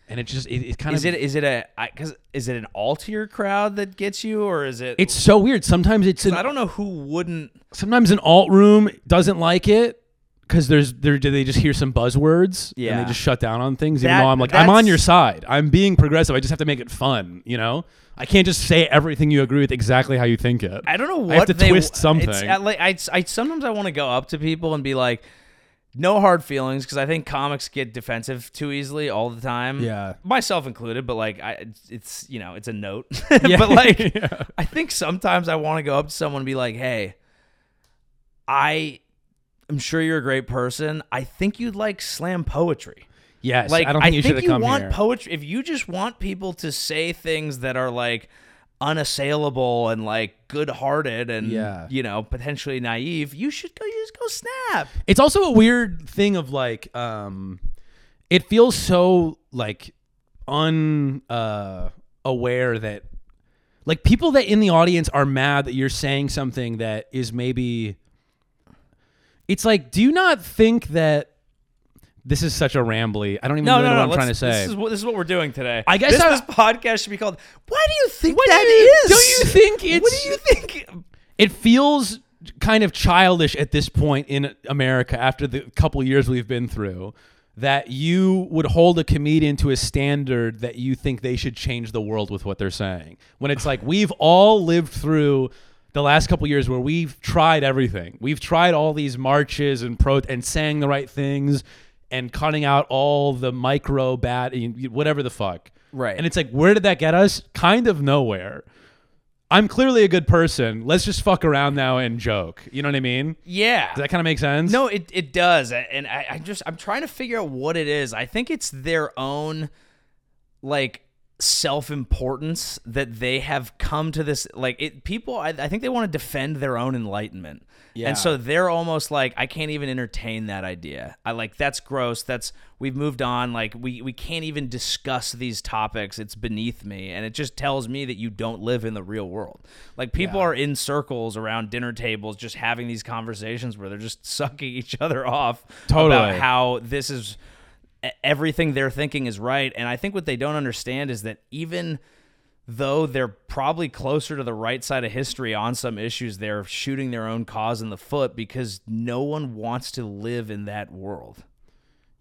Speaker 3: and it just it, it kind
Speaker 1: Is
Speaker 3: of
Speaker 1: it is it a I, cause is it an all tier crowd that gets you or is it?
Speaker 3: it's so weird. Sometimes it's an
Speaker 1: I don't know who wouldn't.
Speaker 3: sometimes an alt room doesn't like it because there's they they just hear some buzzwords and
Speaker 1: Yeah.
Speaker 3: they just shut down on things. Even
Speaker 1: That-
Speaker 3: though I'm like I'm on
Speaker 1: that's-
Speaker 3: your side. I'm being progressive. I just have to make it fun. You know, I can't just say everything you agree with exactly how you think it.
Speaker 1: I don't know what
Speaker 3: I have to
Speaker 1: they,
Speaker 3: twist
Speaker 1: it's-
Speaker 3: something.
Speaker 1: I, like, I, I sometimes I want to go up to people and be like, no hard feelings, because I think comics get defensive too easily all the time.
Speaker 3: Yeah.
Speaker 1: myself included. But like, I it's you know it's a note. but like,
Speaker 3: Yeah.
Speaker 1: I think sometimes I want to go up to someone and be like, hey, I am sure you're a great person. I think you'd like slam poetry.
Speaker 3: yes,
Speaker 1: Like
Speaker 3: I don't think you should have come
Speaker 1: want
Speaker 3: here.
Speaker 1: poetry. If you just want people to say things that are like unassailable and like good-hearted and
Speaker 3: Yeah.
Speaker 1: you know potentially naive, you should go. You just go snap.
Speaker 3: It's also a weird thing of like, um, it feels so like un uh, aware that like people that in the audience are mad that you're saying something that is maybe. It's like, do you not think that this is such a rambly? I don't even know what I'm
Speaker 1: let's-
Speaker 3: trying to say.
Speaker 1: This is, what, this is what we're doing today.
Speaker 3: I guess
Speaker 1: this,
Speaker 3: I-
Speaker 1: this podcast should be called. Why do you think
Speaker 3: What do
Speaker 1: that
Speaker 3: you-
Speaker 1: is?
Speaker 3: don't you think
Speaker 1: What
Speaker 3: it's-
Speaker 1: do you think?
Speaker 3: it feels kind of childish at this point in America after the couple years we've been through that you would hold a comedian to a standard that you think they should change the world with what they're saying when it's like we've all lived through the last couple years where we've tried everything we've tried all these marches and pro and saying the right things and cutting out all the micro bat whatever the fuck
Speaker 1: Right.
Speaker 3: and it's like where did that get us kind of nowhere I'm clearly a good person. Let's just fuck around now and joke. You know what I mean?
Speaker 1: Yeah.
Speaker 3: Does that kind of make sense?
Speaker 1: No, it, it does. A- And I, I just I'm trying to figure out what it is. I think it's their own like self importance that they have come to this like it people I, I think they want to defend their own enlightenment.
Speaker 3: Yeah.
Speaker 1: And so they're almost like, I can't even entertain that idea. I like that's gross. That's we've moved on. Like we we can't even discuss these topics. It's beneath me. And it just tells me that you don't live in the real world. Like people are in circles around dinner tables just having these conversations where they're just sucking each other off
Speaker 3: Totally.
Speaker 1: about how this is e, everything they're thinking is right. And I think what they don't understand is that even though they're probably closer to the right side of history on some issues, they're shooting their own cause in the foot because no one wants to live in that world.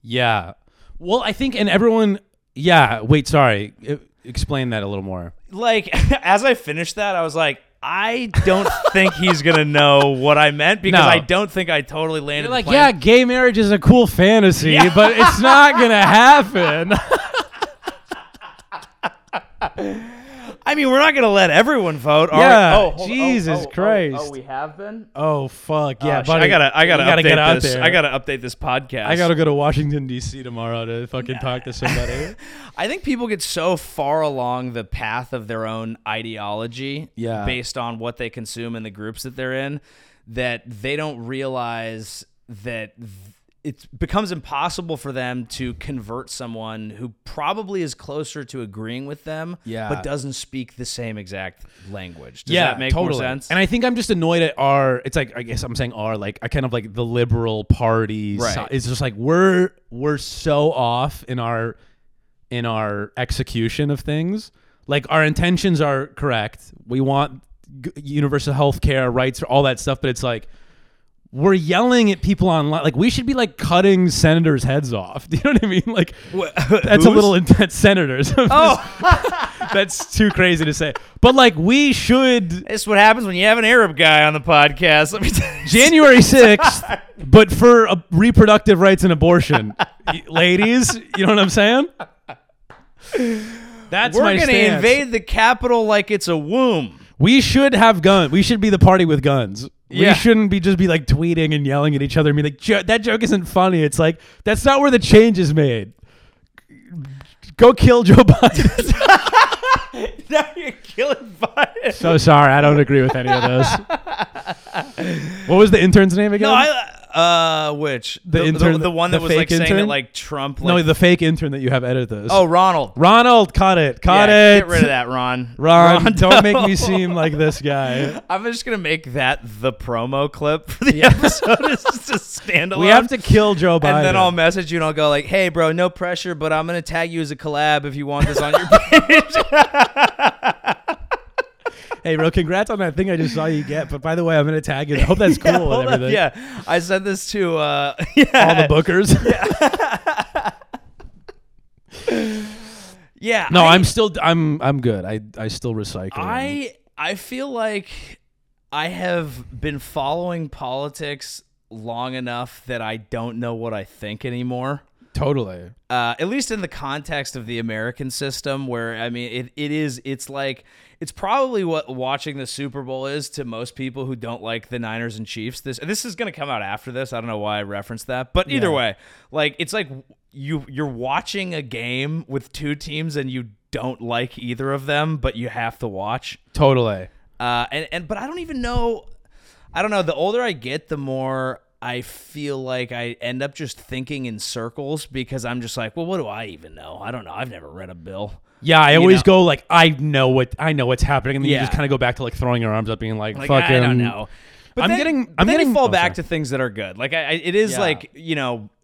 Speaker 3: Yeah. Well, I think, and everyone, yeah. Wait, sorry. E- Explain that a little more.
Speaker 1: Like, as I finished that, I was like, I don't think he's gonna know what I meant because
Speaker 3: No.
Speaker 1: I don't think I totally landed.
Speaker 3: You're
Speaker 1: the
Speaker 3: like,
Speaker 1: plane.
Speaker 3: yeah, gay marriage is a cool fantasy, but it's not gonna happen.
Speaker 1: I mean, we're not gonna let everyone vote. Are we?
Speaker 3: Yeah,
Speaker 1: Oh, hold- oh,
Speaker 3: Jesus
Speaker 1: oh, oh,
Speaker 3: Christ.
Speaker 1: Oh, we have been.
Speaker 3: oh fuck, yeah,
Speaker 1: Oh, shit,
Speaker 3: buddy.
Speaker 1: I gotta. I gotta,
Speaker 3: You gotta
Speaker 1: update
Speaker 3: get out
Speaker 1: this.
Speaker 3: there.
Speaker 1: I gotta update this podcast.
Speaker 3: I gotta go to Washington D.C. tomorrow to fucking talk to somebody.
Speaker 1: I think people get so far along the path of their own ideology
Speaker 3: Yeah.
Speaker 1: based on what they consume and the groups that they're in that they don't realize that th- it becomes impossible for them to convert someone who probably is closer to agreeing with them
Speaker 3: Yeah.
Speaker 1: but doesn't speak the same exact language. Does
Speaker 3: yeah,
Speaker 1: that make
Speaker 3: totally.
Speaker 1: more sense?
Speaker 3: And I think I'm just annoyed at our. It's like I guess I'm saying our like I kind of like the liberal party.
Speaker 1: Right.
Speaker 3: si- It's just like we're we're so off in our in our execution of things. Like our intentions are correct. We want g- universal health care, rights, all that stuff. But it's like we're yelling at people online. Like we should be like cutting senators' heads off. Do you know what I mean? Like that's a
Speaker 1: whose?
Speaker 3: little intense. Senators. Oh, that's too crazy to say. But like we should
Speaker 1: this is what happens when you have an Arab guy on the podcast. Let me tell you.
Speaker 3: January sixth, but for uh, reproductive rights and abortion, Y- ladies. You know what I'm saying? That's
Speaker 1: We're
Speaker 3: my
Speaker 1: going to
Speaker 3: stance.
Speaker 1: invade the capital like it's a womb.
Speaker 3: We should have guns. We should be the party with guns.
Speaker 1: Yeah.
Speaker 3: We shouldn't be just be like tweeting and yelling at each other and be like, "Jo- that joke isn't funny. It's like, that's not where the change is made. Go kill Joe Biden.
Speaker 1: now you're killing Biden.
Speaker 3: so sorry. I don't agree with any of those. What was the intern's name again?
Speaker 1: No, I, Uh, which
Speaker 3: The intern-
Speaker 1: the, one
Speaker 3: the
Speaker 1: that was like
Speaker 3: fake
Speaker 1: saying that
Speaker 3: intern?
Speaker 1: like Trump, like,
Speaker 3: No, the fake intern that you have edit this.
Speaker 1: oh Ronald,
Speaker 3: Ronald, caught it, caught
Speaker 1: yeah,
Speaker 3: it.
Speaker 1: get rid of that, Ron.
Speaker 3: Ron, don't make me
Speaker 1: Rondo.
Speaker 3: seem like this guy.
Speaker 1: I'm just gonna make that the promo clip for the episode. it's just a standalone.
Speaker 3: We have to kill Joe Biden.
Speaker 1: And then I'll message you and I'll go like, "Hey, bro, no pressure, but I'm gonna tag you as a collab if you want this on your page."
Speaker 3: hey, bro, congrats on that thing I just saw you get. But by the way, I'm gonna tag it. I hope that's cool
Speaker 1: Hold
Speaker 3: and
Speaker 1: up,
Speaker 3: everything.
Speaker 1: yeah, I sent this to uh, yeah,
Speaker 3: all the bookers.
Speaker 1: yeah.
Speaker 3: no,
Speaker 1: I,
Speaker 3: I'm still I'm I'm good. I I still recycle.
Speaker 1: I I feel like I have been following politics long enough that I don't know what I think anymore.
Speaker 3: totally.
Speaker 1: uh, at least in the context of the American system, where I mean, it, it is, it's like, it's probably what watching the Super Bowl is to most people who don't like the Niners and Chiefs. This this is going to come out after this. I don't know why I referenced that, but either way, like it's like you you're watching a game with two teams and you don't like either of them, but you have to watch.
Speaker 3: Totally.
Speaker 1: Uh, and and but I don't even know. I don't know. The older I get, the more I feel like I end up just thinking in circles because I'm just like, well, what do I even know? I don't know. I've never read a bill.
Speaker 3: Yeah, I always
Speaker 1: know.
Speaker 3: go like I know what I know what's happening, and then
Speaker 1: Yeah.
Speaker 3: you just kind of go back to like throwing your arms up, being like,
Speaker 1: Like
Speaker 3: "Fucking."
Speaker 1: I don't know.
Speaker 3: I'm
Speaker 1: then-
Speaker 3: getting.
Speaker 1: but
Speaker 3: I'm
Speaker 1: then
Speaker 3: getting.
Speaker 1: you fall
Speaker 3: oh,
Speaker 1: back to
Speaker 3: sorry.
Speaker 1: things that are good. Like I, I it is
Speaker 3: Yeah.
Speaker 1: like you know.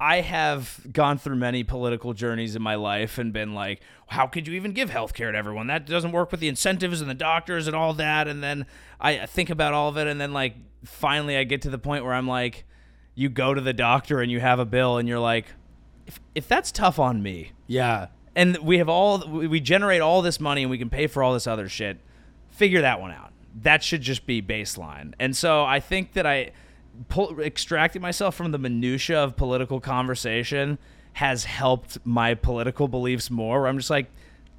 Speaker 1: I have gone through many political journeys in my life and been like, how could you even give health care to everyone? That doesn't work with the incentives and the doctors and all that. And then I think about all of it. And then, like, finally, I get to the point where I'm like, you go to the doctor and you have a bill, and you're like, if, if that's tough on me,
Speaker 3: Yeah.
Speaker 1: and we have all we we generate all this money and we can pay for all this other shit figure that one out that should just be baseline and so i think that i pull, extracting myself from the minutia of political conversation has helped my political beliefs more where i'm just like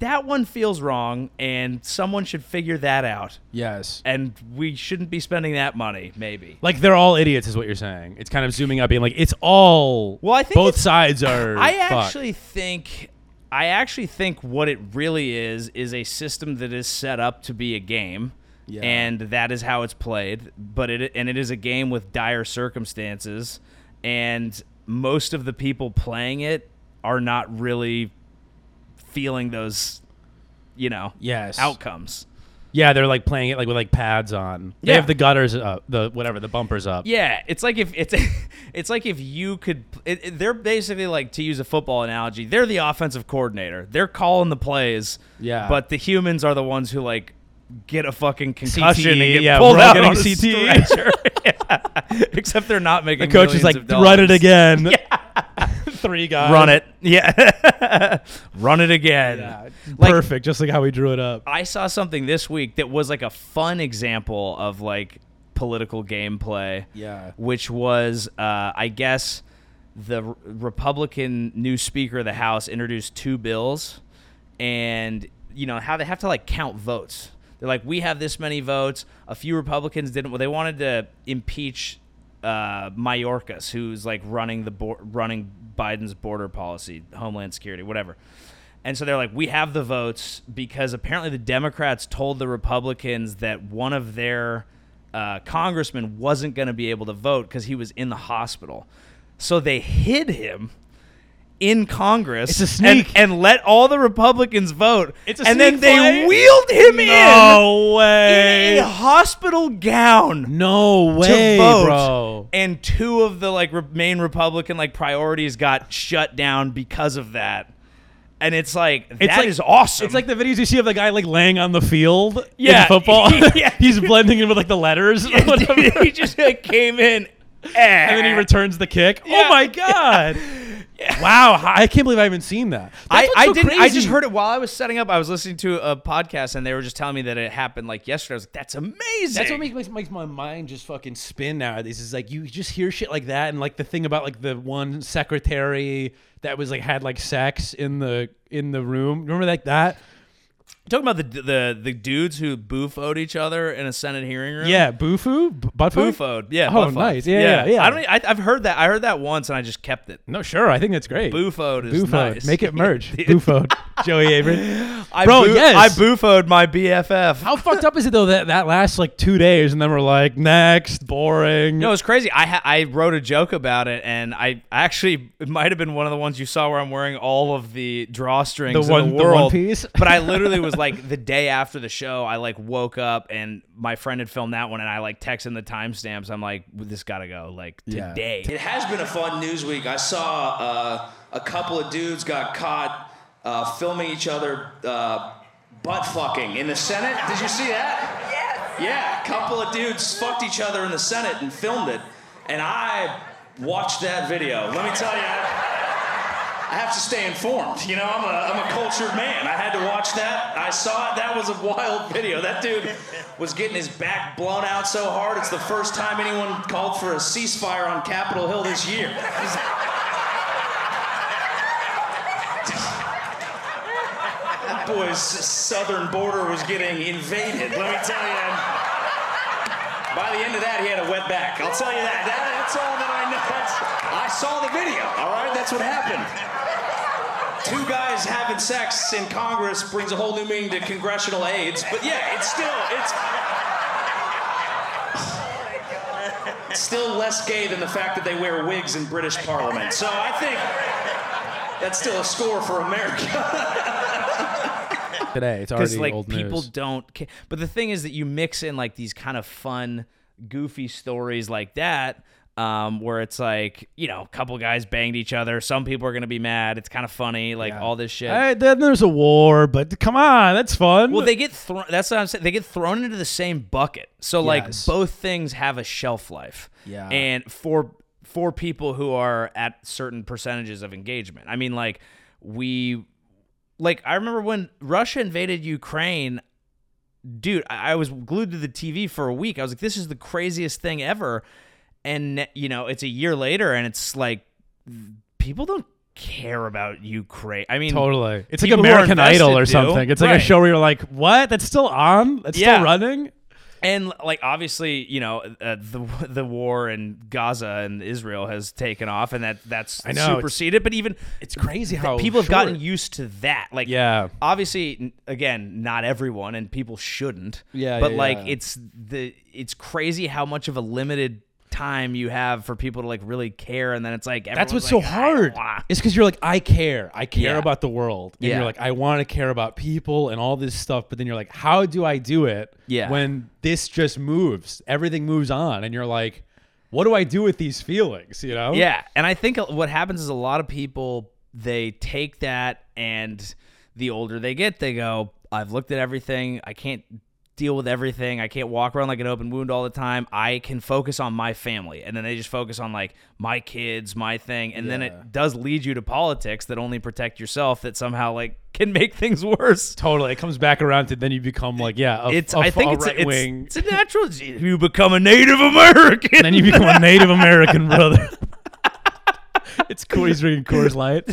Speaker 1: that one feels wrong and someone should figure that out
Speaker 3: Yes.
Speaker 1: and we shouldn't be spending that money maybe
Speaker 3: Like they're all idiots, is what you're saying. It's kind of zooming up, being like, "It's all."
Speaker 1: Well, I think
Speaker 3: both
Speaker 1: it's-
Speaker 3: sides are.
Speaker 1: I
Speaker 3: fucked.
Speaker 1: actually think I actually think what it really is is a system that is set up to be a game.
Speaker 3: Yeah.
Speaker 1: And that is how it's played, but it and it is a game with dire circumstances and most of the people playing it are not really feeling those you know
Speaker 3: Yes.
Speaker 1: outcomes.
Speaker 3: Yeah, they're like playing it like with like pads on. They
Speaker 1: Yeah.
Speaker 3: have the gutters up, the whatever, the bumpers up.
Speaker 1: Yeah, it's like if it's it's like if you could. It, it- they're basically like to use a football analogy. They're the offensive coordinator. They're calling the plays.
Speaker 3: Yeah.
Speaker 1: but the humans are the ones who like get a fucking concussion and get
Speaker 3: E, yeah,
Speaker 1: pulled
Speaker 3: we're all
Speaker 1: out
Speaker 3: getting
Speaker 1: on a
Speaker 3: CTE.
Speaker 1: stretcher. Yeah. Except they're not making.
Speaker 3: The coach is
Speaker 1: millions
Speaker 3: like,
Speaker 1: of
Speaker 3: "Run it
Speaker 1: dollars."
Speaker 3: again." Three guys.
Speaker 1: Run it. Yeah, run it again.
Speaker 3: Yeah.
Speaker 1: Like-
Speaker 3: Perfect, just like how we drew it up.
Speaker 1: I saw something this week that was like a fun example of like political gameplay.
Speaker 3: Yeah.
Speaker 1: Which was, uh, I guess, the R- Republican new Speaker of the House introduced two bills, and you know how they have to like count votes. They're like, we have this many votes. A few Republicans didn't. Well, they wanted to impeach uh, Mayorkas, who's like running the bor- running Biden's border policy, Homeland Security, whatever. And so they're like, we have the votes because apparently the Democrats told the Republicans that one of their uh, congressmen wasn't going to be able to vote because he was in the hospital. So they hid him in Congress
Speaker 3: It's a
Speaker 1: and-
Speaker 3: sneak.
Speaker 1: And, let all the Republicans vote.
Speaker 3: It's a
Speaker 1: and then
Speaker 3: sneak
Speaker 1: they
Speaker 3: play?
Speaker 1: wheeled him
Speaker 3: No
Speaker 1: in in
Speaker 3: way.
Speaker 1: a hospital gown
Speaker 3: No
Speaker 1: to
Speaker 3: way,
Speaker 1: vote,
Speaker 3: bro.
Speaker 1: and two of the like re- main Republican like priorities got shut down because of that. And it's like that is
Speaker 3: like-
Speaker 1: awesome.
Speaker 3: It's like the videos you see of the guy like laying on the field
Speaker 1: Yeah.
Speaker 3: in football.
Speaker 1: Yeah.
Speaker 3: He's blending in with like the letters or whatever.
Speaker 1: he just like, came in,
Speaker 3: And then
Speaker 4: Eh.
Speaker 3: he returns the kick.
Speaker 1: Yeah.
Speaker 3: Oh my god! Wow, I can't believe I haven't seen that. That's
Speaker 1: I,
Speaker 3: what's
Speaker 1: I
Speaker 3: so
Speaker 1: didn't. I just
Speaker 3: crazy.
Speaker 1: heard it while I was setting up. I was listening to a podcast, and they were just telling me that it happened like yesterday. I was like, "That's amazing."
Speaker 3: That's what makes, makes makes my mind just fucking spin nowadays. Is like you just hear shit like that, and like the thing about like the one secretary that was like had like sex in the in the room. Remember like that?
Speaker 4: talking about the the the dudes who boofoed each other in a Senate hearing room.
Speaker 3: Yeah, Bufu, B- butt fuck?
Speaker 4: boofoed. Yeah.
Speaker 3: Oh,
Speaker 4: buttfucked.
Speaker 3: nice. Yeah, yeah, yeah.
Speaker 4: I don't. e, I, I've heard that. I heard that once, and I just kept it.
Speaker 3: No, sure. I think that's great.
Speaker 4: Boofoed is
Speaker 3: Bufoed.
Speaker 4: nice.
Speaker 3: Make it merge. Bufoed. Joey Avery.
Speaker 4: I
Speaker 3: Bro,
Speaker 4: boo-
Speaker 3: yes.
Speaker 4: I boofoed my BFF.
Speaker 3: How fucked up is it though that that lasts like two days and then we're like next boring.
Speaker 4: No, it's crazy. I ha- I wrote a joke about it, and I actually it might have been one of the ones you saw where I'm wearing all of the drawstrings
Speaker 3: The
Speaker 4: in
Speaker 3: one-
Speaker 4: the
Speaker 3: the one
Speaker 4: world.
Speaker 3: piece?
Speaker 4: but I literally was like the day after the show, I like woke up and my friend had filmed that one, and I like texted the timestamps. I'm like, this gotta go like
Speaker 3: Yeah.
Speaker 4: today.
Speaker 1: It has been a fun news week. I saw uh, a couple of dudes got caught uh, filming each other uh, butt fucking in the Senate. Did you see that? Yes. Yeah, a couple of dudes fucked each other in the Senate and filmed it. And I watched that video. Let me tell you, I have to stay informed. You know, I'm a, I'm a cultured man. I had to watch that. I saw it. That was a wild video. That dude was getting his back blown out so hard. It's the first time anyone called for a ceasefire on Capitol Hill this year. That boy's southern border was getting invaded. Let me tell you. By the end of that, he had a wet back. I'll tell you that. that that's all that I know. That's, I saw the video. All right, that's what happened. Two guys having sex in Congress brings a whole new meaning to congressional aides. But yeah, it's still it's. it's Still less gay than the fact that they wear wigs in British Parliament. So I think that's still a score for America.
Speaker 3: today it's
Speaker 4: because
Speaker 3: already
Speaker 4: like
Speaker 3: old
Speaker 4: people
Speaker 3: news.
Speaker 4: don't ca- but the thing is that you mix in like these kind of fun goofy stories like that um, where it's like you know a couple guys banged each other some people are gonna be mad it's kind of funny like all this shit
Speaker 3: All right, then there's a war, but come on, that's fun.
Speaker 4: well they get thrown that's what i'm saying they get thrown into the same bucket so like
Speaker 3: Yes.
Speaker 4: both things have a shelf life
Speaker 3: Yeah.
Speaker 4: and for for people who are at certain percentages of engagement i mean like we like I remember when Russia invaded Ukraine, dude, I, I was glued to the TV for a week. I was like, this is the craziest thing ever. And you know, it's a year later, and it's like people don't care about Ukraine. I mean,
Speaker 3: totally. It's like
Speaker 4: people who are
Speaker 3: American Idol or
Speaker 4: invested do.
Speaker 3: something. It's like a
Speaker 4: Right.
Speaker 3: show where you're like, what? That's still on? That's
Speaker 4: Yeah.
Speaker 3: still running?
Speaker 4: and like obviously, you know, uh, the the war in Gaza and Israel has taken off, and that that's
Speaker 3: I know, it's-
Speaker 4: superseded. But even
Speaker 3: It's crazy
Speaker 4: th-
Speaker 3: how
Speaker 4: people have
Speaker 3: short-
Speaker 4: gotten used to that. Like,
Speaker 3: Yeah.
Speaker 4: obviously, n- again, not everyone, and people shouldn't.
Speaker 3: Yeah,
Speaker 4: but
Speaker 3: yeah,
Speaker 4: like,
Speaker 3: yeah.
Speaker 4: it's the it's crazy how much of a limited time you have for people to like really care, and then it's like
Speaker 3: That's what's
Speaker 4: everyone's
Speaker 3: so
Speaker 4: like, "Ah, "I don't
Speaker 3: hard.
Speaker 4: wanna."
Speaker 3: It's because you're like, I care. I care
Speaker 4: Yeah.
Speaker 3: about the world. And
Speaker 4: Yeah.
Speaker 3: you're like, I want to care about people and all this stuff. But then you're like, how do I do it
Speaker 4: Yeah.
Speaker 3: when this just moves? Everything moves on. And you're like, what do I do with these feelings? You know?
Speaker 4: Yeah, and I think what happens is a lot of people they take that and the older they get, they go, I've looked at everything. I can't deal with everything. I can't walk around like an open wound all the time. I can focus on my family. And then they just focus on like my kids, my thing. And then it does lead you to politics that only protect yourself that somehow like can make things worse.
Speaker 3: Totally. It comes back around to then you become like, yeah, a,
Speaker 4: It's
Speaker 3: a-
Speaker 4: I think
Speaker 3: a
Speaker 4: it's, a-
Speaker 3: right wing.
Speaker 4: it's it's a natural you become a Native American.
Speaker 3: then you become a Native American brother. it's cool. He's drinking Coors Light,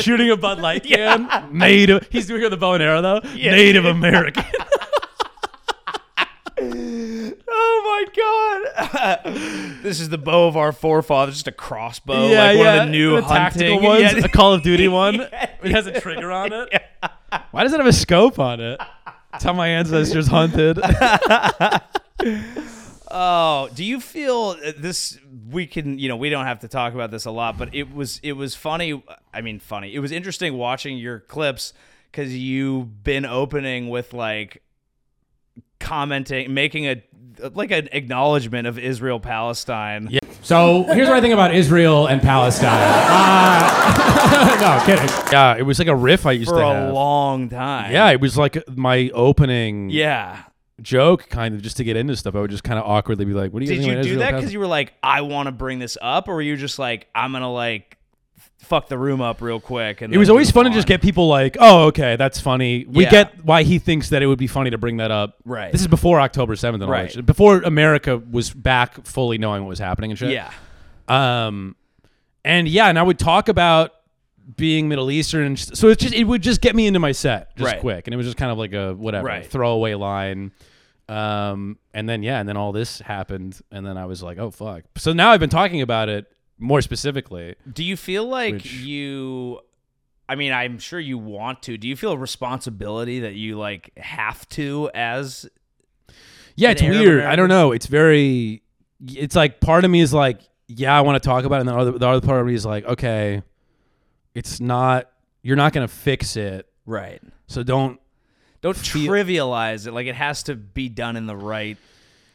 Speaker 3: shooting a Bud Light can. Native. He's doing it with a bow and arrow though. Native American.
Speaker 4: Oh my god! this is the bow of our forefathers, just a crossbow,
Speaker 3: yeah,
Speaker 4: Oh, like
Speaker 3: yeah.
Speaker 4: one of the new
Speaker 3: the
Speaker 4: hunting
Speaker 3: tactical ones,
Speaker 4: Yeah.
Speaker 3: a Call of Duty one. It has a trigger on it. Why does it have a scope on it? It's how my ancestors hunted.
Speaker 4: Oh, do you feel uh, this? We can, you know, we don't have to talk about this a lot, but it was it was funny. I mean, funny. It was interesting watching your clips because you've been opening with like commenting, making a like an acknowledgement of Israel Palestine. Yeah.
Speaker 7: So here's what I think about Israel and Palestine. Uh, no, kidding.
Speaker 3: yeah, it was like a riff I used
Speaker 4: For
Speaker 3: to
Speaker 4: a
Speaker 3: have.
Speaker 4: long time.
Speaker 3: yeah, it was like my opening
Speaker 4: Yeah.
Speaker 3: joke, kind of just to get into stuff. I would just kind of awkwardly be like, "What do you
Speaker 4: Did
Speaker 3: think
Speaker 4: you
Speaker 3: about
Speaker 4: do
Speaker 3: Israel
Speaker 4: that
Speaker 3: Palestine?"
Speaker 4: because you were like, I want to bring this up, or were you just like, I'm gonna like f- fuck the room up real quick? And
Speaker 3: It
Speaker 4: then
Speaker 3: was always
Speaker 4: move
Speaker 3: fun to
Speaker 4: on?
Speaker 3: just get people like, oh, okay, that's funny. We
Speaker 4: Yeah.
Speaker 3: get why he thinks that it would be funny to bring that up.
Speaker 4: Right.
Speaker 3: This is before October 7th and all
Speaker 4: Right.
Speaker 3: that shit. Before America was back fully knowing what was happening and shit.
Speaker 4: yeah,
Speaker 3: Um, and yeah, and I would talk about being Middle Eastern. And just, so it just it would just get me into my set just
Speaker 4: Right.
Speaker 3: quick, and it was just kind of like a whatever
Speaker 4: Right.
Speaker 3: throwaway line. Um, and then yeah, and then all this happened, and then I was like, oh fuck. So now I've been talking about it more specifically.
Speaker 4: Do you feel like
Speaker 3: Which-
Speaker 4: you? I mean, I'm sure you want to. Do you feel a responsibility that you like have to as
Speaker 3: Yeah,
Speaker 4: an
Speaker 3: it's
Speaker 4: Arab
Speaker 3: weird. I
Speaker 4: American?
Speaker 3: don't know. It's very. It's like part of me is like, yeah, I want to talk about it, and the other, the other part of me is like, okay, it's not. You're not gonna fix it,
Speaker 4: right?
Speaker 3: so don't.
Speaker 4: Don't
Speaker 3: Feel-
Speaker 4: trivialize it. Like it has to be done in the right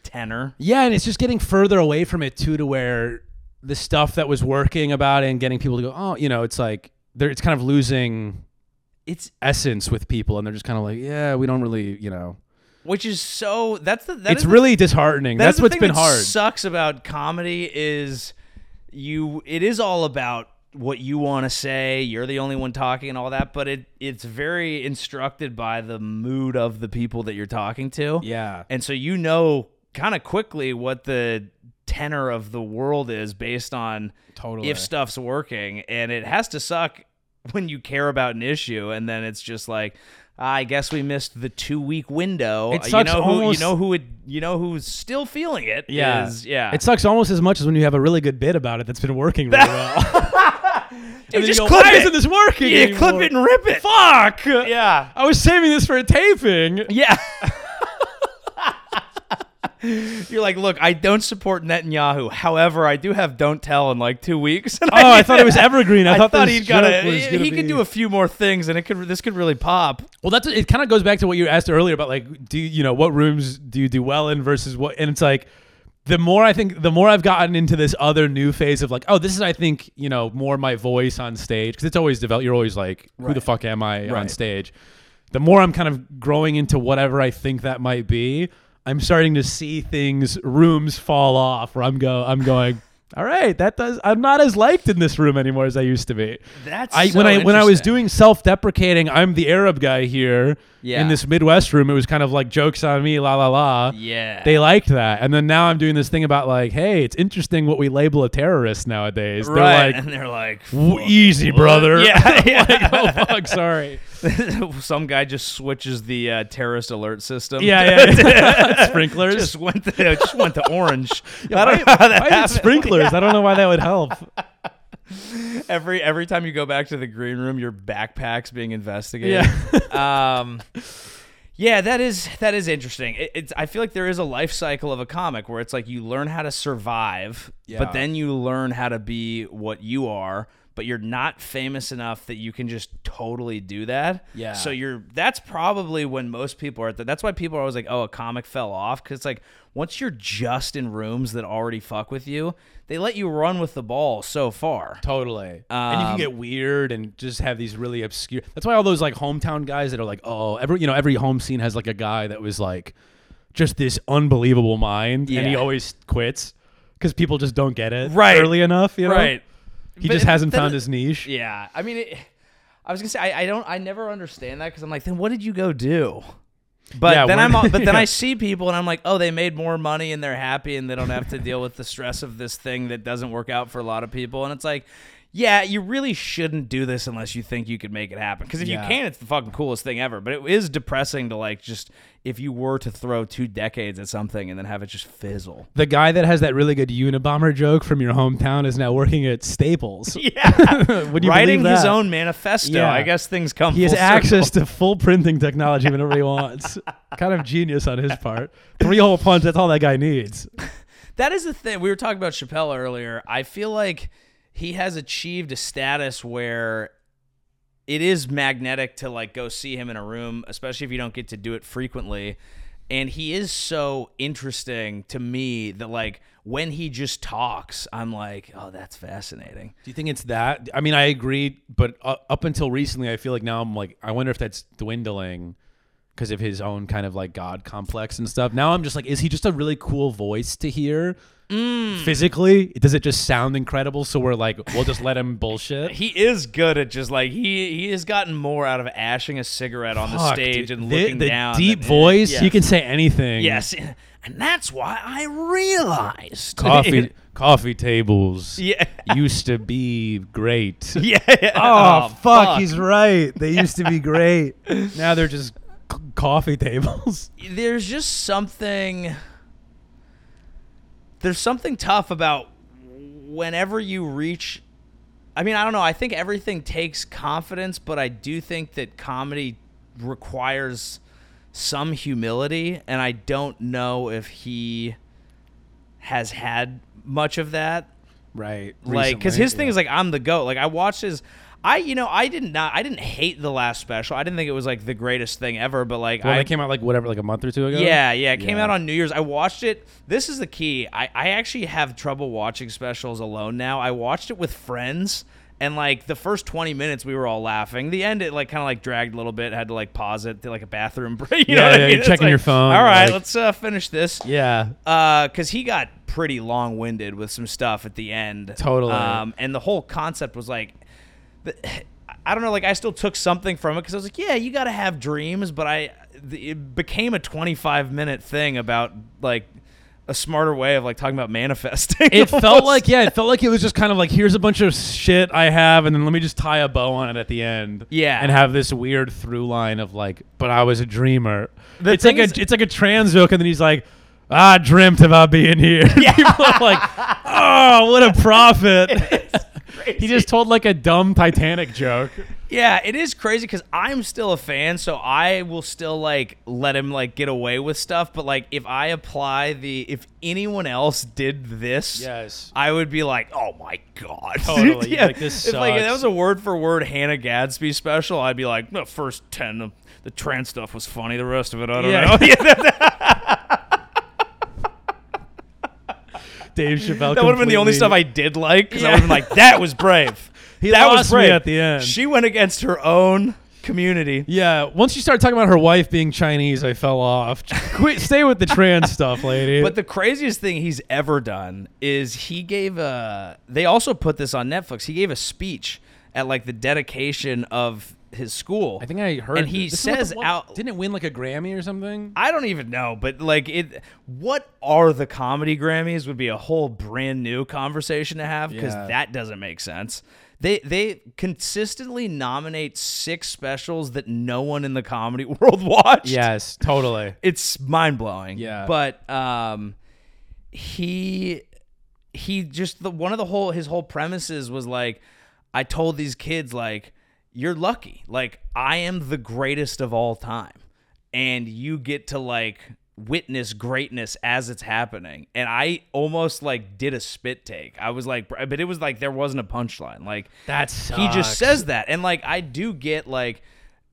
Speaker 4: tenor.
Speaker 3: Yeah, and it's just getting further away from it too, to where the stuff that was working about it and getting people to go, oh, you know, it's like they're it's kind of losing
Speaker 4: It's
Speaker 3: essence with people, and they're just kind of like, yeah, we don't really, you know,
Speaker 4: which is so that's the that's
Speaker 3: it's really disheartening.
Speaker 4: That
Speaker 3: That's
Speaker 4: is the
Speaker 3: what's
Speaker 4: thing
Speaker 3: been
Speaker 4: that
Speaker 3: hard.
Speaker 4: Sucks about comedy is you. It is all about what you want to say. You're the only one talking and all that, but it it's very instructed by the mood of the people that you're talking to.
Speaker 3: yeah,
Speaker 4: and so you know kind of quickly what the tenor of the world is based on
Speaker 3: Totally.
Speaker 4: if stuff's working, and it has to suck when you care about an issue, and then it's just like. I guess we missed the two week window.
Speaker 3: It
Speaker 4: you
Speaker 3: sucks
Speaker 4: know who
Speaker 3: almost-
Speaker 4: you know who would you know who's still feeling it.
Speaker 3: yeah,
Speaker 4: is- yeah.
Speaker 3: It sucks almost as much as when you have a really good bit about it that's been working really well.
Speaker 4: Dude,
Speaker 3: And
Speaker 4: just
Speaker 3: you go,
Speaker 4: clip
Speaker 3: Why
Speaker 4: it.
Speaker 3: isn't this working?
Speaker 4: yeah, clip
Speaker 3: anymore?"
Speaker 4: it and rip it.
Speaker 3: Fuck.
Speaker 4: Yeah,
Speaker 3: I was saving this for a taping.
Speaker 4: yeah. You're like, look, I don't support Netanyahu. However, I do have don't tell in like two weeks. And
Speaker 3: Oh, I thought it was evergreen. I,
Speaker 4: I
Speaker 3: thought,
Speaker 4: thought
Speaker 3: this
Speaker 4: he'd got
Speaker 3: joke
Speaker 4: a,
Speaker 3: was
Speaker 4: he,
Speaker 3: gonna
Speaker 4: he could
Speaker 3: be-
Speaker 4: do a few more things, and it could this could really pop.
Speaker 3: Well, that's it. Kind of goes back to what you asked earlier about like, do you you know what rooms do you do well in versus what? And it's like, the more I think, the more I've gotten into this other new phase of like, oh, this is I think you know more my voice on stage because it's always developed. You're always like, who the fuck am I on stage? The more I'm kind of growing into whatever I think that might be, I'm starting to see things, rooms fall off where I'm go, I'm going. All right, that does. I'm not as liked in this room anymore as I used to be.
Speaker 4: That's
Speaker 3: I,
Speaker 4: so
Speaker 3: when I when I was
Speaker 4: interesting.
Speaker 3: doing self-deprecating, I'm the Arab guy here
Speaker 4: Yeah.
Speaker 3: in this Midwest room. It was kind of like jokes on me, la la la.
Speaker 4: Yeah.
Speaker 3: They liked that, and then now I'm doing this thing about like, hey, it's interesting what we label a terrorist nowadays.
Speaker 4: right,
Speaker 3: They're like,
Speaker 4: and they're like,
Speaker 3: "W- easy, brother.
Speaker 4: yeah, yeah.
Speaker 3: oh fuck, sorry.
Speaker 4: Some guy just switches the uh, terrorist alert system.
Speaker 3: Yeah, yeah. sprinklers.
Speaker 4: just went to just went to orange. I
Speaker 3: why,
Speaker 4: don't know how that
Speaker 3: why is it
Speaker 4: happened.
Speaker 3: sprinklers? I don't know why that would help.
Speaker 4: Every every time you go back to the green room, your backpack's being investigated.
Speaker 3: Yeah.
Speaker 4: um, yeah, that is that is interesting. It, it's I feel like there is a life cycle of a comic where it's like you learn how to survive,
Speaker 3: Yeah.
Speaker 4: but then you learn how to be what you are. But you're not famous enough that you can just totally do that.
Speaker 3: Yeah.
Speaker 4: So you're. That's probably when most people are at that. That's why people are always like, "Oh, a comic fell off," because like once you're just in rooms that already fuck with you, they let you run with the ball so far.
Speaker 3: Totally. and you can
Speaker 4: Um,
Speaker 3: get weird and just have these really obscure. That's why all those like hometown guys that are like, oh, every you know every home scene has like a guy that was like just this unbelievable mind, and he
Speaker 4: Yeah.
Speaker 3: always quits because people just don't get it
Speaker 4: Right.
Speaker 3: early enough. You know,
Speaker 4: Right.
Speaker 3: He
Speaker 4: But
Speaker 3: just hasn't
Speaker 4: that-
Speaker 3: found his niche.
Speaker 4: Yeah, I mean, it, I was gonna say I, I don't I never understand that because I'm like, then what did you go do? But
Speaker 3: Yeah,
Speaker 4: then
Speaker 3: we're-
Speaker 4: I'm all- but then
Speaker 3: yeah.
Speaker 4: I see people and I'm like, oh, they made more money and they're happy and they don't have to deal with the stress of this thing that doesn't work out for a lot of people. And it's like, yeah, you really shouldn't do this unless you think you could make it happen. Because if
Speaker 3: Yeah.
Speaker 4: you can, it's the fucking coolest thing ever. But it is depressing to like just if you were to throw two decades at something and then have it just fizzle.
Speaker 3: The guy that has that really good Unabomber joke from your hometown is now working at Staples.
Speaker 4: Yeah,
Speaker 3: Would you
Speaker 4: writing
Speaker 3: believe
Speaker 4: his
Speaker 3: that?
Speaker 4: own manifesto.
Speaker 3: Yeah.
Speaker 4: I guess things come.
Speaker 3: He has
Speaker 4: full circle.
Speaker 3: access to full printing technology whenever he wants. kind of genius on his part. Three hole punch, that's all that guy needs.
Speaker 4: That is the thing. We were talking about Chappelle earlier. I feel like he has achieved a status where it is magnetic to like go see him in a room, especially if you don't get to do it frequently. And he is so interesting to me that like when he just talks, I'm like, oh, that's fascinating.
Speaker 3: Do you think it's that? I mean, I agree, but uh, up until recently, I feel like now I'm like, I wonder if that's dwindling because of his own kind of like god complex and stuff. Now I'm just like, is he just a really cool voice to hear?
Speaker 4: Mm.
Speaker 3: Physically, does it just sound incredible? So we're like, we'll just let him bullshit.
Speaker 4: He is good at just like he he has gotten more out of ashing a cigarette on the
Speaker 3: Fuck,
Speaker 4: stage
Speaker 3: dude.
Speaker 4: and
Speaker 3: The-
Speaker 4: looking
Speaker 3: the
Speaker 4: down.
Speaker 3: deep
Speaker 4: than-
Speaker 3: voice.
Speaker 4: Yeah.
Speaker 3: He can say anything.
Speaker 4: Yes, and that's why I realized
Speaker 3: coffee coffee tables
Speaker 4: Yeah.
Speaker 3: used to be great.
Speaker 4: yeah.
Speaker 3: Oh, fuck, he's right. They used to be great. now they're just c- coffee tables.
Speaker 4: there's just something there's something tough about whenever you reach I mean, I don't know. I think everything takes confidence, but I do think that comedy requires some humility, and I don't know if he has had much of that
Speaker 3: Right.
Speaker 4: like because his thing is like i'm the goat like i watched his i you know i did not i didn't hate the last special i didn't think it was like the greatest thing ever but like
Speaker 3: well,
Speaker 4: i
Speaker 3: that came out like whatever, like a month or two ago.
Speaker 4: yeah, yeah. It came
Speaker 3: Yeah.
Speaker 4: out on New Year's. I watched it. This is the key. I, I actually have trouble watching specials alone now. I watched it with friends, and like the first 20 minutes, we were all laughing. The end, it like kind of like dragged a little bit. Had to like pause it, did like a bathroom break. You know
Speaker 3: Yeah,
Speaker 4: what
Speaker 3: yeah,
Speaker 4: I
Speaker 3: you're
Speaker 4: mean? It's
Speaker 3: checking
Speaker 4: like,
Speaker 3: your phone,
Speaker 4: All right,
Speaker 3: like-
Speaker 4: let's uh, finish this.
Speaker 3: Yeah.
Speaker 4: Uh, because he got pretty long winded with some stuff at the end.
Speaker 3: Totally.
Speaker 4: Um, and the whole concept was like, the- I don't know. Like I still took something from it because I was like, yeah, you got to have dreams, but I the, it became a 25 minute thing about like a smarter way of like talking about manifesting.
Speaker 3: It felt
Speaker 4: almost.
Speaker 3: like yeah, it felt like it was just kind of like here's a bunch of shit I have, and then let me just tie a bow on it at the end.
Speaker 4: Yeah.
Speaker 3: and have this weird through line of like, but I was a dreamer. it's
Speaker 4: thing
Speaker 3: like a
Speaker 4: is-
Speaker 3: it's like a trans joke, and then he's like, "Ah, I dreamt about being here. Yeah. People are like, oh, what a prophet. he just told like a dumb Titanic joke.
Speaker 4: Yeah, it is crazy because I'm still a fan, so I will still like let him like get away with stuff. But like, if I apply the if anyone else did this,
Speaker 3: Yes.
Speaker 4: I would be like, oh my god,
Speaker 3: Totally. You're like, this
Speaker 4: If like if that
Speaker 3: sucks.
Speaker 4: was a word for word Hannah Gadsby special, I'd be like, the first ten of the trans stuff was funny, the rest of it I don't
Speaker 3: Yeah.
Speaker 4: know. Yeah,
Speaker 3: Dave Chappelle.
Speaker 4: that would have been the only stuff I did like because I would have been like, that was brave.
Speaker 3: He
Speaker 4: that was
Speaker 3: lost me
Speaker 4: brave
Speaker 3: at the end.
Speaker 4: She went against her own community.
Speaker 3: Yeah, once you started talking about her wife being Chinese, I fell off. Quit, stay with the trans stuff, lady.
Speaker 4: But the craziest thing he's ever done is he gave a. They also put this on Netflix. He gave a speech at like the dedication of his school.
Speaker 3: I think I heard.
Speaker 4: And he
Speaker 3: this is what
Speaker 4: says
Speaker 3: the one-
Speaker 4: out.
Speaker 3: Didn't it win like a Grammy or something?
Speaker 4: I don't even know, but like it. What are the comedy Grammys? Would be a whole brand new conversation to have because
Speaker 3: Yeah.
Speaker 4: that doesn't make sense. They they consistently nominate six specials that no one in the comedy world watched
Speaker 3: Yes, totally.
Speaker 4: it's mind blowing.
Speaker 3: Yeah.
Speaker 4: But um, he he just the one of the whole his whole premises was like, I told these kids like, you're lucky. Like I am the greatest of all time, and you get to like witness greatness as it's happening. And I almost like did a spit take. I was like, but it was like there wasn't a punchline. Like
Speaker 3: That's
Speaker 4: he just says that and like i do get like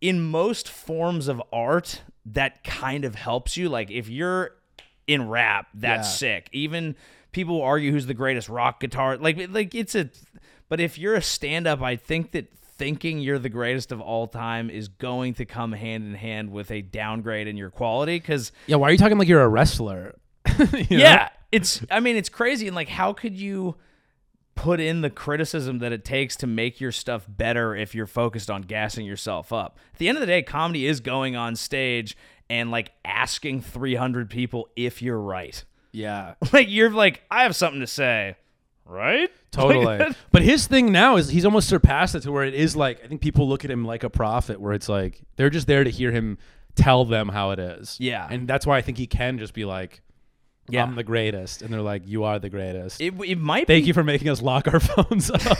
Speaker 4: in most forms of art that kind of helps you like if you're in rap that's sick even people argue who's the greatest rock guitar like like it's a but if you're a stand-up i think that thinking you're the greatest of all time is going to come hand in hand with a downgrade in your quality because
Speaker 3: Yeah, why are you talking like you're a wrestler? You know?
Speaker 4: yeah it's i mean it's crazy and like how could you put in the criticism that it takes to make your stuff better if you're focused on gassing yourself up at the end of the day comedy is going on stage and like asking 300 people if you're right
Speaker 3: yeah,
Speaker 4: like you're like i have something to say right
Speaker 3: totally. but his thing now is he's almost surpassed it to where it is like I think people look at him like a prophet, where it's like they're just there to hear him tell them how it is.
Speaker 4: Yeah.
Speaker 3: and that's why I think he can just be like,
Speaker 4: Yeah.
Speaker 3: "I'm the greatest," and they're like, "You are the greatest."
Speaker 4: it, it might
Speaker 3: Thank
Speaker 4: be
Speaker 3: you for making us lock our phones up.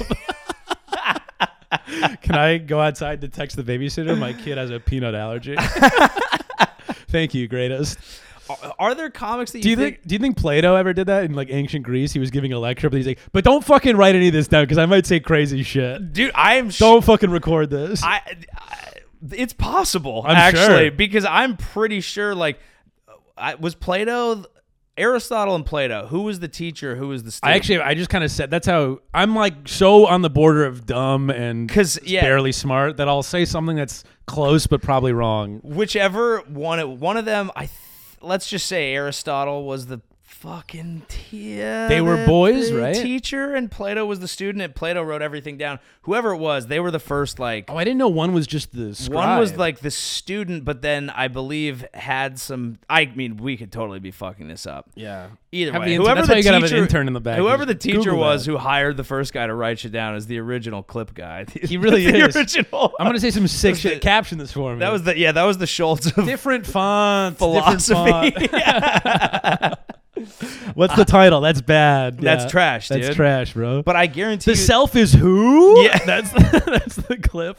Speaker 3: Can I go outside to text the babysitter? My kid has a peanut allergy. Thank you, greatest.
Speaker 4: are there comics that you,
Speaker 3: Do you think do you think Plato ever did that in like ancient Greece? He was giving a lecture, but he's like, "But don't fucking write any of this down because I might say crazy shit.
Speaker 4: dude i am so
Speaker 3: Don't fucking record this."
Speaker 4: I, I it's possible
Speaker 3: I'm
Speaker 4: actually
Speaker 3: sure.
Speaker 4: because I'm pretty sure like I was Plato Aristotle and Plato. Who was the teacher? Who was the student?
Speaker 3: I actually, I just kind of said that's how I'm like so on the border of dumb and
Speaker 4: 'Cause, yeah.
Speaker 3: barely smart that I'll say something that's close but probably wrong.
Speaker 4: whichever one it, one of them. I th- let's just say Aristotle was the fucking te-
Speaker 3: They were
Speaker 4: the-
Speaker 3: boys,
Speaker 4: the
Speaker 3: right?
Speaker 4: Teacher and Plato was the student, and Plato wrote everything down. Whoever it was, they were the first like.
Speaker 3: Oh, I didn't know one was just the scribe.
Speaker 4: One was like the student, but then I believe had some. I mean, we could totally be fucking this up.
Speaker 3: yeah.
Speaker 4: Either
Speaker 3: Have
Speaker 4: way,
Speaker 3: the intern-
Speaker 4: whoever
Speaker 3: that's
Speaker 4: the
Speaker 3: why you
Speaker 4: teacher,
Speaker 3: gotta have an intern in the back.
Speaker 4: Whoever the
Speaker 3: Just
Speaker 4: teacher
Speaker 3: Google
Speaker 4: was
Speaker 3: that.
Speaker 4: who hired the first guy to write shit down is the original clip guy.
Speaker 3: he really
Speaker 4: the
Speaker 3: is.
Speaker 4: original.
Speaker 3: I'm gonna say some sick
Speaker 4: That's the-
Speaker 3: shit. Caption this for me.
Speaker 4: that was the yeah. That was the Schultz of
Speaker 3: different font,
Speaker 4: philosophy.
Speaker 3: Different font. What's the title? That's bad.
Speaker 4: That's
Speaker 3: Yeah.
Speaker 4: trash,
Speaker 3: That's
Speaker 4: dude.
Speaker 3: trash, bro.
Speaker 4: But I guarantee
Speaker 3: the
Speaker 4: you,
Speaker 3: self is who?
Speaker 4: Yeah.
Speaker 3: that's that's the clip.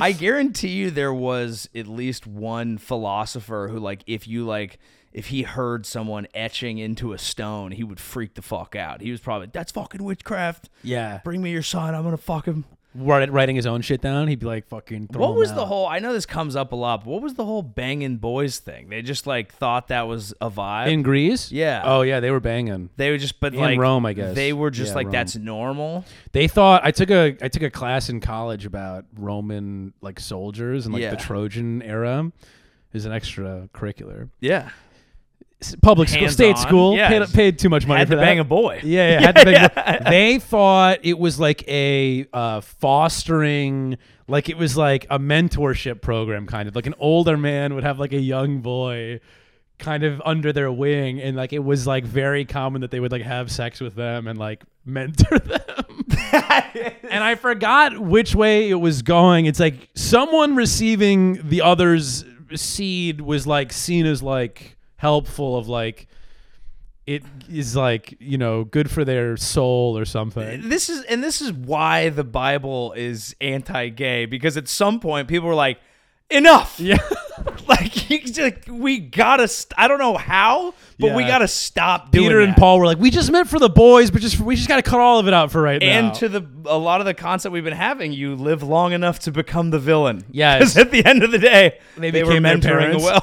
Speaker 4: I guarantee you there was at least one philosopher who like if you like if he heard someone etching into a stone, he would freak the fuck out. He was probably that's fucking witchcraft.
Speaker 3: Yeah,
Speaker 4: Bring me your son, I'm gonna fuck him.
Speaker 3: Write, writing his own shit down, he'd be like, "Fucking." throw
Speaker 4: What
Speaker 3: him
Speaker 4: was
Speaker 3: out.
Speaker 4: the whole I know this comes up a lot, but what was the whole banging boys thing? They just like thought that was a vibe.
Speaker 3: in Greece?
Speaker 4: Yeah.
Speaker 3: Oh yeah, they were banging.
Speaker 4: they were just but
Speaker 3: in
Speaker 4: like
Speaker 3: Rome, I guess.
Speaker 4: They were just
Speaker 3: Yeah,
Speaker 4: like
Speaker 3: Rome.
Speaker 4: that's normal.
Speaker 3: They thought I took a I took a class in college about Roman like soldiers and like
Speaker 4: Yeah.
Speaker 3: the Trojan era. Is an extracurricular
Speaker 4: Yeah.
Speaker 3: S- public school, state
Speaker 4: Hands-on.
Speaker 3: school.
Speaker 4: Yeah,
Speaker 3: Paid,
Speaker 4: just
Speaker 3: paid too much money
Speaker 4: Had
Speaker 3: for
Speaker 4: to
Speaker 3: that.
Speaker 4: bang a boy.
Speaker 3: Yeah, yeah. had to beg- They thought it was like a uh, fostering, like it was like a mentorship program, kind of like an older man would have like a young boy kind of under their wing and like it was like very common that they would like have sex with them and like mentor them and i forgot which way it was going it's like someone receiving the other's seed was like seen as like helpful of like it is like you know good for their soul or something.
Speaker 4: this is and this is why the Bible is anti-gay because at some point people were like, enough.
Speaker 3: Yeah,
Speaker 4: Like, you just- like, we gotta. St- I don't know how, but we
Speaker 3: Yeah.
Speaker 4: gotta stop doing
Speaker 3: Peter and
Speaker 4: that.
Speaker 3: Paul were like, we just meant for the boys, but just we just got to cut all of it out for right now.
Speaker 4: And to the a lot of the concept we've been having, you live long enough to become the villain.
Speaker 3: Yes.
Speaker 4: because at the end of the day, they, were
Speaker 3: became their
Speaker 4: mentoring
Speaker 3: parents.
Speaker 4: well.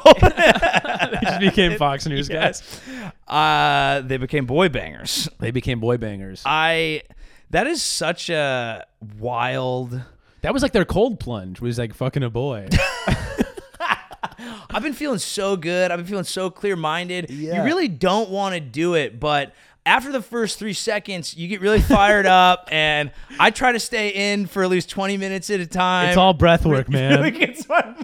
Speaker 3: they just became Fox News guys.
Speaker 4: uh, they became boy bangers.
Speaker 3: They became boy bangers.
Speaker 4: I. That is such a wild.
Speaker 3: that was like their cold plunge was like fucking a boy.
Speaker 4: I've been feeling so good. I've been feeling so clear minded. You really don't want to do it, but after the first three seconds, you get really fired up. And I try to stay in for at least 20 minutes at a time.
Speaker 3: it's all breath work, man.
Speaker 4: It's all.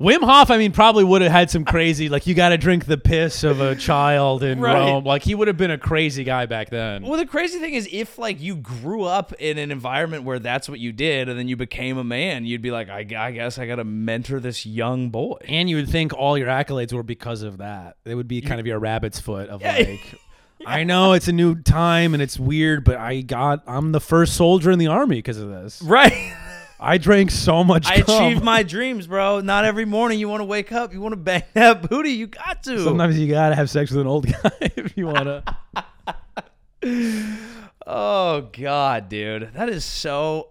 Speaker 3: Wim Hof, I mean, probably would have had some crazy like you got to drink the piss of a child in
Speaker 4: Right.
Speaker 3: Rome. Like he would have been a crazy guy back then.
Speaker 4: Well, the crazy thing is, if like you grew up in an environment where that's what you did, and then you became a man, you'd be like, I, I guess I got to mentor this young boy.
Speaker 3: And you would think all your accolades were because of that. They would be kind of your rabbit's foot of like, I know it's a new time and it's weird, but I got I'm the first soldier in the army because of this.
Speaker 4: Right.
Speaker 3: I drank so much.
Speaker 4: I
Speaker 3: cum.
Speaker 4: achieved my dreams, bro. Not every morning you want to wake up. You want to bang that booty. You got to.
Speaker 3: Sometimes you gotta have sex with an old guy if you wanna.
Speaker 4: Oh god, dude, that is so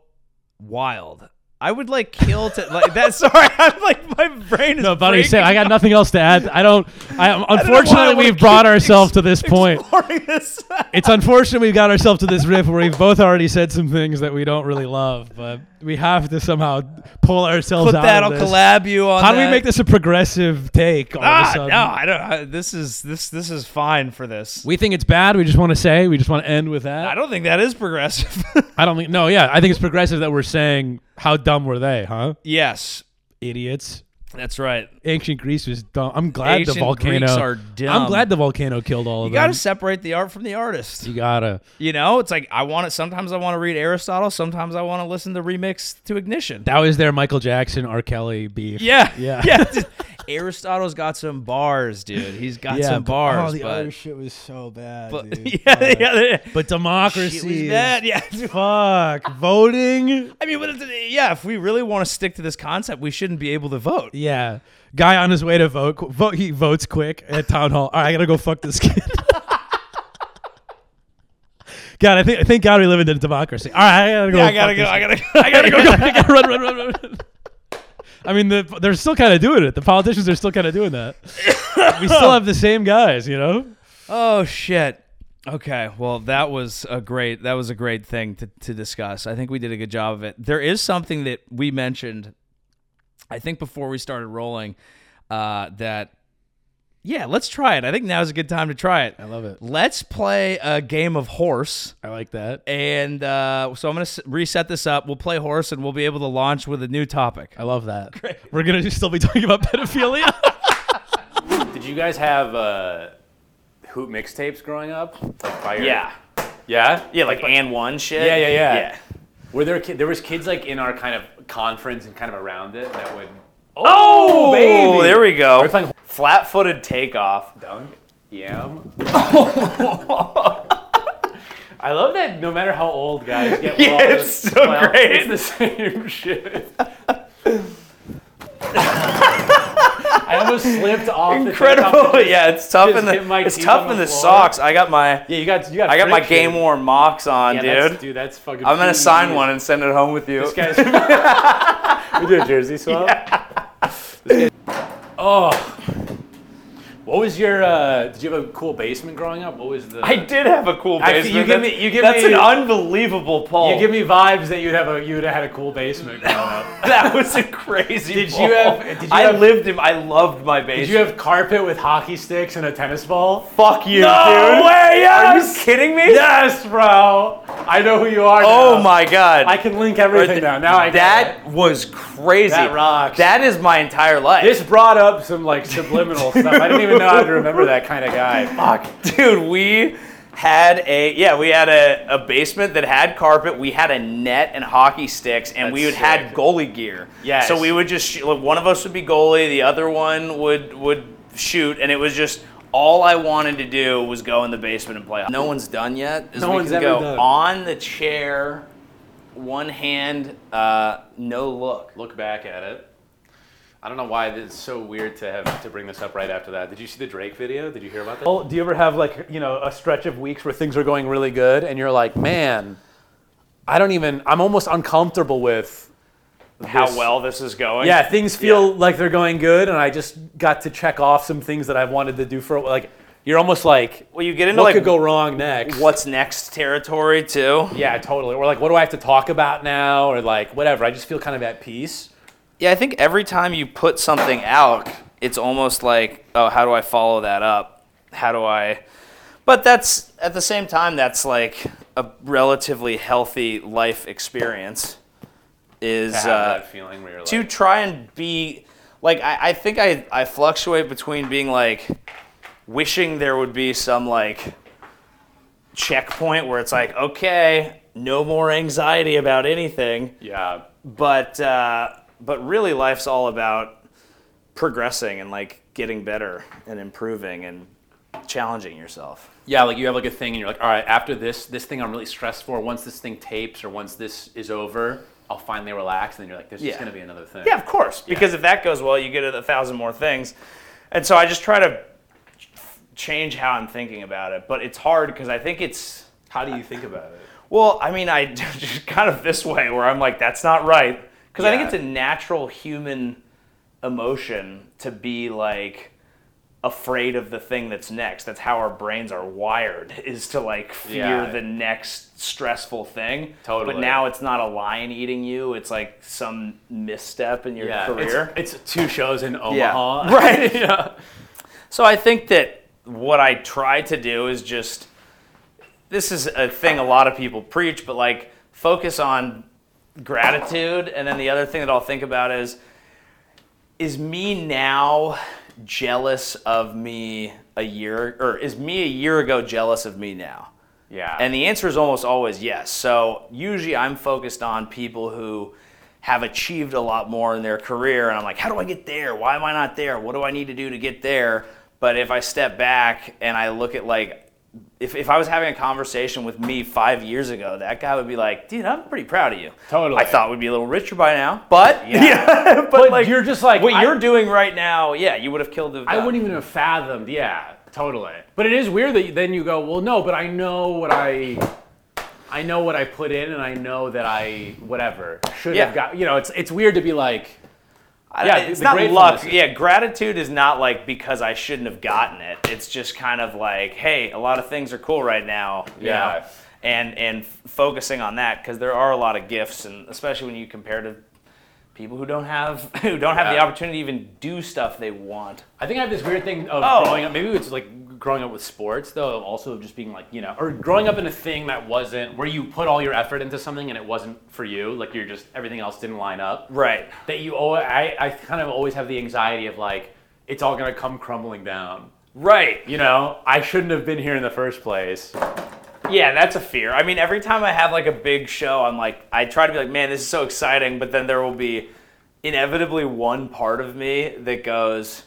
Speaker 4: wild. I would like kill to like that. Sorry, I'm like my brain is.
Speaker 3: no, buddy,
Speaker 4: breaking
Speaker 3: say I got nothing else to add. I don't. I
Speaker 4: why I
Speaker 3: unfortunately
Speaker 4: wanna
Speaker 3: we've brought
Speaker 4: keep
Speaker 3: ourselves to this point.
Speaker 4: exploring this.
Speaker 3: It's unfortunate we've got ourselves to this riff where we've both already said some things that we don't really love, but we have to somehow pull ourselves
Speaker 4: Put
Speaker 3: out.
Speaker 4: that.
Speaker 3: of
Speaker 4: I'll
Speaker 3: this.
Speaker 4: collab you on.
Speaker 3: How do we
Speaker 4: that.
Speaker 3: make this a progressive take all of a
Speaker 4: Ah,
Speaker 3: sudden?
Speaker 4: no, I don't. I, this is this this is fine for this.
Speaker 3: We think it's bad. We just want to say. We just want to end with that.
Speaker 4: I don't think that is progressive.
Speaker 3: I don't think. No, yeah. I think it's progressive that we're saying how dumb were they, huh?
Speaker 4: yes,
Speaker 3: Idiots.
Speaker 4: that's right.
Speaker 3: Ancient Greece was dumb. I'm glad
Speaker 4: Ancient
Speaker 3: the volcano.
Speaker 4: Greeks are
Speaker 3: I'm
Speaker 4: dumb.
Speaker 3: glad the volcano killed all
Speaker 4: You
Speaker 3: of
Speaker 4: got to
Speaker 3: them.
Speaker 4: separate the art from the artist.
Speaker 3: you gotta.
Speaker 4: You know, it's like I want to. Sometimes I want to read Aristotle. Sometimes I want to listen to remix to Ignition.
Speaker 3: That was their Michael Jackson, R. Kelly beef.
Speaker 4: Yeah.
Speaker 3: Yeah.
Speaker 4: Yeah. just- Aristotle's got some bars, dude. He's got
Speaker 3: Yeah.
Speaker 4: some bars.
Speaker 3: Oh, the
Speaker 4: but,
Speaker 3: other shit was so bad,
Speaker 4: but-
Speaker 3: dude.
Speaker 4: yeah, yeah, yeah.
Speaker 3: But democracy.
Speaker 4: It was
Speaker 3: is-
Speaker 4: bad. Yeah.
Speaker 3: Fuck voting.
Speaker 4: I mean, but it's, yeah, if we really want to stick to this concept, we shouldn't be able to vote.
Speaker 3: Yeah. Guy on his way to vote, qu- vote he votes quick at town hall. All right, I gotta go fuck this kid. God, I think I thank God we live in a democracy. All right, I gotta go.
Speaker 4: I gotta
Speaker 3: fuck
Speaker 4: go.
Speaker 3: this
Speaker 4: I
Speaker 3: kid.
Speaker 4: gotta go. I gotta go.
Speaker 3: I gotta run, run, run, run. I mean, the, they're still kind of doing it. The politicians are still kind of doing that. we still have the same guys, you know.
Speaker 8: Oh shit. Okay, well that was a great that was a great thing to, to discuss. I think we did a good job of it. There is something that we mentioned I think before we started rolling uh that yeah, let's try it. I think now is a good time to try it. I
Speaker 9: love it.
Speaker 8: Let's play a game of horse.
Speaker 9: I like that.
Speaker 8: And uh, so I'm going to reset this up. We'll play horse and we'll be able to launch with a new topic.
Speaker 9: I love that. We're gonna still be talking about pedophilia.
Speaker 3: Did you guys have uh, hoot mixtapes growing up? Like by your-
Speaker 4: Yeah.
Speaker 3: Yeah.
Speaker 4: Yeah, like and one shit.
Speaker 3: Yeah, yeah, yeah.
Speaker 4: Yeah.
Speaker 3: Were there ki- there was kids like in our kind of conference and kind of around it that would.
Speaker 4: Oh,
Speaker 3: baby.
Speaker 4: there we go.
Speaker 3: We're playing-
Speaker 4: Flat-footed takeoff.
Speaker 3: Dunk. Yam. I love that. No matter how old guys get, we're
Speaker 4: Yeah,
Speaker 3: all
Speaker 4: it's
Speaker 3: just-
Speaker 4: so
Speaker 3: well,
Speaker 4: great.
Speaker 3: It's the same shit. I almost slipped off. The takeoff
Speaker 4: Incredible.
Speaker 3: and just-
Speaker 4: Yeah, it's tough
Speaker 3: just
Speaker 4: in the
Speaker 3: hit my
Speaker 4: it's
Speaker 3: teeth
Speaker 4: tough
Speaker 3: on
Speaker 4: in
Speaker 3: the
Speaker 4: the
Speaker 3: floor.
Speaker 4: socks. I got my
Speaker 3: Yeah, you got you got.
Speaker 4: I got my
Speaker 3: friction.
Speaker 4: game worn mocks on,
Speaker 3: Yeah,
Speaker 4: dude.
Speaker 3: that's, dude, that's fucking.
Speaker 4: I'm gonna sign
Speaker 3: genius.
Speaker 4: one and send it home with you.
Speaker 3: This guy's. we do a jersey swap. This guy- oh. What was your? Uh, did you have a cool basement growing up? What was the?
Speaker 4: I did have a cool
Speaker 3: I- you
Speaker 4: basement.
Speaker 3: give
Speaker 4: That's-
Speaker 3: me- you give
Speaker 4: that's
Speaker 3: me-
Speaker 4: an unbelievable poll.
Speaker 3: You give me vibes that you'd have a you would have had a cool basement growing up.
Speaker 4: that was a crazy.
Speaker 3: Did you
Speaker 4: poll.
Speaker 3: have- did you
Speaker 4: I
Speaker 3: have-
Speaker 4: lived in. I loved my
Speaker 3: Did
Speaker 4: basement.
Speaker 3: you have carpet with hockey sticks and a tennis ball?
Speaker 4: Fuck you,
Speaker 3: No
Speaker 4: dude.
Speaker 3: way,
Speaker 4: Are
Speaker 3: yes!
Speaker 4: you kidding me?
Speaker 3: Yes, bro. I know who you are.
Speaker 4: Oh
Speaker 3: now.
Speaker 4: my god.
Speaker 3: I can link everything now. Now I get it.
Speaker 4: that was crazy.
Speaker 3: That rocks.
Speaker 4: That is my entire life.
Speaker 3: This brought up some like subliminal stuff. I didn't even know how to remember that kind of guy. Fuck.
Speaker 4: Dude, we had a yeah, we had a, a basement that had carpet. We had a net and hockey sticks, and we would
Speaker 3: That's
Speaker 4: had
Speaker 3: sick.
Speaker 4: goalie gear.
Speaker 3: Yes.
Speaker 4: So we would just shoot, like, one of us would be goalie, the other one would would shoot, and it was just all I wanted to do was go in the basement and play. No one's done yet. is
Speaker 3: No
Speaker 4: we
Speaker 3: one's
Speaker 4: can
Speaker 3: ever
Speaker 4: go
Speaker 3: done.
Speaker 4: on the chair, one hand, uh, no look.
Speaker 3: Look back at it. I don't know why it's so weird to have to bring this up right after that. Did you see the Drake video? Did you hear about that? Well, Oh, do you ever have like you know a stretch of weeks where things are going really good and you're like, man, I don't even. I'm almost uncomfortable with
Speaker 4: How
Speaker 3: this-
Speaker 4: well this is going.
Speaker 3: Yeah, things feel like they're going good, and I just got to check off some things that I've wanted to do for like. You're almost like,
Speaker 4: Well, you get into
Speaker 3: what
Speaker 4: like
Speaker 3: could go wrong next?
Speaker 4: what's next territory too.
Speaker 3: Yeah, totally. Or like, what do I have to talk about now? Or like, whatever. I just feel kind of at peace.
Speaker 4: Yeah, I think every time you put something out, it's almost like, oh, how do I follow that up? How do I? But that's at the same time, that's like a relatively healthy life experience. Is uh,
Speaker 3: feeling where you're like,
Speaker 4: to try and be like I, I think I, I fluctuate between being like wishing there would be some like checkpoint where it's like okay no more anxiety about anything
Speaker 3: yeah,
Speaker 4: but uh, but really life's all about progressing and like getting better and improving and challenging yourself
Speaker 3: yeah. Like you have like a thing, and you're like, all right, after this, this thing I'm really stressed for. Once this thing tapes, or once this is over, I'll finally relax. And then you're like, there's
Speaker 4: Yeah.
Speaker 3: just gonna be another thing.
Speaker 4: Yeah, of course. Because if that goes well, you get a thousand more things. And so I just try to change how I'm thinking about it. But it's hard because I think it's
Speaker 3: How do you think about it?
Speaker 4: well, I mean, I just kind of this way where I'm like, that's not right. Because I
Speaker 3: Yeah.
Speaker 4: think it's a natural human emotion to be like afraid of the thing that's next. That's how our brains are wired, is to like fear
Speaker 3: Yeah.
Speaker 4: the next stressful thing.
Speaker 3: Totally.
Speaker 4: But now it's not a lion eating you, it's like some misstep in your career.
Speaker 3: It's, it's two shows in
Speaker 4: Yeah.
Speaker 3: Omaha.
Speaker 4: Right.
Speaker 3: yeah.
Speaker 4: So I think that what I try to do is just this is a thing a lot of people preach, but like focus on gratitude. And then the other thing that I'll think about is is me now jealous of me a year or is me a year ago jealous of me now?
Speaker 3: Yeah.
Speaker 4: And the answer is almost always yes. So usually I'm focused on people who have achieved a lot more in their career. And I'm like, how do I get there? Why am I not there? What do I need to do to get there? But if I step back and I look at like, if, if I was having a conversation with me five years ago, that guy would be like, dude, I'm pretty proud of you.
Speaker 3: Totally.
Speaker 4: I thought we'd be a little richer by now. But, yeah. but,
Speaker 3: but
Speaker 4: like,
Speaker 3: you're just like
Speaker 4: what
Speaker 3: I-
Speaker 4: you're doing right now, yeah, you would have killed the.
Speaker 3: I wouldn't even have fathomed. Yeah, totally. But it is weird that you, then you go, well, no, but I know what I, I know what I put in, and I know that I whatever should
Speaker 4: Yeah.
Speaker 3: have got. You know, it's it's weird to be like,
Speaker 4: I-
Speaker 3: Yeah,
Speaker 4: it's
Speaker 3: the
Speaker 4: not luck.
Speaker 3: gratefulness.
Speaker 4: Yeah, gratitude is not like because I shouldn't have gotten it. It's just kind of like, hey, a lot of things are cool right now. you
Speaker 3: Yeah.
Speaker 4: know, and and f- focusing on that because there are a lot of gifts, and especially when you compare to people who don't have who don't have the
Speaker 3: Yeah.
Speaker 4: opportunity to even do stuff they want.
Speaker 3: I think I have this weird thing of
Speaker 4: Oh.
Speaker 3: growing up. Maybe it's like growing up with sports, though. of Also, just being like you know, or growing up in a thing that wasn't where you put all your effort into something and it wasn't for you. Like you're just everything else didn't line up.
Speaker 4: Right.
Speaker 3: That you, al- I, I kind of always have the anxiety of like it's all gonna come crumbling down.
Speaker 4: Right.
Speaker 3: You know, I shouldn't have been here in the first place.
Speaker 4: Yeah, that's a fear. I mean, every time I have like a big show, I'm like, I try to be like, man, this is so exciting, but then there will be inevitably one part of me that goes,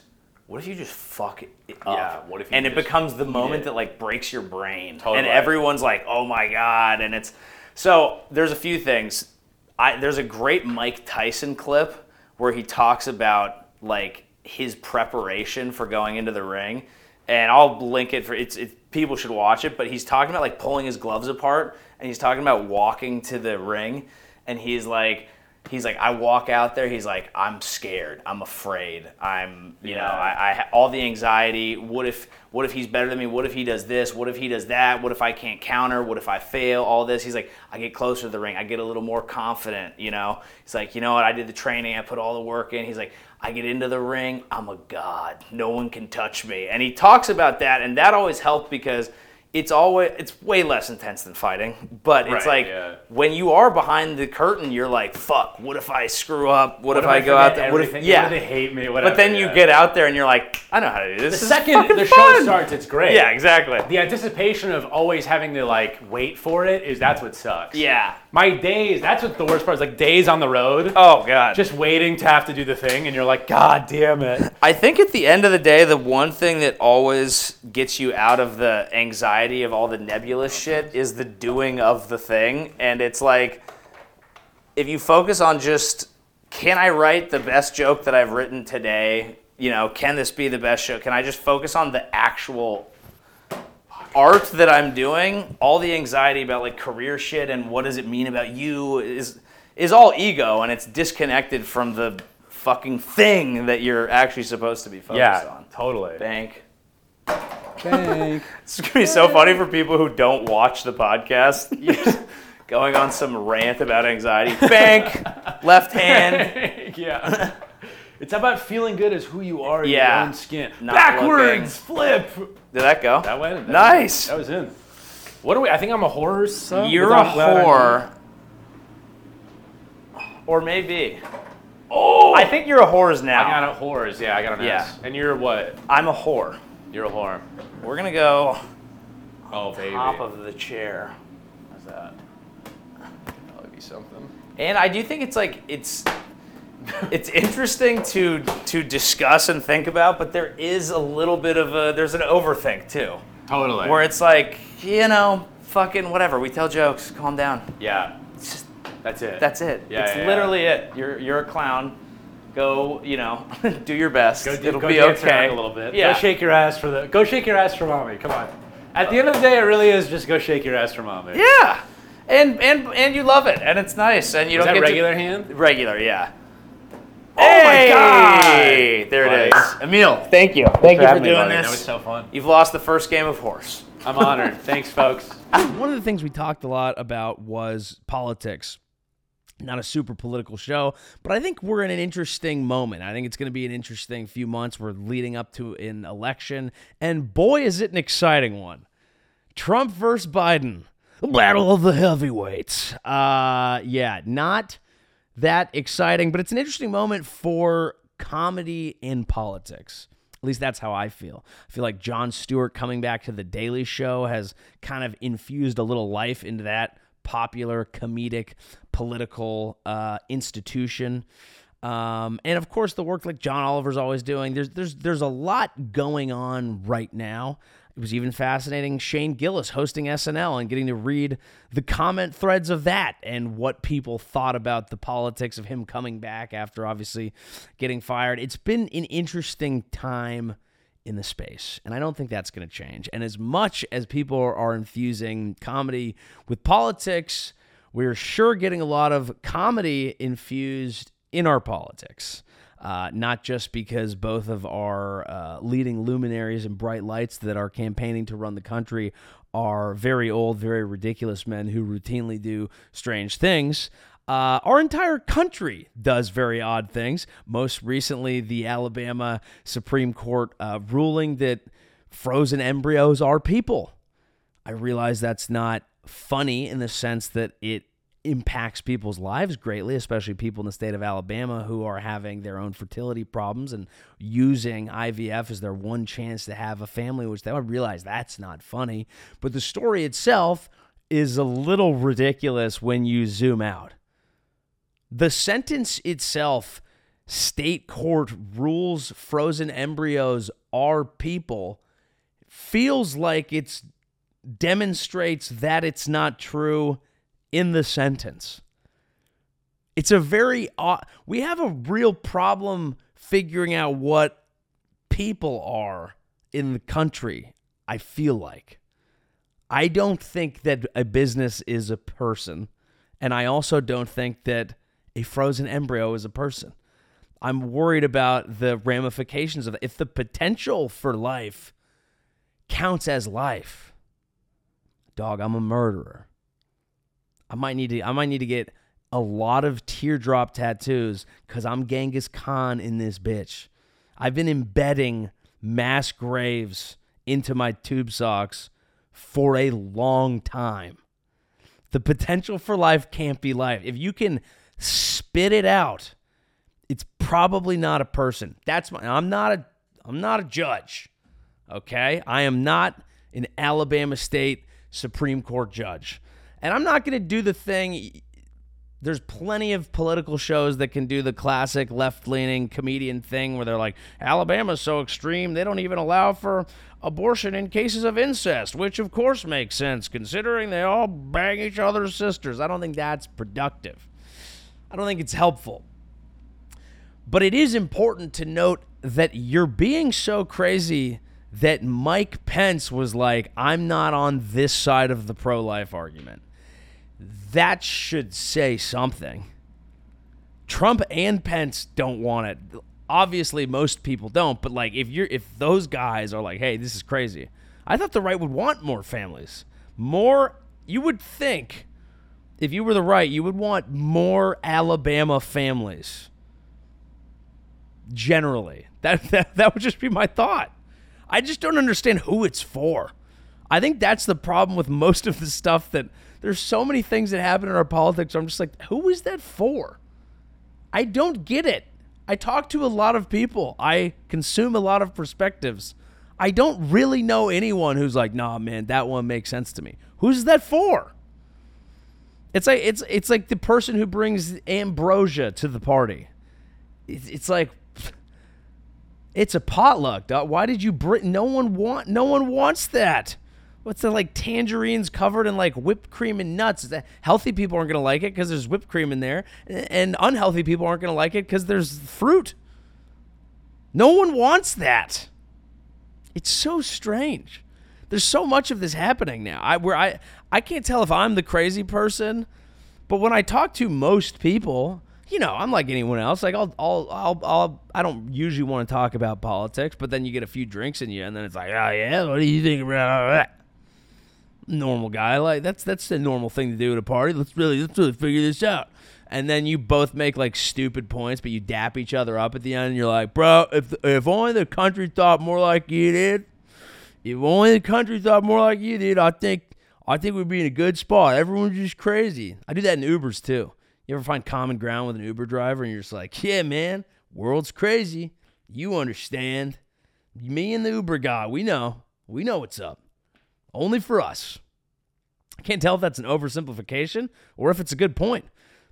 Speaker 4: what if you just fuck it up?
Speaker 3: Yeah, what if you
Speaker 4: and it
Speaker 3: just
Speaker 4: becomes the moment
Speaker 3: it?
Speaker 4: that like breaks your brain,
Speaker 3: Totally.
Speaker 4: and everyone's like, oh my god, and it's so there's a few things. I there's a great Mike Tyson clip where he talks about like his preparation for going into the ring and I'll link it for it's it, people should watch it. But he's talking about like pulling his gloves apart, and he's talking about walking to the ring, and he's like, he's like, I walk out there. He's like, I'm scared. I'm afraid. I'm, you know, I, I ha- all the anxiety. What if, what if he's better than me? What if he does this? What if he does that? What if I can't counter? What if I fail? All this. He's like, I get closer to the ring. I get a little more confident. You know, he's like, you know what? I did the training. I put all the work in. He's like. I get into the ring, I'm a god. No one can touch me. And he talks about that, and that always helped because it's always it's way less intense than fighting. But it's
Speaker 3: Right,
Speaker 4: like
Speaker 3: yeah.
Speaker 4: when you are behind the curtain, you're like, "Fuck! What if I screw up? What, if, I, go
Speaker 3: forget
Speaker 4: out there? What if
Speaker 3: everything?
Speaker 4: yeah?"
Speaker 3: What if they hate me? Whatever.
Speaker 4: but then you
Speaker 3: yeah.
Speaker 4: get out there and you're like, "I know how to do this."
Speaker 3: the
Speaker 4: This is
Speaker 3: second
Speaker 4: fucking
Speaker 3: the show
Speaker 4: fun."
Speaker 3: starts, it's great.
Speaker 4: Yeah, exactly.
Speaker 3: The anticipation of always having to like wait for it is that's what sucks.
Speaker 4: Yeah.
Speaker 3: My days, that's what the worst part is like days on the road.
Speaker 4: Oh god.
Speaker 3: Just waiting to have to do the thing, and you're like, God damn it.
Speaker 4: I think at the end of the day, the one thing that always gets you out of the anxiety of all the nebulous shit is the doing of the thing. And it's like, if you focus on just, can I write the best joke that I've written today? You know, can this be the best show? Can I just focus on the actual art that I'm doing? All the anxiety about like career shit and what does it mean about you is is all ego and it's disconnected from the fucking thing that you're actually supposed to be focused on.
Speaker 3: totally.
Speaker 4: Bank. It's gonna be so funny for people who don't watch the podcast. You're just Going on some rant about anxiety. Bank, left hand.
Speaker 3: yeah. It's about feeling good as who you are in
Speaker 4: Yeah.
Speaker 3: your own skin.
Speaker 4: Not
Speaker 3: Backwards, flip.
Speaker 4: Did that go?
Speaker 3: That went. that
Speaker 4: Nice.
Speaker 3: That was in. What are we? I think I'm a horror. Sub,
Speaker 4: You're
Speaker 3: which
Speaker 4: a
Speaker 3: I'm glad I did.
Speaker 4: whore. Or maybe.
Speaker 3: Oh,
Speaker 4: I think you're a whores
Speaker 3: I
Speaker 4: now.
Speaker 3: got a horrors. Yeah, I got an
Speaker 4: Yeah.
Speaker 3: S. And you're what?
Speaker 4: I'm a whore.
Speaker 3: You're a whore.
Speaker 4: We're gonna go
Speaker 3: Oh baby.
Speaker 4: top of the chair.
Speaker 3: How's that? Probably be something.
Speaker 4: And I do think it's like it's it's interesting to to discuss and think about, but there is a little bit of a there's an overthink too.
Speaker 3: Totally.
Speaker 4: Where it's like, you know, fucking whatever, we tell jokes, calm down.
Speaker 3: yeah.
Speaker 4: It's just
Speaker 3: That's it.
Speaker 4: that's it.
Speaker 3: Yeah,
Speaker 4: it's
Speaker 3: yeah, yeah.
Speaker 4: literally it. You're you're a clown. Go, you know, do your best.
Speaker 3: Go, d-
Speaker 4: It'll
Speaker 3: go
Speaker 4: be
Speaker 3: dance
Speaker 4: okay.
Speaker 3: around a little bit.
Speaker 4: Yeah.
Speaker 3: Go shake your ass for the. Go shake your ass for mommy. Come on. At the end of the day, it really is just go shake your ass for mommy.
Speaker 4: Yeah. And and and you love it, and it's nice, and you
Speaker 3: Is
Speaker 4: don't
Speaker 3: that
Speaker 4: get
Speaker 3: regular
Speaker 4: To,
Speaker 3: hand?
Speaker 4: regular, yeah. Oh
Speaker 3: my God.
Speaker 4: There it
Speaker 3: Buddy.
Speaker 4: is, Emil. Thank you, thank you for
Speaker 3: having me,
Speaker 4: doing
Speaker 3: buddy. That was
Speaker 4: this.
Speaker 3: so fun.
Speaker 4: You've lost the first game of horse.
Speaker 3: I'm honored. Thanks, folks.
Speaker 10: One of the things we talked a lot about was politics. Not a super political show, but I think we're in an interesting moment. I think it's going to be an interesting few months. We're leading up to an election, and boy, is it an exciting one. Trump versus Biden, battle of the heavyweights. Uh, yeah, not that exciting, but it's an interesting moment for comedy in politics. At least that's how I feel. I feel like Jon Stewart coming back to The Daily Show has kind of infused a little life into that popular comedic political uh, institution. Um, and of course, the work like John Oliver's always doing. There's there's there's a lot going on right now. It was even fascinating Shane Gillis hosting SNL and getting to read the comment threads of that and what people thought about the politics of him coming back after obviously getting fired. It's been an interesting time in the space, and I don't think that's going to change. And as much as people are infusing comedy with politics, we're sure getting a lot of comedy infused
Speaker 4: in our politics. Uh, not just because both of our uh, leading luminaries and bright lights that are campaigning to run the country are very old, very ridiculous men who routinely do strange things. Uh, our entire country does very odd things. Most recently, the Alabama Supreme Court uh, ruling that frozen embryos are people. I realize that's not funny in the sense that it impacts people's lives greatly, especially people in the state of Alabama who are having their own fertility problems and using IVF as their one chance to have a family, which they would realize that's not funny. But the story itself is a little ridiculous when you zoom out. The sentence itself, state court rules frozen embryos are people, feels like it's demonstrates that it's not true in the sentence. It's a very odd. We have a real problem figuring out what people are in the country, I feel like. I don't think that a business is a person. And I also don't think that a frozen embryo is a person. I'm worried about the ramifications of it. If the potential for life counts as life, dog, I'm a murderer. I might need to I might need to get a lot of teardrop tattoos cuz I'm Genghis Khan in this bitch. I've been embedding mass graves into my tube socks for a long time. The potential for life can't be life. If you can spit it out, it's probably not a person. That's my I'm not a I'm not a judge. Okay? I am not an Alabama state Supreme Court judge. And I'm not going to do the thing. There's plenty of political shows that can do the classic left leaning comedian thing where they're like, Alabama's so extreme, they don't even allow for abortion in cases of incest, which of course makes sense considering they all bang each other's sisters. I don't think that's productive. I don't think it's helpful. But it is important to note that you're being so crazy that Mike Pence was like, I'm not on this side of the pro life argument. That should say something. Trump and Pence don't want it. Obviously, most people don't, but like if you're if those guys are like, hey, this is crazy. I thought the right would want more families. More you would think if you were the right, you would want more Alabama families. Generally. That that, that would just be my thought. I just don't understand who it's for. I think that's the problem with most of the stuff that there's so many things that happen in our politics. I'm just like, who is that for? I don't get it. I talk to a lot of people, I consume a lot of perspectives. I don't really know anyone who's like, nah, man, that one makes sense to me. Who's that for? It's like it's it's like the person who brings ambrosia to the party. It's, it's like it's a potluck. Dog. Why did you bring? No one want. No one wants that. What's that like? Tangerines covered in like whipped cream and nuts. Is that, healthy people aren't gonna like it because there's whipped cream in there, and unhealthy people aren't gonna like it because there's fruit. No one wants that. It's so strange. There's so much of this happening now. I where I I can't tell if I'm the crazy person, but when I talk to most people, you know, I'm like anyone else. Like I'll, I'll, I'll, I'll I don't usually want to talk about politics, but then you get a few drinks in you, and then it's like, oh yeah, what do you think about that? Normal guy, like that's that's the normal thing to do at a party. Let's really, let's really figure this out. And then you both make like stupid points, but you dap each other up at the end, and you're like, bro, if if only the country thought more like you did. If only the country thought more like you did, I think I think we'd be in a good spot. Everyone's just crazy. I do that in Ubers too. You ever find common ground with an Uber driver and you're just like, yeah, man, world's crazy. You understand. Me and the Uber guy, we know. We know what's up. Only for us. I can't tell if that's an oversimplification or if it's a good point.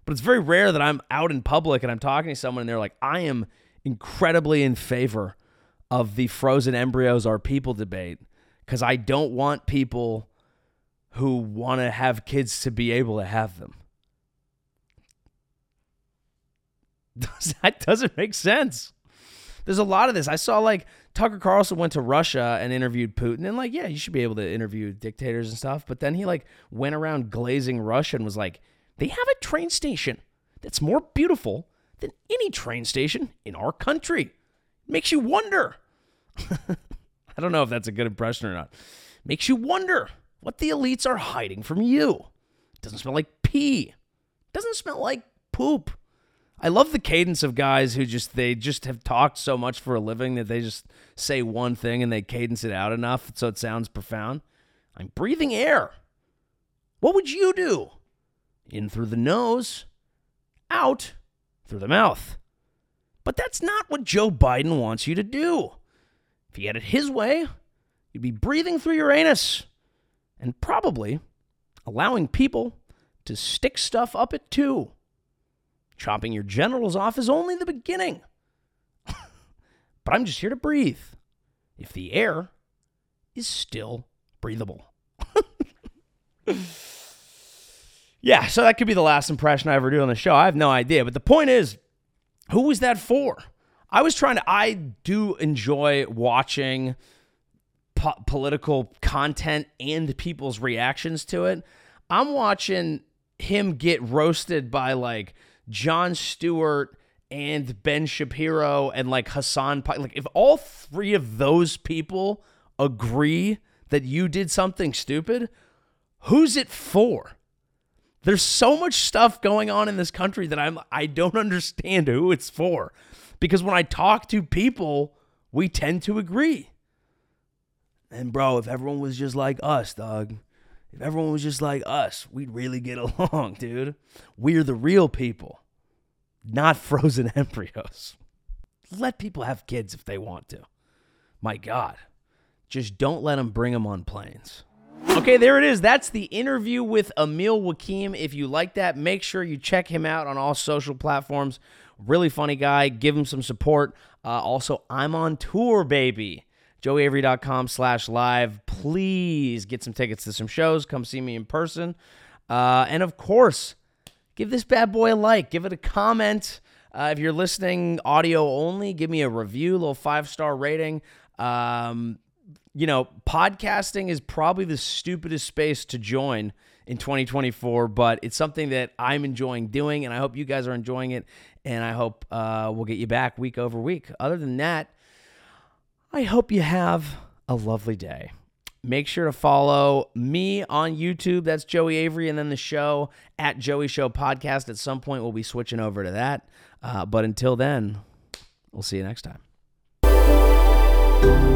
Speaker 4: But it's very rare that I'm out in public and I'm talking to someone and they're like, I am incredibly in favor of the frozen embryos are people debate because I don't want people who want to have kids to be able to have them. that doesn't make sense. There's a lot of this. I saw like Tucker Carlson went to Russia and interviewed Putin, and like, yeah, you should be able to interview dictators and stuff. But then he like went around glazing Russia and was like, they have a train station that's more beautiful than any train station in our country. Makes you wonder. I don't know if that's a good impression or not. Makes you wonder what the elites are hiding from you. Doesn't smell like pee. Doesn't smell like poop. I love the cadence of guys who just they just have talked so much for a living that they just say one thing and they cadence it out enough so it sounds profound. I'm breathing air. What would you do? In through the nose, out through the mouth. But that's not what Joe Biden wants you to do. If you had it his way, you'd be breathing through your anus and probably allowing people to stick stuff up it too. Chopping your genitals off is only the beginning. but I'm just here to breathe if the air is still breathable. yeah, so that could be the last impression I ever do on the show. I have no idea. But the point is, who was that for? I was trying to, I do enjoy watching po- political content and people's reactions to it. I'm watching him get roasted by like John Stewart and Ben Shapiro and like Hassan. Pa- like, if all three of those people agree that you did something stupid, who's it for? There's so much stuff going on in this country that I'm I don't understand who it's for. Because when I talk to people, we tend to agree. And bro, if everyone was just like us, dog, if everyone was just like us, we'd really get along, dude. We're the real people, not frozen embryos. Let people have kids if they want to. My God. Just don't let them bring them on planes. Okay, there it is. That's the interview with Emil Wakim. If you like that, make sure you check him out on all social platforms. Really funny guy. Give him some support. Uh, also, I'm on tour, baby. JoeyAvery.com slash live. Please get some tickets to some shows. Come see me in person. Uh, and of course, give this bad boy a like, give it a comment. Uh, if you're listening audio only, give me a review, little five star rating. Um, you know, podcasting is probably the stupidest space to join in 2024, but it's something that I'm enjoying doing, and I hope you guys are enjoying it, and I hope uh, we'll get you back week over week. Other than that, I hope you have a lovely day. Make sure to follow me on YouTube. That's Joey Avery, and then the show at Joey Show Podcast. At some point, we'll be switching over to that. Uh, but until then, we'll see you next time.